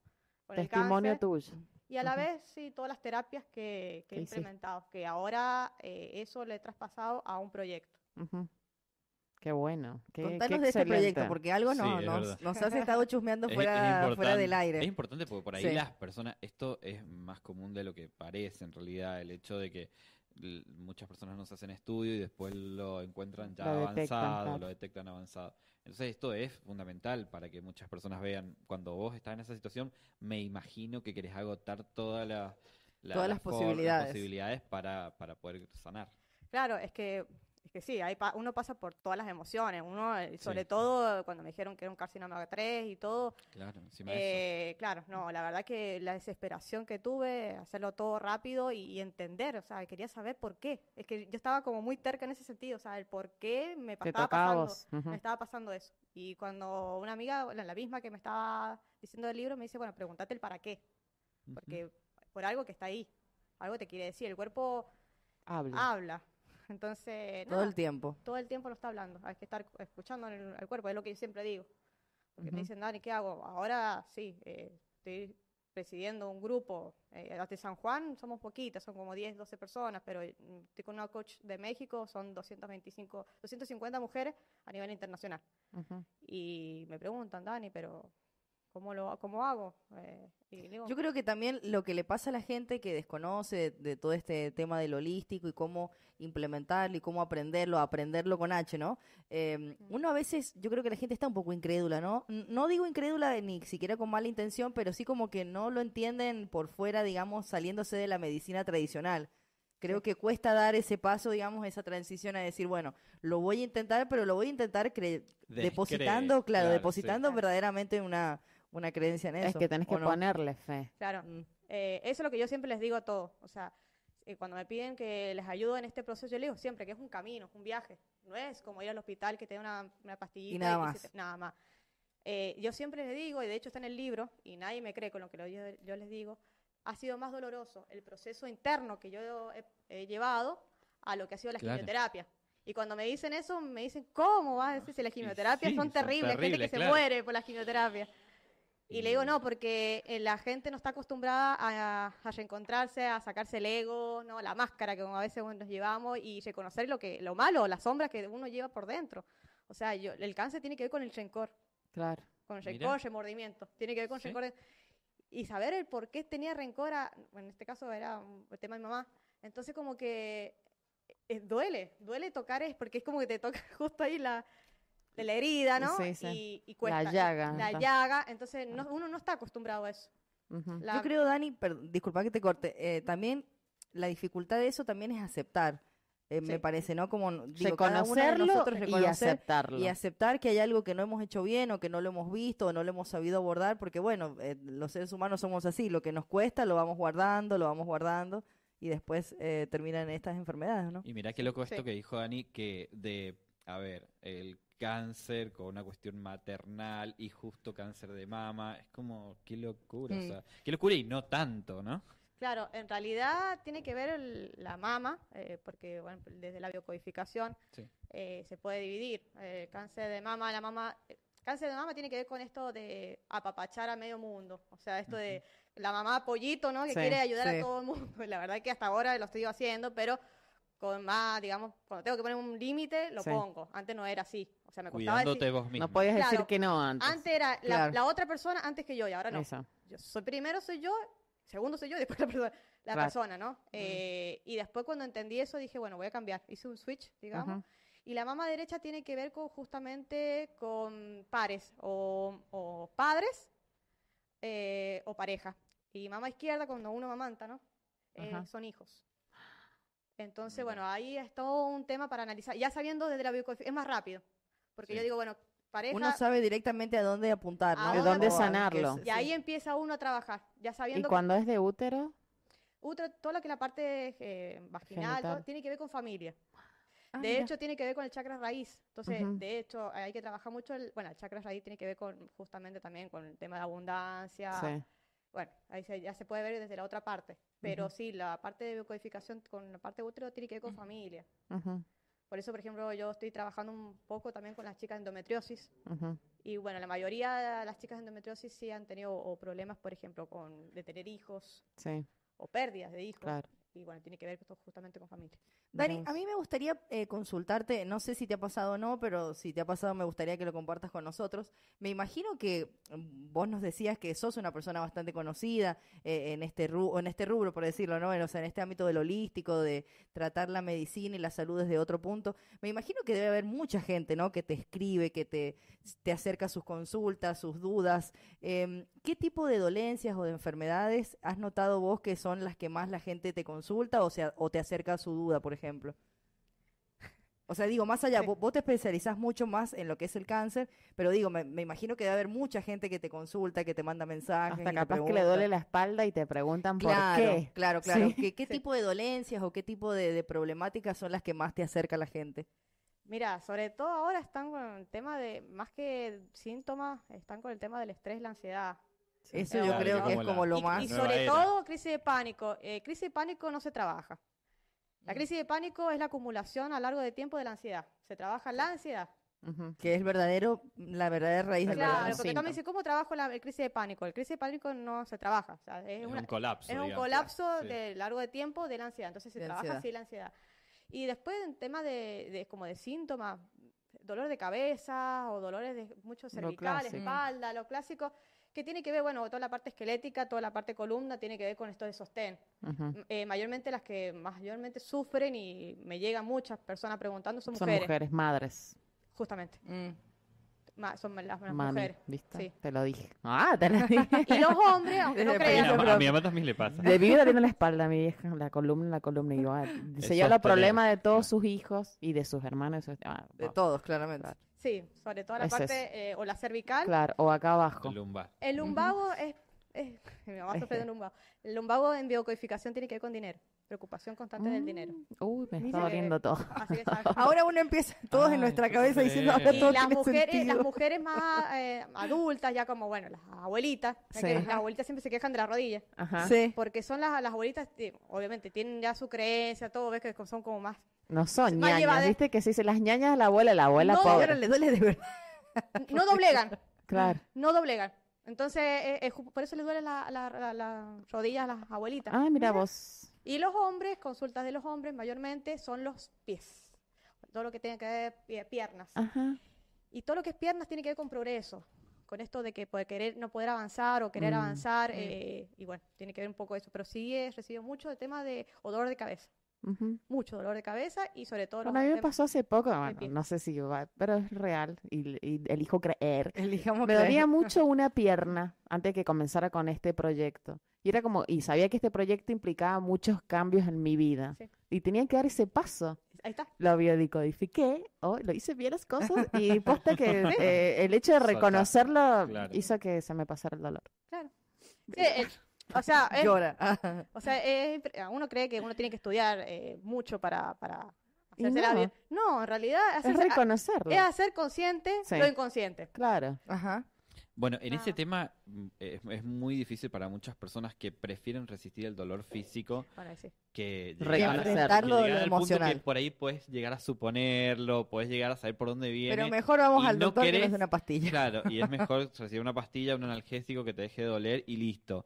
con el
Testimonio
cáncer.
tuyo.
Y a la
Ujú.
vez, sí, todas las terapias que, que he
Que hiciste.
implementado, que ahora eh, eso lo he traspasado a un proyecto.
Ujú. Qué bueno. Qué, qué
Contanos de este proyecto,
excelente.
porque algo no,
Sí, es
nos,
verdad.
nos has estado chusmeando fuera,
importante-
fuera del
Es
aire.
importante porque por ahí
Sí.
las personas, esto es más común de lo que parece en realidad, el hecho de que l- muchas personas no se hacen estudio y después lo encuentran ya
Lo
avanzado,
detectan, claro.
lo detectan avanzado. Entonces esto es fundamental para que muchas personas vean, cuando vos estás en esa situación, me imagino que querés agotar todas las la-
Todas las
for-
posibilidades.
posibilidades para, para poder sanar.
Claro, es que, es que sí, hay pa- uno pasa por todas las emociones, uno, eh, sobre
Sí.
todo eh, cuando me dijeron que era un carcinoma 3 y todo,
Claro, encima de eso.
eh, claro, no, la verdad que la desesperación que tuve, hacerlo todo rápido y, y entender, o sea, quería saber por qué. Es que yo estaba como muy terca en ese sentido, o sea, el por qué me pa-
Te
estaba
tocaba a
pasando. este
vos. Ujú.
Me estaba pasando eso. Y cuando una amiga, bueno, la misma que me estaba diciendo del libro, me dice, bueno, pregúntate el para qué. Porque por algo que está ahí. Algo te quiere decir. El cuerpo
Habla.
habla. Entonces,
Todo el
nada,
tiempo.
todo el tiempo lo está hablando. Hay que estar escuchando al al cuerpo. Es lo que yo siempre digo. Porque
Ujú.
me dicen, Dani, ¿qué hago? Ahora sí, eh, estoy presidiendo un grupo. Eh, hasta San Juan somos poquitas, son como 10, 12 personas, pero mm, estoy con una coach de México, son 225, 250 mujeres a nivel internacional.
Ujú.
Y me preguntan, Dani, pero ¿cómo lo cómo hago? Eh, y le digo,
Yo creo que también lo que le pasa a la gente que desconoce de, de todo este tema del holístico y cómo implementarlo y cómo aprenderlo, aprenderlo con H, ¿no? Eh, uno a veces, yo creo que la gente está un poco incrédula, ¿no? N- No digo incrédula de- ni siquiera con mala intención, pero sí como que no lo entienden por fuera, digamos, saliéndose de la medicina tradicional. Creo que cuesta dar ese paso, digamos, esa transición a decir, bueno, lo voy a intentar, pero lo voy a intentar cre-
Descree,
depositando, claro,
claro, sí.
depositando
Claro.
verdaderamente una, una creencia en eso.
Es que tenés que
¿o no?
ponerle fe.
claro,
Mm.
eh, eso es lo que yo siempre les digo a todos. O sea, eh, cuando me piden que les ayude en este proceso, yo les digo siempre que es un camino, es un viaje. No es como ir al hospital que te da una, una pastillita
nada
que se
más.
te- nada más. Eh, yo siempre les digo, y de hecho está en el libro, y nadie me cree con lo que lo- yo, yo les digo, ha sido más doloroso el proceso interno que yo he, he llevado a lo que ha sido la
Claro.
quimioterapia. Y cuando me dicen eso, me dicen, ¿cómo vas a decir si las quimioterapias
sí,
son
son
terribles? Hay gente
terribles,
que se
claro.
muere por las quimioterapias. Y le digo,
Y-
no, porque eh, la gente no está acostumbrada a, a reencontrarse, a sacarse el ego, ¿no? la máscara que a veces nos llevamos y reconocer lo, que, lo malo, la sombra que uno lleva por dentro. O sea, yo, el cáncer tiene que ver con el rencor,
Claro.
con el
Mira.
rencor, remordimiento, tiene que ver con
Sí.
rencor. de- Y saber el por qué tenía rencor, a- bueno, en este caso era un- el tema de mi mamá. Entonces como que eh, duele, duele tocar, es porque es como que te toca justo ahí la, de la herida, ¿no?
Sí, sí.
Y, y cuesta. y-
llaga,
La
está.
llaga, entonces no- uno no está acostumbrado a eso.
Ujú.
La-
Yo creo, Dani, per- disculpa que te corte, eh, también la dificultad de eso también es aceptar, eh, me
Sí.
parece, ¿no? Como n- digo, cada uno de
Reconocerlo
nosotros
y
reconocer
aceptarlo.
y aceptar que hay algo que no hemos hecho bien o que no lo hemos visto o no lo hemos sabido abordar, porque bueno, eh, los seres humanos somos así, lo que nos cuesta lo vamos guardando, lo vamos guardando y después eh, terminan estas enfermedades, ¿no?
Y mirá qué loco esto
Sí.
que dijo Dani, que de, a ver, el cáncer con una cuestión maternal y justo cáncer de mama, es como, qué locura, o
Mm.
sea, qué locura y no tanto, ¿no?
Claro, en realidad tiene que ver el- la mama, eh, porque bueno, desde la biocodificación
Sí.
eh, se puede dividir. El cáncer de mama, la mama, eh, cáncer de mama tiene que ver con esto de apapachar a medio mundo, o sea, esto de la mamá pollito, ¿no? Que
Sí,
quiere ayudar
sí.
a todo el mundo. La verdad que hasta ahora lo estoy haciendo, pero con más, digamos, cuando tengo que poner un límite, lo
Sí.
pongo. Antes no era así, o sea, me costaba decir.
Cuidándote vos mismo.
No podías decir
Claro.
que no antes.
Antes era la,
Claro.
la otra persona antes que yo y ahora no.
Eso.
Yo soy primero soy yo, segundo soy yo y después la persona, la
Claro.
persona ¿no? Eh, y después cuando entendí eso dije, bueno, voy a cambiar. Hice un switch, digamos.
Ujú.
Y la mama derecha tiene que ver con justamente con pares o, o padres eh, o pareja. Y mama izquierda cuando uno mamanta, ¿no? Eh,
Ajá.
son hijos. Entonces,
Mira.
bueno, ahí es todo un tema para analizar. Ya sabiendo desde la biocodificación, es más rápido. Porque
Sí.
yo digo, bueno, pareja...
Uno sabe directamente a dónde apuntar,
¿A
¿no?
dónde
Como a-
sanarlo?
que
y
se-
ahí
sí.
empieza uno a trabajar, ya
Y
sabiendo
cuando es de útero,
Otro, todo lo que la parte eh, vaginal todo,
Genital.
tiene que ver con familia.
Ah,
de
mira.
hecho, tiene que ver con el chakra raíz. Entonces,
Ujú.
de hecho, hay que trabajar mucho. El, bueno, el chakra raíz tiene que ver con justamente también con el tema de abundancia.
sí.
Bueno, ahí se- ya se puede ver desde la otra
Mm.
parte. Pero sí, la parte de biocodificación con la parte útero tiene que ver con familia.
Ujú.
Por eso, por ejemplo, yo estoy trabajando un poco también con las chicas de endometriosis.
Ujú.
Y bueno, la mayoría de las chicas de endometriosis sí han tenido o problemas, por ejemplo, con de tener hijos
Sí,
o pérdidas de hijos.
claro.
Y bueno, tiene que ver esto justamente con familia.
Dani,
Veremos.
a mí me gustaría eh, consultarte, no sé si te ha pasado o no, pero si te ha pasado me gustaría que lo compartas con nosotros. Me imagino que mm, vos nos decías que sos una persona bastante conocida eh, en este rubro, en este rubro por decirlo, ¿no? En, o sea, en este ámbito del holístico, de tratar la medicina y la salud desde otro punto. Me imagino que debe haber mucha gente, ¿no? Que te escribe, que te, te acerca sus consultas, sus dudas. Em, ¿Qué tipo de dolencias o de enfermedades has notado vos que son las que más la gente te consulta o, sea, o te acerca a su duda, por ejemplo? O sea, digo, más allá,
Sí.
vo- vos, te especializás mucho más en lo que es el cáncer, pero digo, me, me imagino que debe haber mucha gente que te consulta, ah, que te manda mensajes. y
Hasta
te
capaz que le
pregunta.
duele la espalda y te preguntan por
Claro,
qué.
claro, claro.
Sí.
¿Qué, qué tipo de dolencias o qué tipo de, de problemáticas son las que más te acerca a la gente?
Mira, sobre todo ahora están con el tema de, más que síntomas, están con el tema del estrés, la ansiedad.
Eso
Claro,
yo creo que
como
es
la-
como lo
Y,
más...
y
nueva
sobre
era.
todo crisis de pánico. Eh, crisis de pánico no se trabaja. La
Mm.
crisis de pánico es la acumulación a largo de tiempo de la ansiedad. Se trabaja la ansiedad.
Ujú.
que es el verdadero, la verdadera raíz del
Claro,
verdadero
porque
síntoma.
también dice, ¿cómo trabajo la el crisis de pánico? El crisis de pánico no se trabaja. o sea, es,
Es
una-
un colapso.
es un
digamos.
colapso
Sí.
de largo de tiempo de la ansiedad. Entonces se
De
trabaja
ansiedad.
así la ansiedad. Y después en tema de, de- como de síntomas, dolor de cabeza o dolores de muchos
Lo
cervical,
clásico.
espalda, lo clásico, que tiene que ver, bueno, toda la parte esquelética, toda la parte columna, tiene que ver con esto de sostén.
Ujú.
M- eh, mayormente las que mayormente sufren y me llegan muchas personas preguntando son
Son
mujeres,
mujeres, madres.
justamente.
Mm.
Ma- son las, las
Mami,
mujeres.
¿viste?
Sí.
Te lo dije. Ah, te lo dije.
Y los hombres, aunque no
Desde
Mira,
crean,
a ma- a mi mamá también le pasa.
De mi vida tiene la espalda, mi vieja, la columna, la columna. Y yo, ah, se lleva
sostener,
los problemas de todos
claro.
sus hijos y de sus hermanos. eso- ah,
De
wow.
todos, claramente.
Claro.
Sí, sobre todo la
Es eso.
parte eh, o la cervical.
Claro, o acá abajo.
El lumbar.
El lumbago es, es- mi mamá sufre de un lumbago. El lumbago en biocodificación tiene que ver con dinero, preocupación constante del dinero.
Mm, Uy, me está
Mira,
doliendo
eh,
todo.
Así que sabes-
Ahora uno empieza todos en nuestra cabeza
sí.
diciendo, ahora
Y
todo
y las
tiene
mujeres, las
sentido.
mujeres más eh, adultas, ya como bueno, las abuelitas, ya
Sí.
que las abuelitas siempre se quejan de las rodillas.
Ajá.
Sí.
Porque son las, las abuelitas, eh, obviamente, tienen ya su creencia, todo, ves que son como más.
No son
Más
ñañas,
llevade-
¿viste? Que se dice las ñañas de la abuela, la abuela
No,
pobre.
Ahora le duele de verdad.
No doblegan,
Claro.
no doblegan. Entonces, eh, eh, ju- por eso les duele la- la- la- las rodillas a las abuelitas.
Ah, mira vos.
Y los hombres, consultas de los hombres mayormente son los pies. Todo lo que tiene que ver pie- piernas.
Ajá.
Y todo lo que es piernas tiene que ver con progreso. Con esto de que poder querer, no poder avanzar o querer
Mm.
avanzar. eh, y bueno, tiene que ver un poco eso. Pero sí he recibido mucho el tema de o dolor de cabeza.
Ujú.
Mucho dolor de cabeza y sobre todo
Bueno, a mí me
temas-
pasó hace poco, bueno,
pie.
no sé si va, pero es real y, y elijo creer.
Elijamos
Me
creer.
dolía mucho una pierna antes que comenzara con este proyecto. Y era como, y sabía que este proyecto implicaba muchos cambios en mi vida.
Sí.
Y tenía que dar ese paso.
Ahí está.
Lo biodicodifiqué, oh, lo hice bien las cosas, y posta que eh, el hecho de
Soltaste,
reconocerlo
claro.
hizo que se me pasara el dolor.
Sí, el- o sea, es-
Llora. Ah,
o sea es impre- uno cree que uno tiene que estudiar eh, mucho para, para
Y
hacerse la
no,
bien. No, en realidad
Es
hacerse- ah,
reconocerlo.
es hacer consciente
Sí.
lo inconsciente.
Claro.
Ajá.
Bueno, en ese
Ah.
tema mm, es, es muy difícil para muchas personas que prefieren resistir el dolor físico
Bueno, ahí sí.
que
Reconocer.
llegar, a- que
Enfrentarlo
llegar
lo
al punto que
emocional.
por ahí puedes llegar a suponerlo, puedes llegar a saber por dónde viene.
eh,
Pero mejor vamos
y
al
no
doctor que nos
querés-
dé una pastilla.
Claro, y es mejor recibir una pastilla, un analgésico que te deje de doler y listo.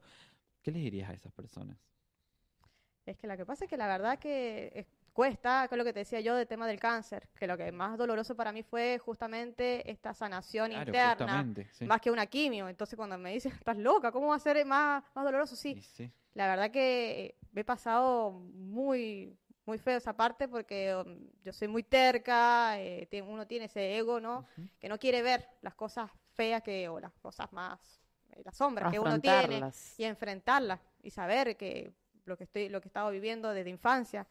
¿Qué les dirías a esas personas?
Es que lo que pasa es que la verdad que eh, cuesta, con lo que te decía yo del tema del cáncer, que lo que más doloroso para mí fue justamente esta sanación
Claro,
interna,
justamente, sí.
más que una quimio. Entonces cuando me dicen, estás loca, ¿cómo va a ser más, más doloroso?
Y
Sí,
sí.
la verdad que me he pasado muy, muy feo esa parte porque um, yo soy muy terca, eh, te- uno tiene ese ego, ¿no?
Ujú.
Que no quiere ver las cosas feas que, o las cosas más, eh, las sombras que uno tiene
Afrontarlas.
y enfrentarla y saber que lo que estoy lo que he estado viviendo desde infancia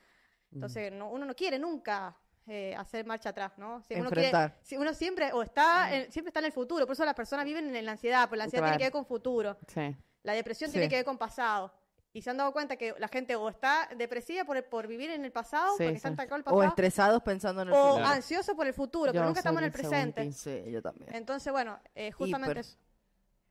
entonces no- uno no quiere nunca eh, hacer marcha atrás no Si uno, quiere-
Enfrentar.
si uno siempre o está en- siempre está en el futuro por eso las personas viven en la ansiedad porque la ansiedad
Claro.
tiene que ver con futuro
Sí.
la depresión
Sí.
tiene que ver con pasado y se han dado cuenta que la gente o está depresiva por, por vivir en el pasado
Sí,
porque
sí.
están atacados el
O
pasado
estresados pensando en el
o
futuro.
ansioso por el futuro
Yo
pero nunca
soy
estamos en el
bien
presente
seguntín.
Sí, yo también.
entonces bueno eh, justamente
Hiper.
eso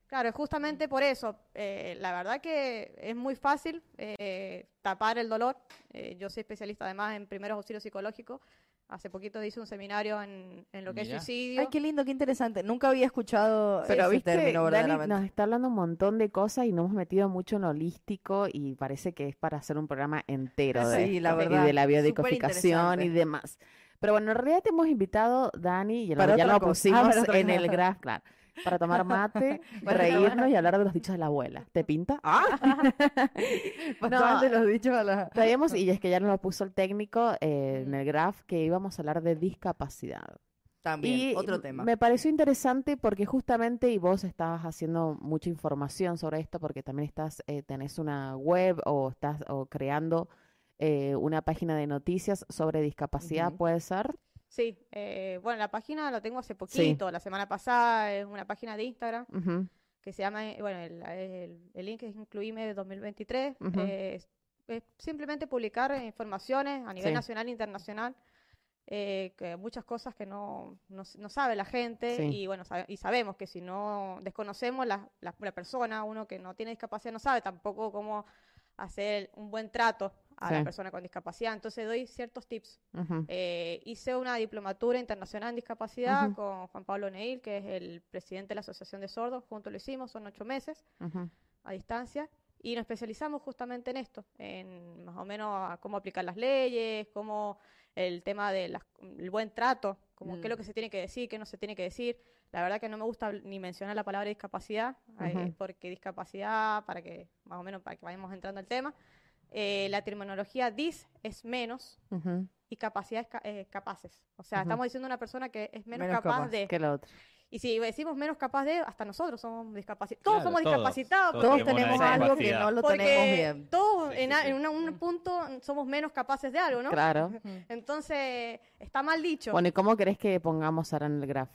Claro, es justamente por eso. Eh, la verdad que es muy fácil eh, tapar el dolor. Eh, yo soy especialista además en primeros auxilios psicológicos. Hace poquito hice un seminario en, en lo que
Mirá.
es suicidio.
Ay, qué lindo, qué interesante. Nunca había escuchado
Pero
ese
viste,
término,
Dani
verdaderamente.
nos está hablando un montón de cosas y nos hemos metido mucho en lo holístico y parece que es para hacer un programa entero de
Sí, la
esto,
verdad,
y de la
súper
biodecodificación y
interesante.
demás. Pero bueno, en realidad te hemos invitado, Dani, y lo-
Para
ya
otra
lo
cosa. Ah, para
pusimos
otra
en el
cosa.
graph, claro, para tomar mate,
Bueno,
reírnos
bueno.
y hablar de los dichos de la abuela. ¿Te pinta? ¡Ah!
Bastante los dichos a la...
Traíamos, y es que ya nos lo puso el técnico eh, en el graph, que íbamos a hablar de discapacidad.
También,
Y
otro
m-
tema.
Me pareció interesante porque justamente, y vos estabas haciendo mucha información sobre esto, porque también estás, eh, tenés una web o estás o creando eh, una página de noticias sobre discapacidad,
Ujú.
¿puede ser?
Sí, eh, bueno, la página la tengo hace poquito, la semana pasada, es una página de Instagram
Ujú.
que se llama, eh, bueno, el, el- el link es Incluime 2023.
Ujú.
eh, es, es simplemente publicar eh, informaciones a nivel
Sí.
nacional e internacional, eh, que muchas cosas que no, no, s- no sabe la gente
Sí.
y bueno, sabe- y sabemos que si no desconocemos la, la, la persona, uno que no tiene discapacidad no sabe tampoco cómo hacer un buen trato a la
Sí.
persona con discapacidad. Entonces doy ciertos tips.
Ujú.
Eh, hice una diplomatura internacional en discapacidad
Ujú.
con Juan Pablo Neil, que es el presidente de la Asociación de Sordos. Juntos lo hicimos, son ocho meses
Ujú.
a distancia. Y nos especializamos justamente en esto, en más o menos a cómo aplicar las leyes, cómo el tema del buen trato, como qué es lo
Mm.
que se tiene que decir, qué no se tiene que decir. La verdad que no me gusta habl- ni mencionar la palabra discapacidad, eh,
Ujú.
porque discapacidad, para que más o menos para que vayamos entrando al tema, eh, la terminología dis es menos,
Ujú.
y capacidades ca- eh, capaces. O sea,
Ujú.
estamos diciendo una persona que es menos,
Menos
capaz,
capaz,
de.
Que lo otro.
Y si decimos menos capaz de, hasta nosotros somos discapacitados. Todos
Claro,
somos
todos,
discapacitados.
todos
Todos
porque-
tenemos
tenemos
una
algo que no lo tenemos
porque
bien.
todos
Sí, sí,
en, a-
sí.
en una- un punto somos menos capaces de algo, ¿no?
Claro.
Entonces, está mal dicho.
Bueno, ¿y cómo crees que pongamos ahora en el graph?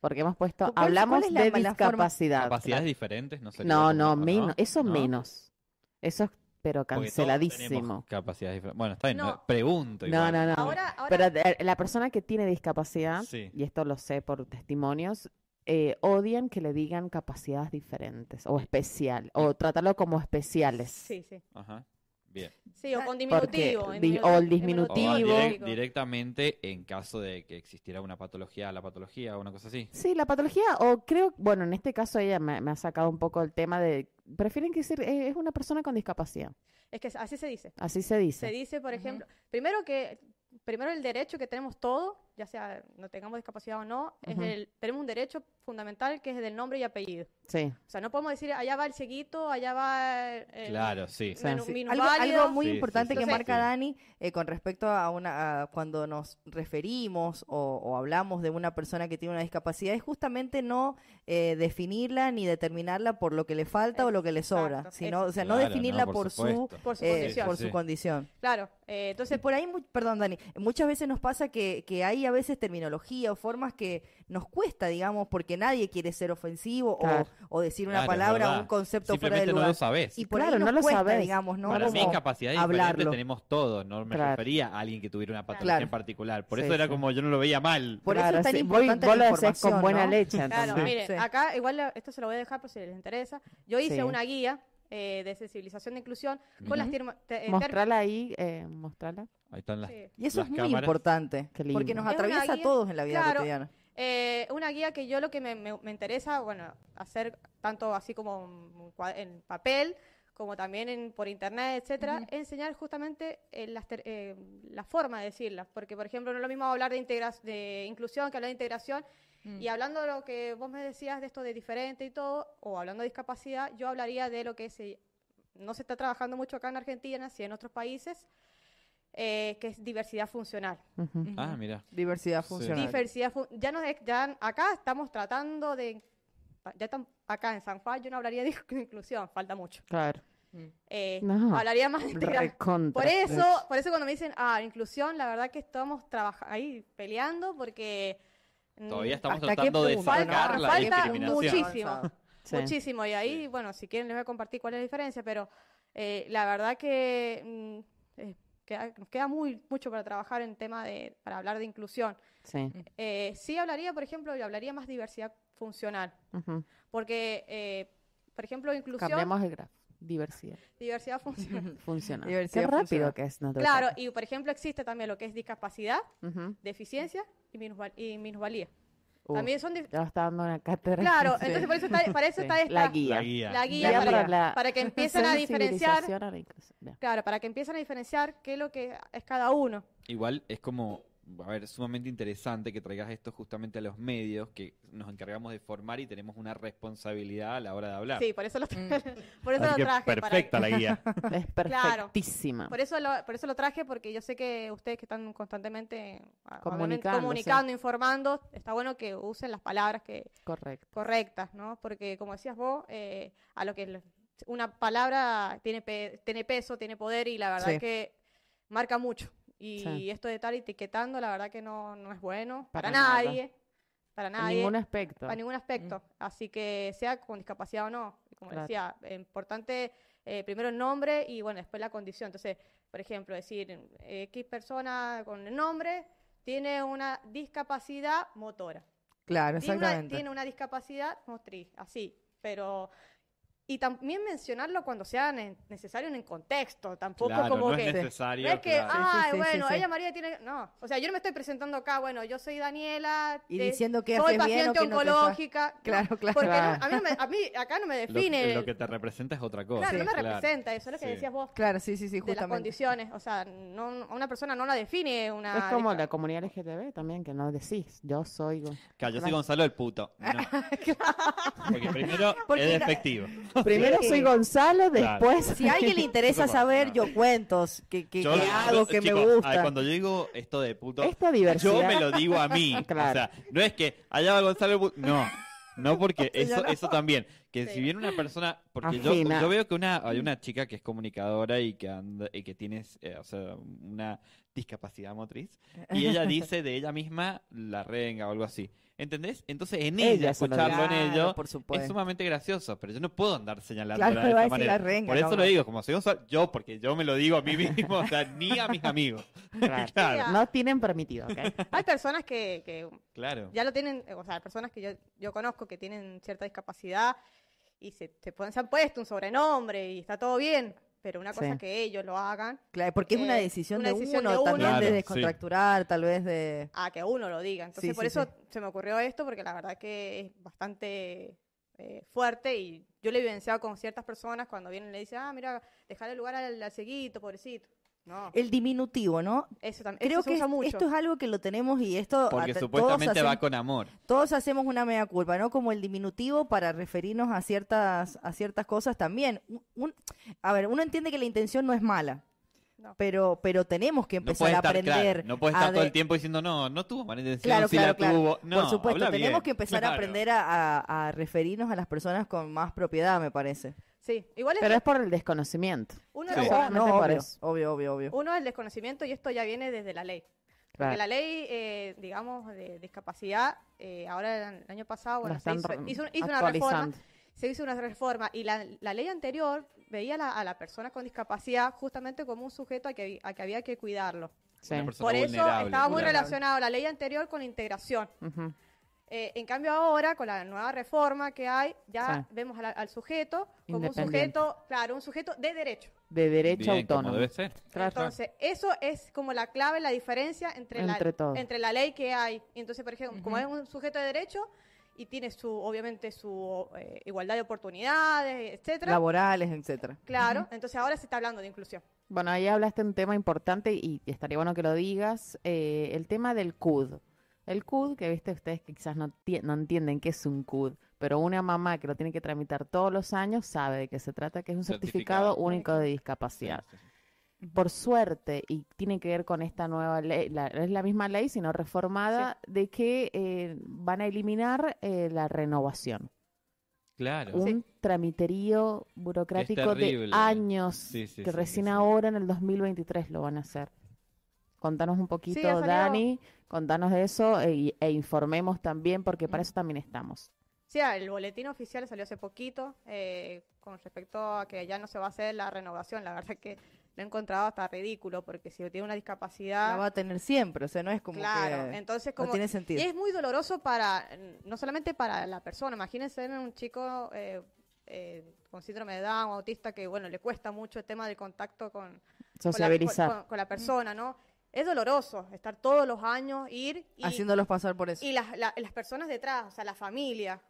Porque hemos puesto,
¿Cuál- cuál
hablamos
es la-
de
la forma?
discapacidad.
Capacidades diferentes, no sé.
No, no, menos, eso
¿No?
menos. Eso es, pero
Porque todos tenemos
canceladísimo.
Capacidades diferentes. Bueno, está bien.
No.
Pregunto.
No,
igual.
no, no.
ahora, ahora
Pero eh, la persona que tiene discapacidad,
Sí.
y esto lo sé por testimonios, eh, odian que le digan capacidades diferentes o especial, o tratarlo como especiales.
sí, sí.
Ajá. Bien.
Sí, o con
Porque
diminutivo. en
di-
minut-
o el
en
O
diminutivo.
minutivo.
direc- directamente en caso de que existiera una patología, la patología o una cosa así.
Sí, la patología, o creo, bueno, en este caso ella me, me ha sacado un poco el tema de, prefieren que decir, eh, es una persona con discapacidad,
Es que así se dice.
así se dice.
Se dice, por
Ujú.
ejemplo, primero que primero el derecho que tenemos todos, ya sea no tengamos discapacidad o no, es
Ujú.
el, tenemos un derecho fundamental que es el del nombre y apellido.
Sí,
O sea, no podemos decir allá va el cieguito, allá va el, el
Claro, sí.
Sí.
menu-
Algo,
minusválido.
algo muy
Sí, sí,
importante
sí,
que
sí,
marca
sí.
Dani eh, con respecto a una a cuando nos referimos o, o hablamos de una persona que tiene una discapacidad es justamente no eh, definirla ni determinarla por lo que le falta o lo que le sobra,
Exacto,
sino o sea no
Claro,
definirla
por
por, su
supuesto.
por su
eh,
condición.
por
Sí,
su
sí.
condición.
Claro, eh,
Y
entonces
por ahí, mu- perdón Dani, muchas veces nos pasa que, que hay a veces terminología o formas que nos cuesta, digamos, porque nadie quiere ser ofensivo o-
Claro.
o, decir una
Claro, es
palabra o
verdad.
un concepto fuera
Simplemente
de
no
lugar.
lo sabes.
Y por
Claro,
ahí
no
nos
lo
cuesta,
sabes.
digamos, ¿no?
Para mí,
Como-
capacidades
hablarlo.
diferentes tenemos todos. No me
Claro.
refería a alguien que tuviera una patología
Claro.
en particular. Por
Sí,
eso era
sí.
como yo no lo veía mal.
Por
Claro,
eso es tan
sí. Voy-
importante
vos
la
lo decís
información,
con buena
¿no? eh,
leche,
Claro,
entonces.
mire,
Sí.
acá igual la- esto se lo voy a dejar por si les interesa. Yo hice
Sí.
una guía eh, de sensibilización de inclusión con las
Ujú.
termo- te- eh, ter-
Mostrala ahí, eh, mostrala.
Ahí están las.
sí.
Y eso
Las
es muy
cámaras.
importante,
Qué lindo.
porque nos
Es una
atraviesa a
guía,
todos en la vida
claro.
cotidiana.
Eh, una guía que yo lo que me, me- me interesa, bueno, hacer tanto así como en cua- en papel, como también en, por internet, etcétera, es enseñar justamente eh, las ter- eh, la forma de decirlas. Porque, por ejemplo, no es lo mismo hablar de, integra- de inclusión que hablar de integración. Y hablando de lo que vos me decías de esto de diferente y todo, o hablando de discapacidad, yo hablaría de lo que se, no se está trabajando mucho acá en Argentina, sí en otros países, eh, que es diversidad funcional.
Ujú.
Mm.
Ah, mira.
Diversidad
Sí.
funcional.
Diversidad fu- ya no es, ya acá estamos tratando de ya estamos acá en San Juan yo no hablaría de inclusión, falta mucho.
Claro.
Eh,
No,
hablaría más de integración.
Recontra.
Por eso, por eso cuando me dicen, ah, inclusión, la verdad que estamos trabaja- ahí peleando porque mm,
Todavía estamos
¿Hasta qué
tratando de
punto, no?
sacar la
Falta
¿eh? discriminación.
muchísimo.
Sí.
muchísimo. Y ahí, bueno, si quieren les voy a compartir cuál es la diferencia, pero eh, la verdad que mm, eh, queda- nos queda muy, mucho para trabajar en tema de, para hablar de inclusión.
Sí.
Eh, sí hablaría, por ejemplo, yo hablaría más diversidad funcional.
Mm.
Ujú.
Porque, eh, por ejemplo, inclusión,
Cambiamos el graf. Diversidad.
diversidad funcional.
Funciona.
Diversidad
Qué rápido
funcional.
que es. No te
claro, y por ejemplo existe también lo que es discapacidad,
Ujú.
deficiencia y, minusval- y minusvalía.
Uf,
También son... dif-
Ya está dando una cátedra.
Claro,
Sí.
entonces por eso está, para eso
Sí.
está esta...
La guía.
La guía.
la guía
Ya
para,
para la-
para que empiecen a diferenciar,
sensibilización a la inclusión. Bien.
claro, para que empiecen a diferenciar qué es lo que es cada uno.
Igual es como, a ver, sumamente interesante que traigas esto justamente a los medios, que nos encargamos de formar y tenemos una responsabilidad a la hora de hablar.
Sí, por eso lo, por eso
Así
lo
que
traje. para-
perfecta la guía.
Es perfectísima.
por, eso lo, por eso lo traje, porque yo sé que ustedes que están constantemente ah, obviamente,
Comunicando,
comunicando, informando, está bueno que usen las palabras que
Correcto.
correctas, ¿no? Porque como decías vos, eh, a lo que le- una palabra tiene, pe- tiene peso, tiene poder y la verdad
Sí.
que marca mucho. Y
Sí.
esto de estar etiquetando, la verdad que no, no es bueno para,
Para nada.
nadie. Para
En
nadie.
ningún aspecto. Mm.
a ningún aspecto. Así que sea con discapacidad o no, y como
Claro.
decía, eh, importante eh, primero el nombre y bueno, después la condición. Entonces, por ejemplo, decir eh, X persona con el nombre tiene una discapacidad motora.
Claro,
Tiene una,
exactamente.
tiene una discapacidad motriz, así, pero... Y también mencionarlo cuando sea ne- necesario en el contexto, tampoco
Claro,
como
no
que...
es necesario.
No es que, ah,
claro.
ay,
sí, sí,
bueno,
sí".
ella María tiene... No, o sea, yo no me estoy presentando acá, bueno, yo soy Daniela...
Y
te-
diciendo que
soy
haces bien o
paciente
que no te sa-
oncológica. no,
Claro, claro.
Porque no-
Claro.
a, mí no me- a mí acá no me
Lo,
define...
lo que te representa es otra cosa.
claro, no me
claro.
representa, eso es lo que
Sí.
decías vos,
Claro, sí, sí, sí,
de las
justamente.
condiciones. O sea, no, a una persona no la define una...
Es como
disca-
la comunidad LGTB también, que no decís, yo soy... go-
Claro, yo soy Gonzalo el puto. No. Porque primero
Porque-
es despectivo.
Primero
Sí.
soy Gonzalo,
Claro.
después...
Si a alguien le interesa
Eso va,
saber,
no.
yo cuentos, que, que,
Yo-
que
yo-
hago, que
chicos,
me
a ver,
gusta.
Cuando yo digo esto de puto,
Esta diversidad...
yo me lo digo a mí. O
Claro.
sea, no es que allá va Gonzalo el puto. No. No, porque
Eso ya
eso,
no.
eso también. Que
Sí.
si bien una persona. Porque yo,
Ajena.
yo veo que una, hay
Mm.
una chica que es comunicadora y que, anda- y que tiene eh, o sea, una discapacidad motriz. Y ella dice de ella misma la renga o algo así. ¿Entendés? Entonces en ella,
Ella se lo
escucharlo en
Claro,
ello
por
es
supuesto.
sumamente gracioso, pero yo no puedo andar señalando
pues. Claro,
de
va a
esa
decir
manera.
la renga,
Por eso
no,
lo
no.
digo, como soy Gonzalo, yo porque yo me lo digo a mí mismo, o sea, ni a mis amigos.
Claro.
Claro,
Mira,
No tienen permitido, ¿ok?
Hay personas que- que
claro.
ya lo tienen, eh, o sea, personas que yo, yo conozco que tienen cierta discapacidad y se, se pueden- se han puesto un sobrenombre y está todo bien, pero una cosa
Sí.
que ellos lo hagan
Claro, porque es una
eh,
decisión,
una
de,
decisión
uno,
de uno.
también
Claro,
de
sí.
descontracturar, tal vez de...
a que uno lo diga. Entonces,
Sí,
por
sí,
eso
sí.
se me ocurrió esto, porque la verdad que es bastante eh, fuerte y yo lo he vivenciado con ciertas personas cuando vienen y le dicen, ah, mira, dejarle lugar al, al ceguito, pobrecito. No,
El diminutivo, ¿no?
eso también.
Creo
eso se
que
usa
es-
mucho.
esto es algo que lo tenemos y esto...
Porque
a- todos
supuestamente va
hacemos-
con amor.
todos hacemos una mea culpa, ¿no? Como el diminutivo para referirnos a ciertas, a ciertas cosas también. Un- un- a ver, uno entiende que la intención no es mala,
No.
pero, pero tenemos que
No
empezar
puedes
a
estar, claro,
aprender.
no puedes
a
estar todo
de-
el tiempo diciendo, no, no tuvo mala intención,
Claro,
sí
claro,
la
claro.
tuvo. No,
Por supuesto,
habla bien.
tenemos que empezar a
Claro.
aprender a, a- a referirnos a las personas con más propiedad, me parece.
Sí, igual es,
Pero es por el desconocimiento.
uno,
Sí.
es-
Solamente
No,
por
obvio,
eso.
obvio, obvio, obvio.
uno es el desconocimiento y esto ya viene desde la ley. Porque
Claro.
la ley, eh, digamos, de discapacidad, eh, ahora el año pasado,
La
bueno, se
están
hizo,
re-
hizo- hizo una reforma,
actualizando.
se hizo una reforma y la, la ley anterior veía a la, a la persona con discapacidad justamente como un sujeto a que, a que había que cuidarlo.
Sí.
Una persona
Por eso
vulnerable,
estaba muy
claro.
relacionado la ley anterior con la integración.
Ujú.
Eh, en cambio ahora, con la nueva reforma que hay, ya
Sí.
vemos al, al sujeto como un
Independiente.
sujeto, claro, un sujeto de derecho.
De derecho
Bien, como
autónomo.
debe ser.
Claro.
Entonces, eso es como la clave, la diferencia entre,
Entre
la,
todo.
entre la ley que hay. Entonces, por ejemplo, como
Ujú.
es un sujeto de derecho y tiene su, obviamente, su eh, igualdad de oportunidades, etcétera.
Laborales, etcétera.
claro, entonces ahora se está hablando de inclusión.
Bueno, ahí hablaste un tema importante y y estaría bueno que lo digas, eh, el tema del CUD. El CUD, que viste ustedes que quizás no, tie- no entienden qué es un CUD, pero una mamá que lo tiene que tramitar todos los años sabe de qué se trata, que es un certificado,
Certificado.
único de
Sí,
discapacidad.
sí, sí.
Por suerte, y tiene que ver con esta nueva ley, la- es la misma ley, sino reformada, de que eh, van a eliminar eh, la renovación.
Claro.
Un tramiterío burocrático de
terrible.
años
Sí, sí,
que
sí,
recién
sí.
ahora en el 2023 lo van a hacer. Contanos un poquito,
ha salido-
Dani, contanos de eso e, e informemos también, porque
Mm.
para eso también estamos.
Sí, el boletín oficial salió hace poquito eh, con respecto a que ya no se va a hacer la renovación. La verdad que lo he encontrado hasta ridículo, porque si tiene una discapacidad...
La va a tener siempre, o sea, no es como
Claro,
que
entonces
no
como...
tiene sentido.
Y es muy doloroso para, no solamente para la persona, imagínense un chico eh, eh, con síndrome de Down, autista, que bueno, le cuesta mucho el tema del contacto con, con la-
Sociabilizar.
Con, con la persona, ¿no? Es doloroso estar todos los años, ir y,
haciéndolos pasar por eso.
y las, la- las personas detrás, o sea, la familia.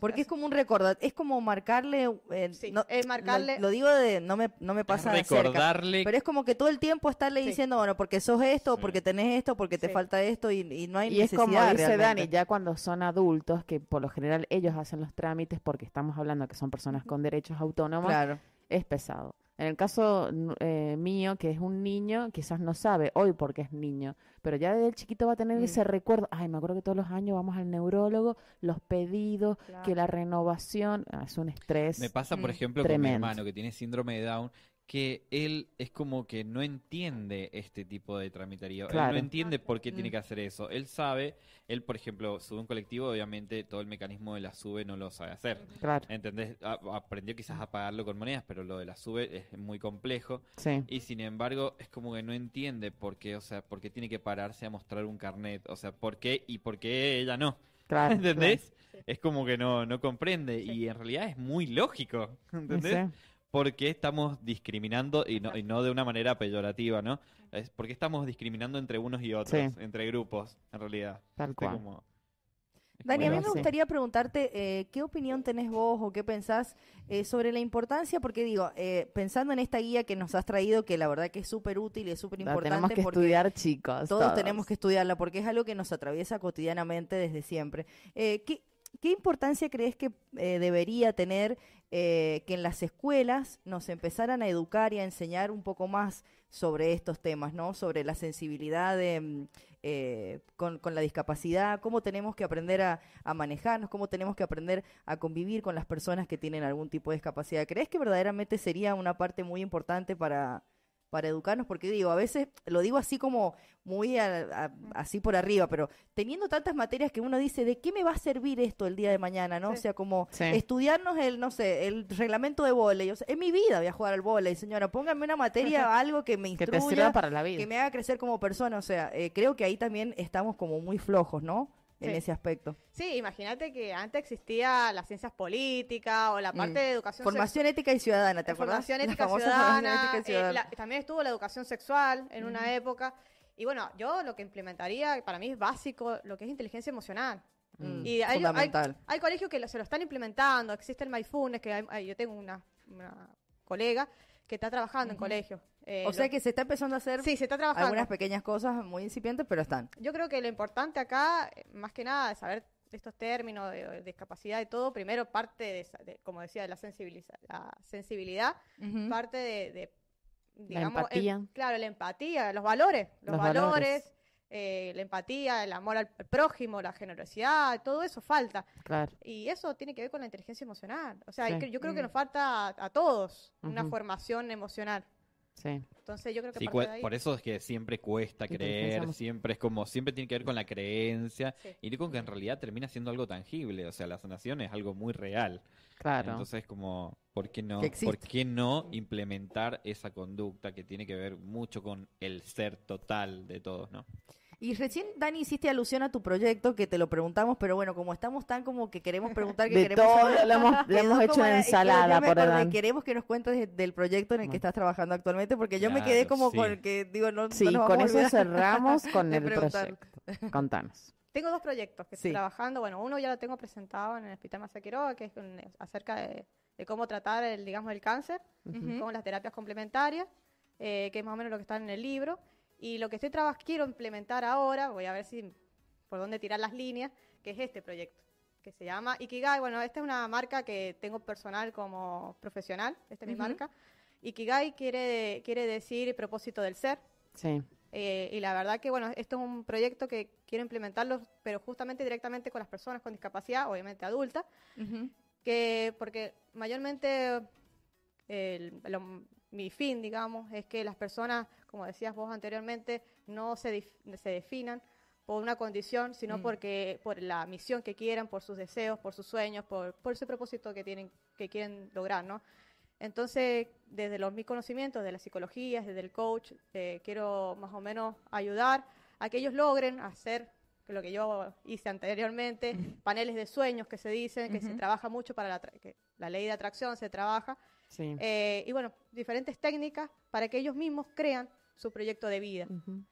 Porque es como un recordar, es como marcarle, eh,
Sí,
no-
es marcarle-
lo, lo digo de, no me, no me pasa de cerca,
recordarle-
pero es como que todo el tiempo estarle
Sí.
diciendo, bueno, porque sos esto,
Sí.
porque tenés esto, porque te
Sí.
falta esto y, y no hay
Y es
necesidad
como dice Dani,
realmente.
ya cuando son adultos, que por lo general ellos hacen los trámites porque estamos hablando que son personas con derechos autónomos,
Claro.
es pesado. En el caso n- eh, mío, que es un niño, quizás no sabe hoy porque es niño, pero ya desde el chiquito va a tener
Mm.
ese recuerdo. Ay, me acuerdo que todos los años vamos al neurólogo, los pedidos, que la renovación ah, es un estrés.
Me pasa, por
Mm.
ejemplo,
Tremendo.
con mi hermano que tiene síndrome de Down, que él es como que no entiende este tipo de tramitario. Él
Claro.
no entiende por qué
Mm.
tiene que hacer eso. Él sabe, él, por ejemplo, sube un colectivo, obviamente todo el mecanismo de la sube no lo sabe hacer.
Claro,
¿Entendés? A- aprendió quizás a pagarlo con monedas, pero lo de la sube es muy complejo.
sí.
Y sin embargo, es como que no entiende por qué, o sea, por qué tiene que pararse a mostrar un carnet. O sea, por qué y por qué ella no.
Claro,
¿Entendés? Es como que no, no comprende y en realidad es muy lógico,
claro,
¿entendés?
sí.
Porque estamos discriminando y no, y no de una manera peyorativa, ¿no? Es porque estamos discriminando entre unos y otros,
Sí.
entre grupos, en realidad.
Tal
Viste,
cual.
como- es
Dani, a mí
Bueno,
me
sí.
gustaría preguntarte eh, qué opinión tenés vos o qué pensás eh, sobre la importancia, porque digo, eh, pensando en esta guía que nos has traído, que la verdad que es súper útil y es súper
La tenemos
importante
que
porque
estudiar, chicos.
todos, tenemos que estudiarla, porque es algo que nos atraviesa cotidianamente desde siempre. Eh, ¿qué, qué importancia crees que eh, debería tener eh, que en las escuelas nos empezaran a educar y a enseñar un poco más sobre estos temas, ¿no? Sobre la sensibilidad de, mm, eh, con, con la discapacidad, cómo tenemos que aprender a, a manejarnos, cómo tenemos que aprender a convivir con las personas que tienen algún tipo de discapacidad. ¿Crees que verdaderamente sería una parte muy importante para, para educarnos? Porque digo, a veces lo digo así como muy a- a- así por arriba, pero teniendo tantas materias que uno dice, ¿de qué me va a servir esto el día de mañana? ¿No? O
Sí.
sea, como
Sí.
estudiarnos el, no sé, el reglamento de vóley. O sea, en mi vida voy a jugar al vóley, señora. Póngame una materia, algo que me
Que
instruya
te sirva para la vida.
que me haga crecer como persona. O sea, eh, creo que ahí también estamos como muy flojos, ¿no? En
Sí.
ese aspecto.
Sí, imagínate que antes existía las ciencias políticas o la
Mm.
parte de educación sexual.
Formación ética y ciudadana, ¿te acordás?
Formación
La
ética
famosa
ciudadana.
formación ética y
eh,
ciudadana.
la- también estuvo la educación sexual en una época. Y bueno, yo lo que implementaría, para mí es básico, lo que es inteligencia emocional.
Mm,
Y hay, hay,
fundamental.
hay colegios que lo- se lo están implementando, existe el Mindfulness, que hay- hay- yo tengo una, una colega que está trabajando en colegios. eh,
o sea
lo-
que se está empezando a hacer
sí, se está trabajando.
algunas pequeñas cosas muy incipientes, pero están.
Yo creo que lo importante acá, eh, más que nada, es saber estos términos de, de discapacidad y todo. Primero parte, de, esa- de- como decía, de la, sensibiliza- la sensibilidad, parte de, de, digamos, em-
empatía.
claro, la empatía, los valores, los,
Los valores.
valores, eh, la empatía, el amor al al prójimo, la generosidad, todo eso falta.
Claro.
Y eso tiene que ver con la inteligencia emocional. O sea,
Sí.
yo creo- yo creo que
Mm.
nos falta a, a todos una
Ujú.
formación emocional.
Sí.
Entonces yo creo que
Sí,
parte de
cua-
ahí-
por eso es que siempre cuesta
Inteligencia
creer,
emocional.
siempre es como, siempre tiene que ver con la creencia
Sí.
y con que en realidad termina siendo algo tangible, o sea, la sanación es algo muy real.
Claro.
Entonces, como, ¿por qué no,
Que
¿por
existe.
qué no implementar esa conducta que tiene que ver mucho con el ser total de todos, ¿no?
Y recién, Dani, hiciste alusión a tu proyecto, que te lo preguntamos, pero bueno, como estamos tan como que queremos preguntar, que
de
queremos
todo
saber,
lo hemos, le
quedó
hemos hecho
como-
una
es que yo
ensalada
me
por
acordé,
Adán.
Queremos que nos cuentes de- del proyecto en el que
Bueno.
estás trabajando actualmente, porque yo me quedé
Claro,
como
sí.
con que, digo, no, no
Sí,
nos vamos
con
a
eso
olvidar.
cerramos con
de
el
preguntar.
proyecto. Contanos.
Tengo dos proyectos que
Sí.
estoy trabajando. Bueno, uno ya lo tengo presentado en el Hospital Masia Quiroga, que es con- acerca de, de cómo tratar el, digamos, el cáncer,
Ujú.
con las terapias complementarias, eh, que es más o menos lo que está en el libro. Y lo que estoy traba- quiero implementar ahora, voy a ver si por dónde tirar las líneas, que es este proyecto, que se llama Ikigai. Bueno, esta es una marca que tengo personal como profesional, esta es mi
Ujú.
marca. Ikigai quiere, quiere decir propósito del ser.
Sí,
Eh, y la verdad que, bueno, esto es un proyecto que quiero implementarlo, pero justamente directamente con las personas con discapacidad, obviamente adultas,
Ujú.
que porque mayormente el- lo- mi fin, digamos, es que las personas, como decías vos anteriormente, no se, dif- se definan por una condición, sino
Mm.
porque por la misión que quieran, por sus deseos, por sus sueños, por, por ese propósito que tienen que quieren lograr, ¿no? Entonces, desde los mis conocimientos de la psicología, desde el coach, eh, quiero más o menos ayudar a que ellos logren hacer lo que yo hice anteriormente, paneles de sueños que se dicen, que se
Ujú.
trabaja mucho para la, tra- que la ley de atracción, se trabaja,
Sí.
eh, y bueno, diferentes técnicas para que ellos mismos crean su proyecto de vida.
Ujú.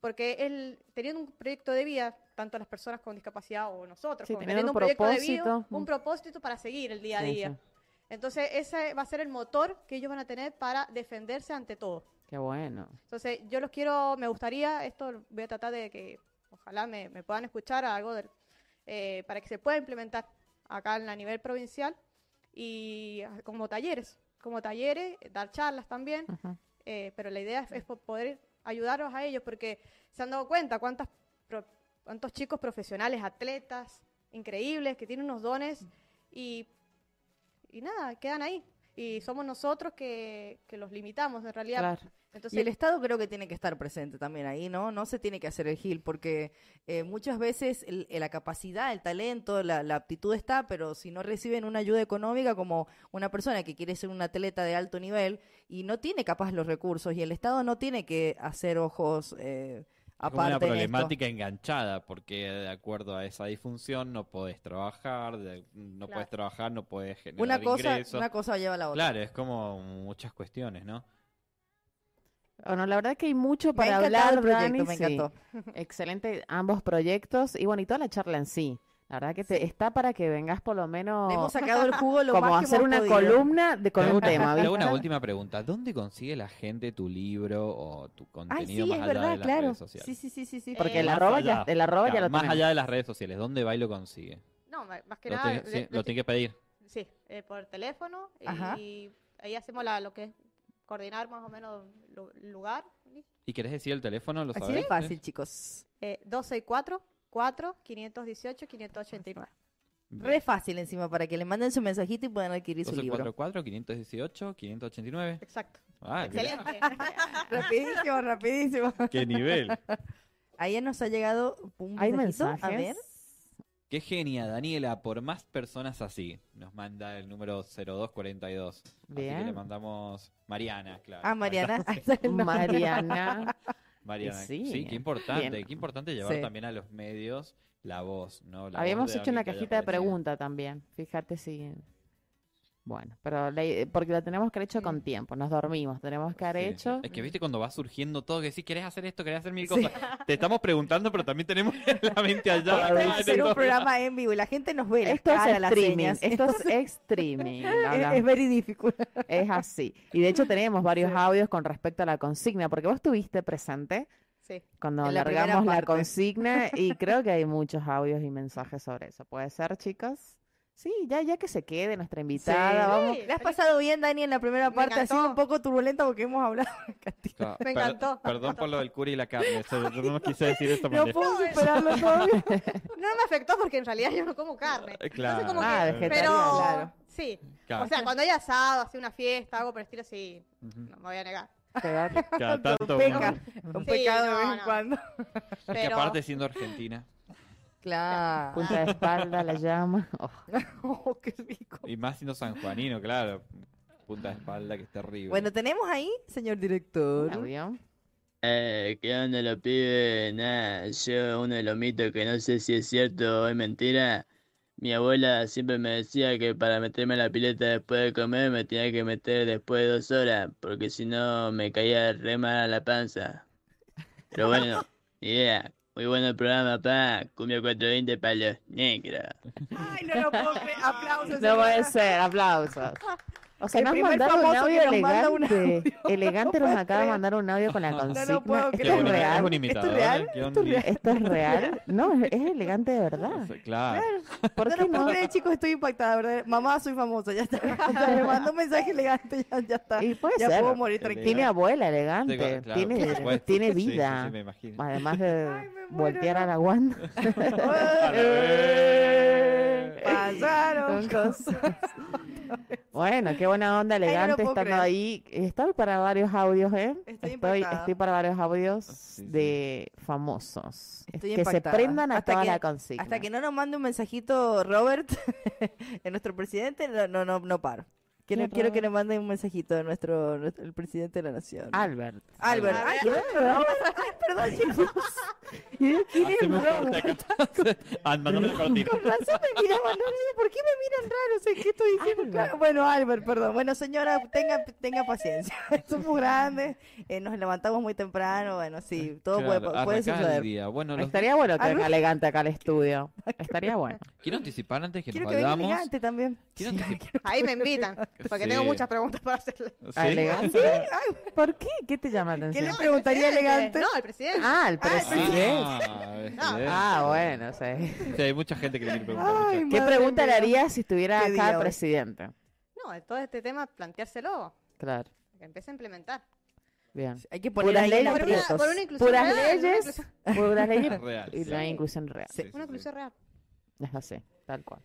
Porque el, teniendo un proyecto de vida, tanto las personas con discapacidad o nosotros,
Sí,
como
tener un
proyecto de vida,
propósito.
un propósito para seguir el día a
Sí,
día.
sí.
Entonces, ese va a ser el motor que ellos van a tener para defenderse ante todo.
Qué bueno.
Entonces, yo los quiero, me gustaría, esto lo voy a tratar de que ojalá me, me puedan escuchar algo del- eh, para que se pueda implementar acá en, a nivel provincial y ah, como talleres, como talleres, dar charlas también,
Ajá.
eh, pero la idea es, es po- poder ayudarlos a ellos porque se han dado cuenta cuántas, pro- cuántos chicos profesionales, atletas, increíbles, que tienen unos dones y, y nada, quedan ahí. Y somos nosotros que, que los limitamos en realidad.
Claro.
Entonces,
Y el Estado creo que tiene que estar presente también ahí, ¿no? No se tiene que hacer el gil, porque eh, muchas veces el- eh, la capacidad, el talento, la, la aptitud está, pero si no reciben una ayuda económica como una persona que quiere ser un atleta de alto nivel y no tiene capaz los recursos, y el Estado no tiene que hacer ojos eh,
Es como
aparte.
una
en esto.
problemática enganchada, porque de acuerdo a esa disfunción no podés trabajar, de- no
Claro.
podés trabajar, no podés generar
Una cosa,
ingresos.
una cosa lleva a la otra.
Claro, es como muchas cuestiones, ¿no?
Bueno, la verdad que hay mucho para
me ha encantado
hablar,
el proyecto,
Brani,
me
sí.
encantó.
Excelente ambos proyectos y bueno, y toda la charla en sí. La verdad que te, está para que vengas por lo menos
Le hemos sacado el jugo lo
como
más que
hacer
hemos
una
podido.
columna de con un tema,
Te
¿viste?
hago una última pregunta. ¿Dónde consigue la gente tu libro o tu
Ay,
contenido
Ah, sí,
más
es
allá de
verdad,
las
claro.
redes sociales?
Sí, sí, sí, sí, sí.
Porque
Eh,
el
Más
arroba,
allá.
ya, el arroba ya
Claro,
lo
más
tenemos.
allá de las redes sociales, ¿dónde va y lo consigue?
no, ma- más que
Lo,
nada,
tenés- sí,
le-
lo
le-
tenés que pedir.
sí, eh, por teléfono
Ajá.
y ahí hacemos la, lo que es coordinar más o menos lu- lugar.
¿Y querés decir el teléfono? ¿Lo
Así
sabés?
de fácil, chicos.
Eh, 264 4 518 589.
Re fácil encima para que le manden su mensajito y puedan adquirir su libro.
244 518 589.
Exacto.
Ah,
Excelente.
Rapidísimo, rapidísimo.
¡Qué nivel!
Ahí nos ha llegado un
Hay
mensajito.
mensajes.
A ver.
¡Qué genia, Daniela! Por más personas así. Nos manda el número 0242. Así que le
Bien.
mandamos Mariana, claro.
Ah, Mariana.
Mariana.
Mariana,
Y sí.
sí, qué importante,
Bien.
qué importante llevar
Sí.
también a los medios la voz, ¿no? La voz
Habíamos
de
hecho una
alguien que haya
cajita de
aparecido.
preguntas también. Fíjate si. Bueno, pero la i- porque la tenemos que haber hecho
Mm.
con tiempo. Nos dormimos. Tenemos que haber
Sí, sí.
hecho.
Es que viste cuando va surgiendo todo, que decís, querés hacer esto, querés hacer mil cosas. Te estamos preguntando, pero también tenemos la mente allá.
Esto va
¿verdad?
a
En
ser un
el-
programa en vivo y la gente nos ve. las
Esto es
caras, las
streaming.
señas.
Esto es streaming. la
Es,
verdad.
es very difficult.
Es así. Y de hecho tenemos varios audios con respecto a la consigna, porque vos estuviste presente
Sí.
cuando
En la primera
largamos la
parte.
consigna y creo que hay muchos audios y mensajes sobre eso. ¿Puede ser, chicos? Sí, ya, ya que se quede nuestra invitada.
Sí.
Vamos.
Sí,
¿La has pasado bien, Dani, en la primera
Me
parte? Ha sido
encantó.
un poco turbulenta porque hemos hablado de cantidad.
Claro,
Me
per-
encantó.
Perdón por lo del cura y la carne. se- yo no quise decir esto.
No
porque-
puedo
No, es-
superarlo todavía.
No me afectó porque en realidad yo no como carne.
Claro.
como
Ah,
que-
vegetariana,
pero
claro.
sí.
Claro.
O sea, cuando hay asado, hace una fiesta, algo por el estilo, sí.
Ujú.
No me voy a negar.
Quedate.
Claro, tanto
peca,
como-
un
Sí,
pecado de
no,
vez en
no.
cuando.
Que
Pero
aparte siendo argentina.
Claro.
Punta de espalda, la llama. Oh,
Oh, qué rico.
Y más siendo sanjuanino, claro. Punta de espalda que es terrible.
Bueno, tenemos ahí, señor director.
un audio.
Eh, ¿qué onda los pibes? Nah, yo uno de los mitos que no sé si es cierto o es mentira. Mi abuela siempre me decía que para meterme en la pileta después de comer me tenía que meter después de dos horas, porque si no me caía re mal a la panza. Pero bueno, ni idea. Muy bueno el programa, pa. Cumbia 420 para los negros.
Ay, no lo puedo creer. Aplausos.
No puede ser, aplausos. O sea,
El
nos
primer
mandaron un
famoso
audio
que nos manda un
elegante.
audio.
Elegante
No
nos
puedo
acaba de
creer.
mandar un audio con la
No lo
consigna.
puedo
¿Esto
Qué
creer.
bonito, Es
es real?
un
¿Esto es
imitador.
real?
el guión
¿Esto es
li-
¿Esto es real? No, es es elegante de verdad.
Claro.
¿Por
No
qué
lo puedo
no?
creer, chicos, estoy impactada, ¿verdad? Mamá, soy famosa, ya está. Ya le mandó un mensaje elegante, ya, ya está.
Y puede
ya
ser.
puedo morir tranquila.
Tiene abuela
Sí,
elegante,
claro, claro, por
tiene,
supuesto.
tiene
Sí, sí,
vida.
sí, me imagino.
Además de
Ay, me muero.
voltear a la guanda.
Ay,
Eh,
Pasaron cosas.
Bueno, qué buena onda,
no lo
elegante,
puedo
estando
creer.
ahí. Estoy para varios audios, ¿eh?
Estoy
estoy,
impactada.
estoy para varios audios
Sí, sí.
de famosos.
Estoy
que se
impactada.
prendan a
Hasta
toda
que-
la consigna.
Hasta que no nos mande un mensajito Robert, en nuestro presidente, no, no, no, no paro. Quiero, quiero que le manden un mensajito a nuestro, nuestro- el presidente de la nación.
Albert.
Albert.
A
Ay,
ver.
perdón. Ay, perdón, chicos.
Haceme un corte acá. Ah, mandame la cortina.
Con razón me miraban, no sé por qué me miran raro, sé qué estoy diciendo. Claro, bueno, Albert, perdón. Bueno, señora, tenga, tenga paciencia. Somos grandes, eh, nos levantamos muy temprano, bueno, sí, todo
Claro,
puede, puede
arrancar el
suceder.
día. Bueno, los-
Estaría bueno que
Ah,
venga
no.
elegante acá al estudio. Estaría bueno.
Quiero anticipar antes que
Quiero
nos
que venga
vayamos.
elegante también.
Quiero anticipar-
Ahí me invitan, porque tengo
Sí.
muchas preguntas para hacerle.
¿A
¿Sí?
Ah, elegante? ¿por qué? ¿Qué te llama la
¿Qué
atención?
le preguntaría elegante?
No, al presidente.
Ah, el presidente.
Ah, es
No.
evidente.
Ah, bueno, sí.
Sí, hay mucha gente que le quiere preguntar. muchas
Ay,
¿Qué
madre
pregunta le
mía.
harías si estuviera
Qué
acá
día
el
hoy.
presidente?
No, de todo este tema, planteárselo,
Claro,
que empiece a implementar.
bien.
Hay que poner
Puras
ahí
leyes,
los
Por una,
aprietos.
por una inclusión
Puras
real, una
leyes,
inclusión-
puras leyes
Real,
y
sí.
no hay inclusión real.
Sí,
Sí.
Una
sí, sí.
inclusión real.
Es así, tal cual.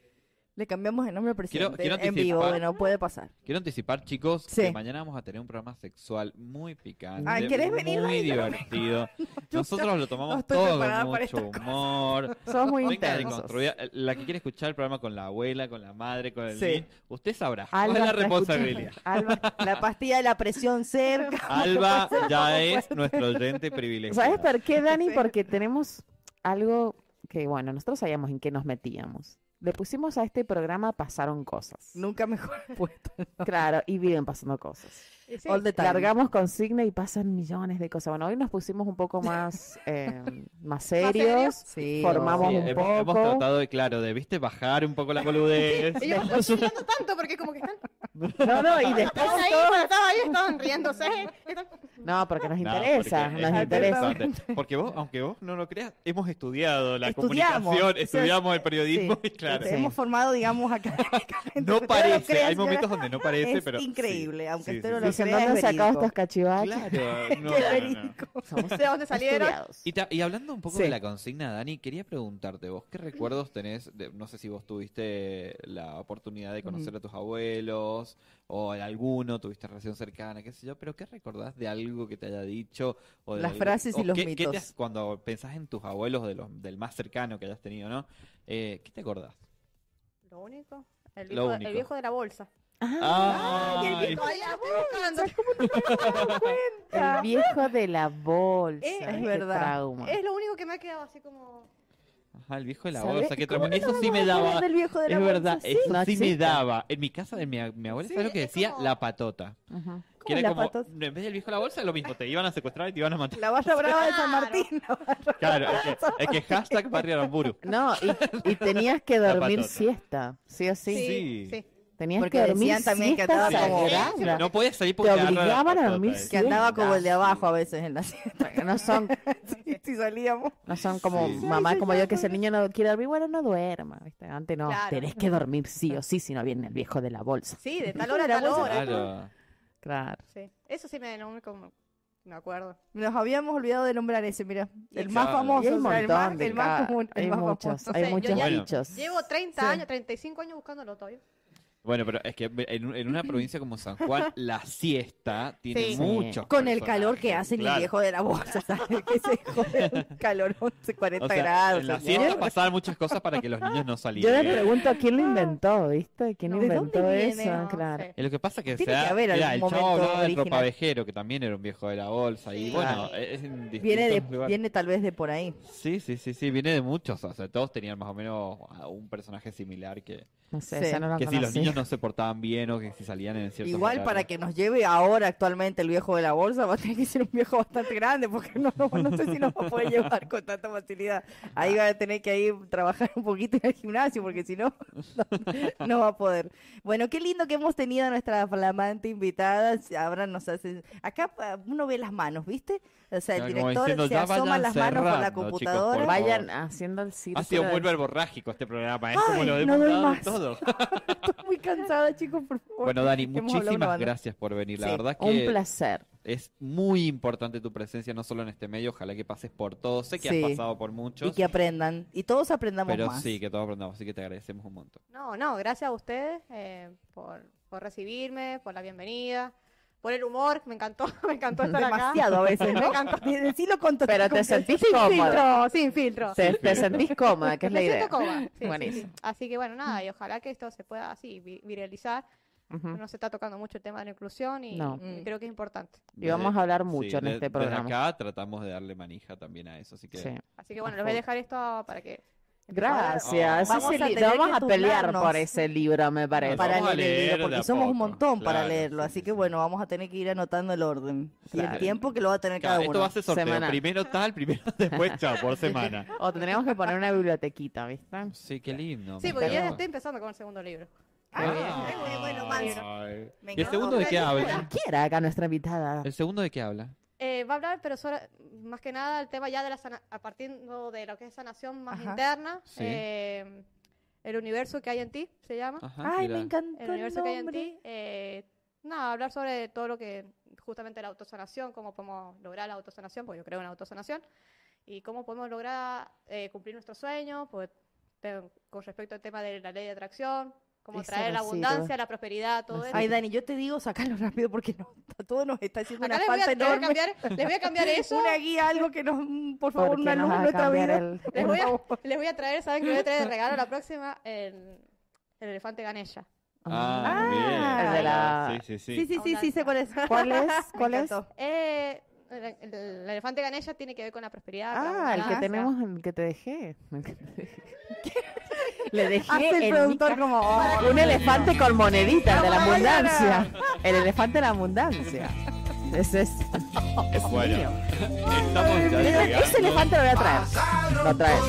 Le cambiamos el nombre al
Quiero-
presidente
quiero
en vivo,
anticipar-
no puede pasar.
Quiero anticipar, chicos,
Sí.
que mañana vamos a tener un programa sexual muy picante,
Ay, ¿querés venir,
muy
Dani? No,
divertido.
yo
Nosotros lo tomamos
no estoy
todo
preparada
con
para
mucho
estas
humor.
Somos muy
Venga,
intensos.
deconstruida. eh, La que quiere escuchar el programa con la abuela, con la madre, con el
Sí.
niño, usted sabrá. ¿Cuál
Alba
es la
está
responsabilidad?
Alba,
La pastilla de la presión cerca.
Alba ya es nuestro oyente privilegiado.
¿Sabes por qué, Dani?
Sí.
Porque tenemos algo que, bueno, nosotros sabíamos en qué nos metíamos. Le pusimos a este programa Pasaron Cosas.
Nunca mejor puesto.
Claro, y viven pasando cosas.
Y sí,
All the time.
Largamos consigna y pasan millones de cosas. Bueno, hoy nos pusimos un poco más, eh, más serios.
Sí,
Formamos
Sí,
un
hemos,
poco.
hemos tratado de, claro, de, viste, bajar un poco la coludez.
Ellos no están riendo tanto porque como que están,
No, no, y después
estaban ahí, cuando estaban ahí, estaban riéndose. Están-
No, porque nos
No,
interesa,
porque
nos
es
interesa.
interesante. Porque vos, aunque vos no lo creas, hemos estudiado la
Estudiamos, o
comunicación,
sea,
estudiamos el periodismo
sí,
y claro.
Este, Hemos formado, digamos, acá.
No parece, hay momentos donde no parece,
es
pero. sí.
increíble, aunque
Sí,
usted
sí,
no
sí.
lo
Dicen,
crea,
¿dónde han
es
sacado
verídico.
estos cachivaches?
Claro, no,
Qué
no, no, no.
verídico.
Somos
¿De dónde salieron?
estudiados.
Y, ta- y hablando un poco
Sí.
de la consigna, Dani, quería preguntarte vos, ¿qué recuerdos tenés? de- no sé si vos tuviste la oportunidad de conocer a tus abuelos o en alguno, tuviste relación cercana, qué sé yo, pero ¿qué recordás de algo que te haya dicho? O de
Las
algo-
frases y
o
los
qué- qué te
mitos.
has- cuando pensás en tus abuelos, de los, del más cercano que hayas tenido, ¿no? Eh, ¿Qué te acordás?
Lo único, el
Lo
viejo,
único.
el viejo de la bolsa.
Ah,
Ay,
Ahí la estoy buscando.
El viejo de la bolsa.
Eh, es
qué
verdad.
trauma.
Es lo único que me ha quedado así como...
Ajá, el viejo de la
¿Sabés
bolsa, qué
cómo
trauma. Eso sí me
¿Se
daba.
acuerdan del viejo de la
Es verdad,
bolsa? Sí.
eso
No
sí me
existe.
daba. En mi casa de mi, a- mi abuela,
Sí,
¿sabes lo que
es
decía?
como-
La patota.
Ajá.
Que
¿Cómo
era
la
como,
patota?
en vez del viejo de la bolsa, lo mismo, te iban a secuestrar y te iban a matar.
La barra brava de San
Claro.
Martín.
Claro, es que, es que hashtag barrio Aramburu.
No, y, y tenías que dormir
patota.
siesta, sí o sí.
Sí.
sí.
Tenías
Porque
que dormir
decían también que
siesta
andaba como-
sagrada.
No podías salir
Te
porque agarra la
obligaban a
patota,
dormir
eh.
Que andaba como el de
Sí.
abajo a veces en la
No son,
Sí, sí, salíamos.
no son como
Sí.
mamá como yo que si el niño no quiere dormir, bueno, no duerma, ¿viste? Antes no,
Claro.
tenés que dormir sí o sí, si no viene el viejo de la bolsa.
Sí, de tal hora a
La
tal
bolsa
hora.
Claro.
Claro.
Sí. Eso sí me lo único que me- me acuerdo.
Nos habíamos olvidado de nombrar ese, mira. El
Claro.
más famoso,
Y hay un
o sea, el
montón
más,
de
el más
cada-
común. el
Ah, hay
más
muchos,
famoso.
hay
Sí, yo
muchos
ya-
dichos.
Llevo 30
Sí.
años, 35 años buscándolo todavía.
Bueno, pero es que en, un- en una provincia como San Juan, la siesta tiene
Sí.
muchos
Con el calor que
personajes,
hace mi
claro.
viejo de la bolsa, ¿sabes? Que se jode el calor 11, 40
O sea,
grados.
en la
señor.
siesta pasaban muchas cosas para que los niños no
Yo
salieran.
le pregunto quién lo inventó, ¿viste? ¿Quién
No, ¿de dónde
inventó
viene?
eso?
No,
claro.
sí.
Y lo que pasa que
Tiene
se
que
da-
haber
mirá, el
algún
chavo
momento
hablaba del
original. Ah.
ropavejero, que también era un viejo de la bolsa. Y
Sí.
bueno, es en
Viene de,
distintos lugares.
viene tal vez de por ahí.
Sí, sí, sí, sí, viene de muchos. O sea, todos tenían más o menos a un personaje similar que,
No sé,
Sí.
esa no la
que si los
conocí.
niños no se portaban bien o que si salían en ciertos
Igual para
horarios.
que nos lleve ahora actualmente el viejo de la bolsa, va a tener que ser un viejo bastante grande, porque no, no, no sé si nos va a poder llevar con tanta facilidad. Ahí va a tener que ahí trabajar un poquito en el gimnasio, porque si no, no, no va a poder. Bueno, qué lindo que hemos tenido a nuestra flamante invitada. Si Ahora nos hacen... Acá pa, uno ve las manos, ¿viste? O sea, el
Como
director
diciendo,
se
"Ya
asoma
vayan
las manos por la
cerrando, chicos, por
computadora.
favor".
Vayan haciendo el círculo.
Ha sido muy
del-
verborrágico este programa, es
Ay,
como lo
no
hemos
doy
dado
más.
todo.
Estoy muy cansada, chicos, por favor.
Bueno, Dani,
Hemos hablado una
muchísimas
banda.
gracias por venir. La
Sí,
verdad
Un
que
placer.
es muy importante tu presencia, no solo en este medio, ojalá que pases por todo. Sé que
Sí.
has pasado por
Y
muchos,
que aprendan. Y todos aprendamos
pero
más.
sí, que todos aprendamos, así que te agradecemos un montón.
No, no, gracias a ustedes eh, por, por recibirme, por la bienvenida, por el humor, me encantó, me encantó estar
demasiado a veces,
Me
¿no?
encanta.
De- Decirlo con total
Pero te
confianza.
sentís
acá. Sin
cómoda.
filtro, sin filtro.
Te, te sentís cómoda, que es
Me
la idea.
siento cómoda, sí, sí, sí.
Buenísimo.
Así que bueno, nada, y ojalá que esto se pueda así vi- viralizar pero no se está tocando mucho el tema de la inclusión y,
Mm. No.
y creo que es importante.
Y vamos a hablar mucho en
de-
este
desde
programa.
acá tratamos de darle manija también a eso, así que...
Sí.
Así que bueno, les voy a dejar esto para que...
Gracias.
Vamos
ese
a
li-
tener
vamos
que
a pelear
turnarnos.
por ese libro, me parece.
para
Vamos a
leer el libro,
leer de a
porque somos un
poco.
montón para
Claro,
leerlo, así que bueno, vamos a tener que ir anotando el orden y
Claro.
el tiempo que lo va a tener
Claro,
cada uno.
esto va a ser sorteo.
Semanal.
Primero tal, primero después chao, por semana.
O tendríamos que poner una bibliotequita, ¿viste?
Sí, qué lindo.
Sí,
me
porque ya
encanta.
estoy empezando con el segundo libro.
Ah.
Ay, bueno, bueno, Manso.
Ay.
Me
¿Y el
encanta.
segundo de qué habla?
Cualquiera acá nuestra invitada.
¿El segundo de qué habla?
Eh, va a hablar, pero sobre- más que nada el tema ya de la sana- a partir de lo que es sanación más
Ajá.
interna,
Sí.
eh, el universo que hay en ti, se llama.
Ah.
Ajá, Ay, mira. me
encantó
El universo
el
que hay en
nombre.
ti. eh, nada, hablar sobre todo lo que, justamente la autosanación, cómo podemos lograr la autosanación, porque yo creo en la autosanación, y cómo podemos lograr eh, cumplir nuestros sueños, pues, te- con respecto al tema de la ley de atracción, cómo
Eso
traer la
me
abundancia,
sirve.
la prosperidad, todo eso.
Ay, Dani, yo te digo, sacalo rápido porque no, a todos nos está haciendo
Acá
una
les voy a-
falta
les voy a
enorme.
cambiar- les voy a cambiar eso.
Una guía, algo que nos, mm, por favor,
Porque
una
nos
luz
vas
en
a
nuestra
cambiar
vida.
el-
Les voy, a, les voy a traer, ¿saben que voy a traer de regalo la próxima? El, el elefante Ganella.
Ah,
bien. El de la-
Sí, sí, sí.
Sí, sí, sí, sí, sé cuál es.
¿Cuál es?
Me
¿Cuál es?
encantó. Eh, el, el- el elefante Ganella tiene que ver con la prosperidad. con la
Ah, el que
abundancia.
tenemos, el que te dejé. El que te dejé. Le dejé
Hace el
en mi
productor
ca-
como, oh,
un elefante con moneditas de la
Vamos a bailar.
abundancia. El elefante de la abundancia. Ese es. Dios
Bueno,
mío.
estamos ya llegando.
Ese elefante lo voy a traer. Lo traer.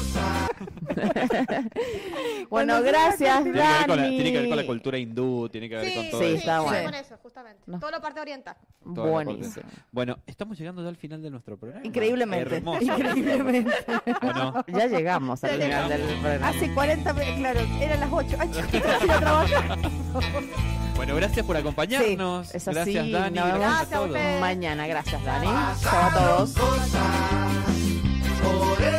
bueno, gracias,
Tiene que, ver con la, tiene que ver con la
Dani.
cultura hindú, tiene que ver
Sí,
con todo
Sí,
eso.
está bueno.
Con eso, justamente. Todo la parte oriental.
Toda la parte
Buenísimo.
esa. Bueno, estamos llegando ya al final de nuestro programa.
Increíblemente.
Hermoso.
Increíblemente.
¿O no?
Ya llegamos al
Ya
final del
llegamos.
programa.
Hace 40, ve- claro, eran las 8. Ay, chicos, quiero trabajar.
Bueno, gracias por acompañarnos.
Es así.
gracias, Dani.
nos
Gracias a
vemos
Gracias a
todos.
ustedes.
mañana. Gracias, Dani. Chao a todos.
Por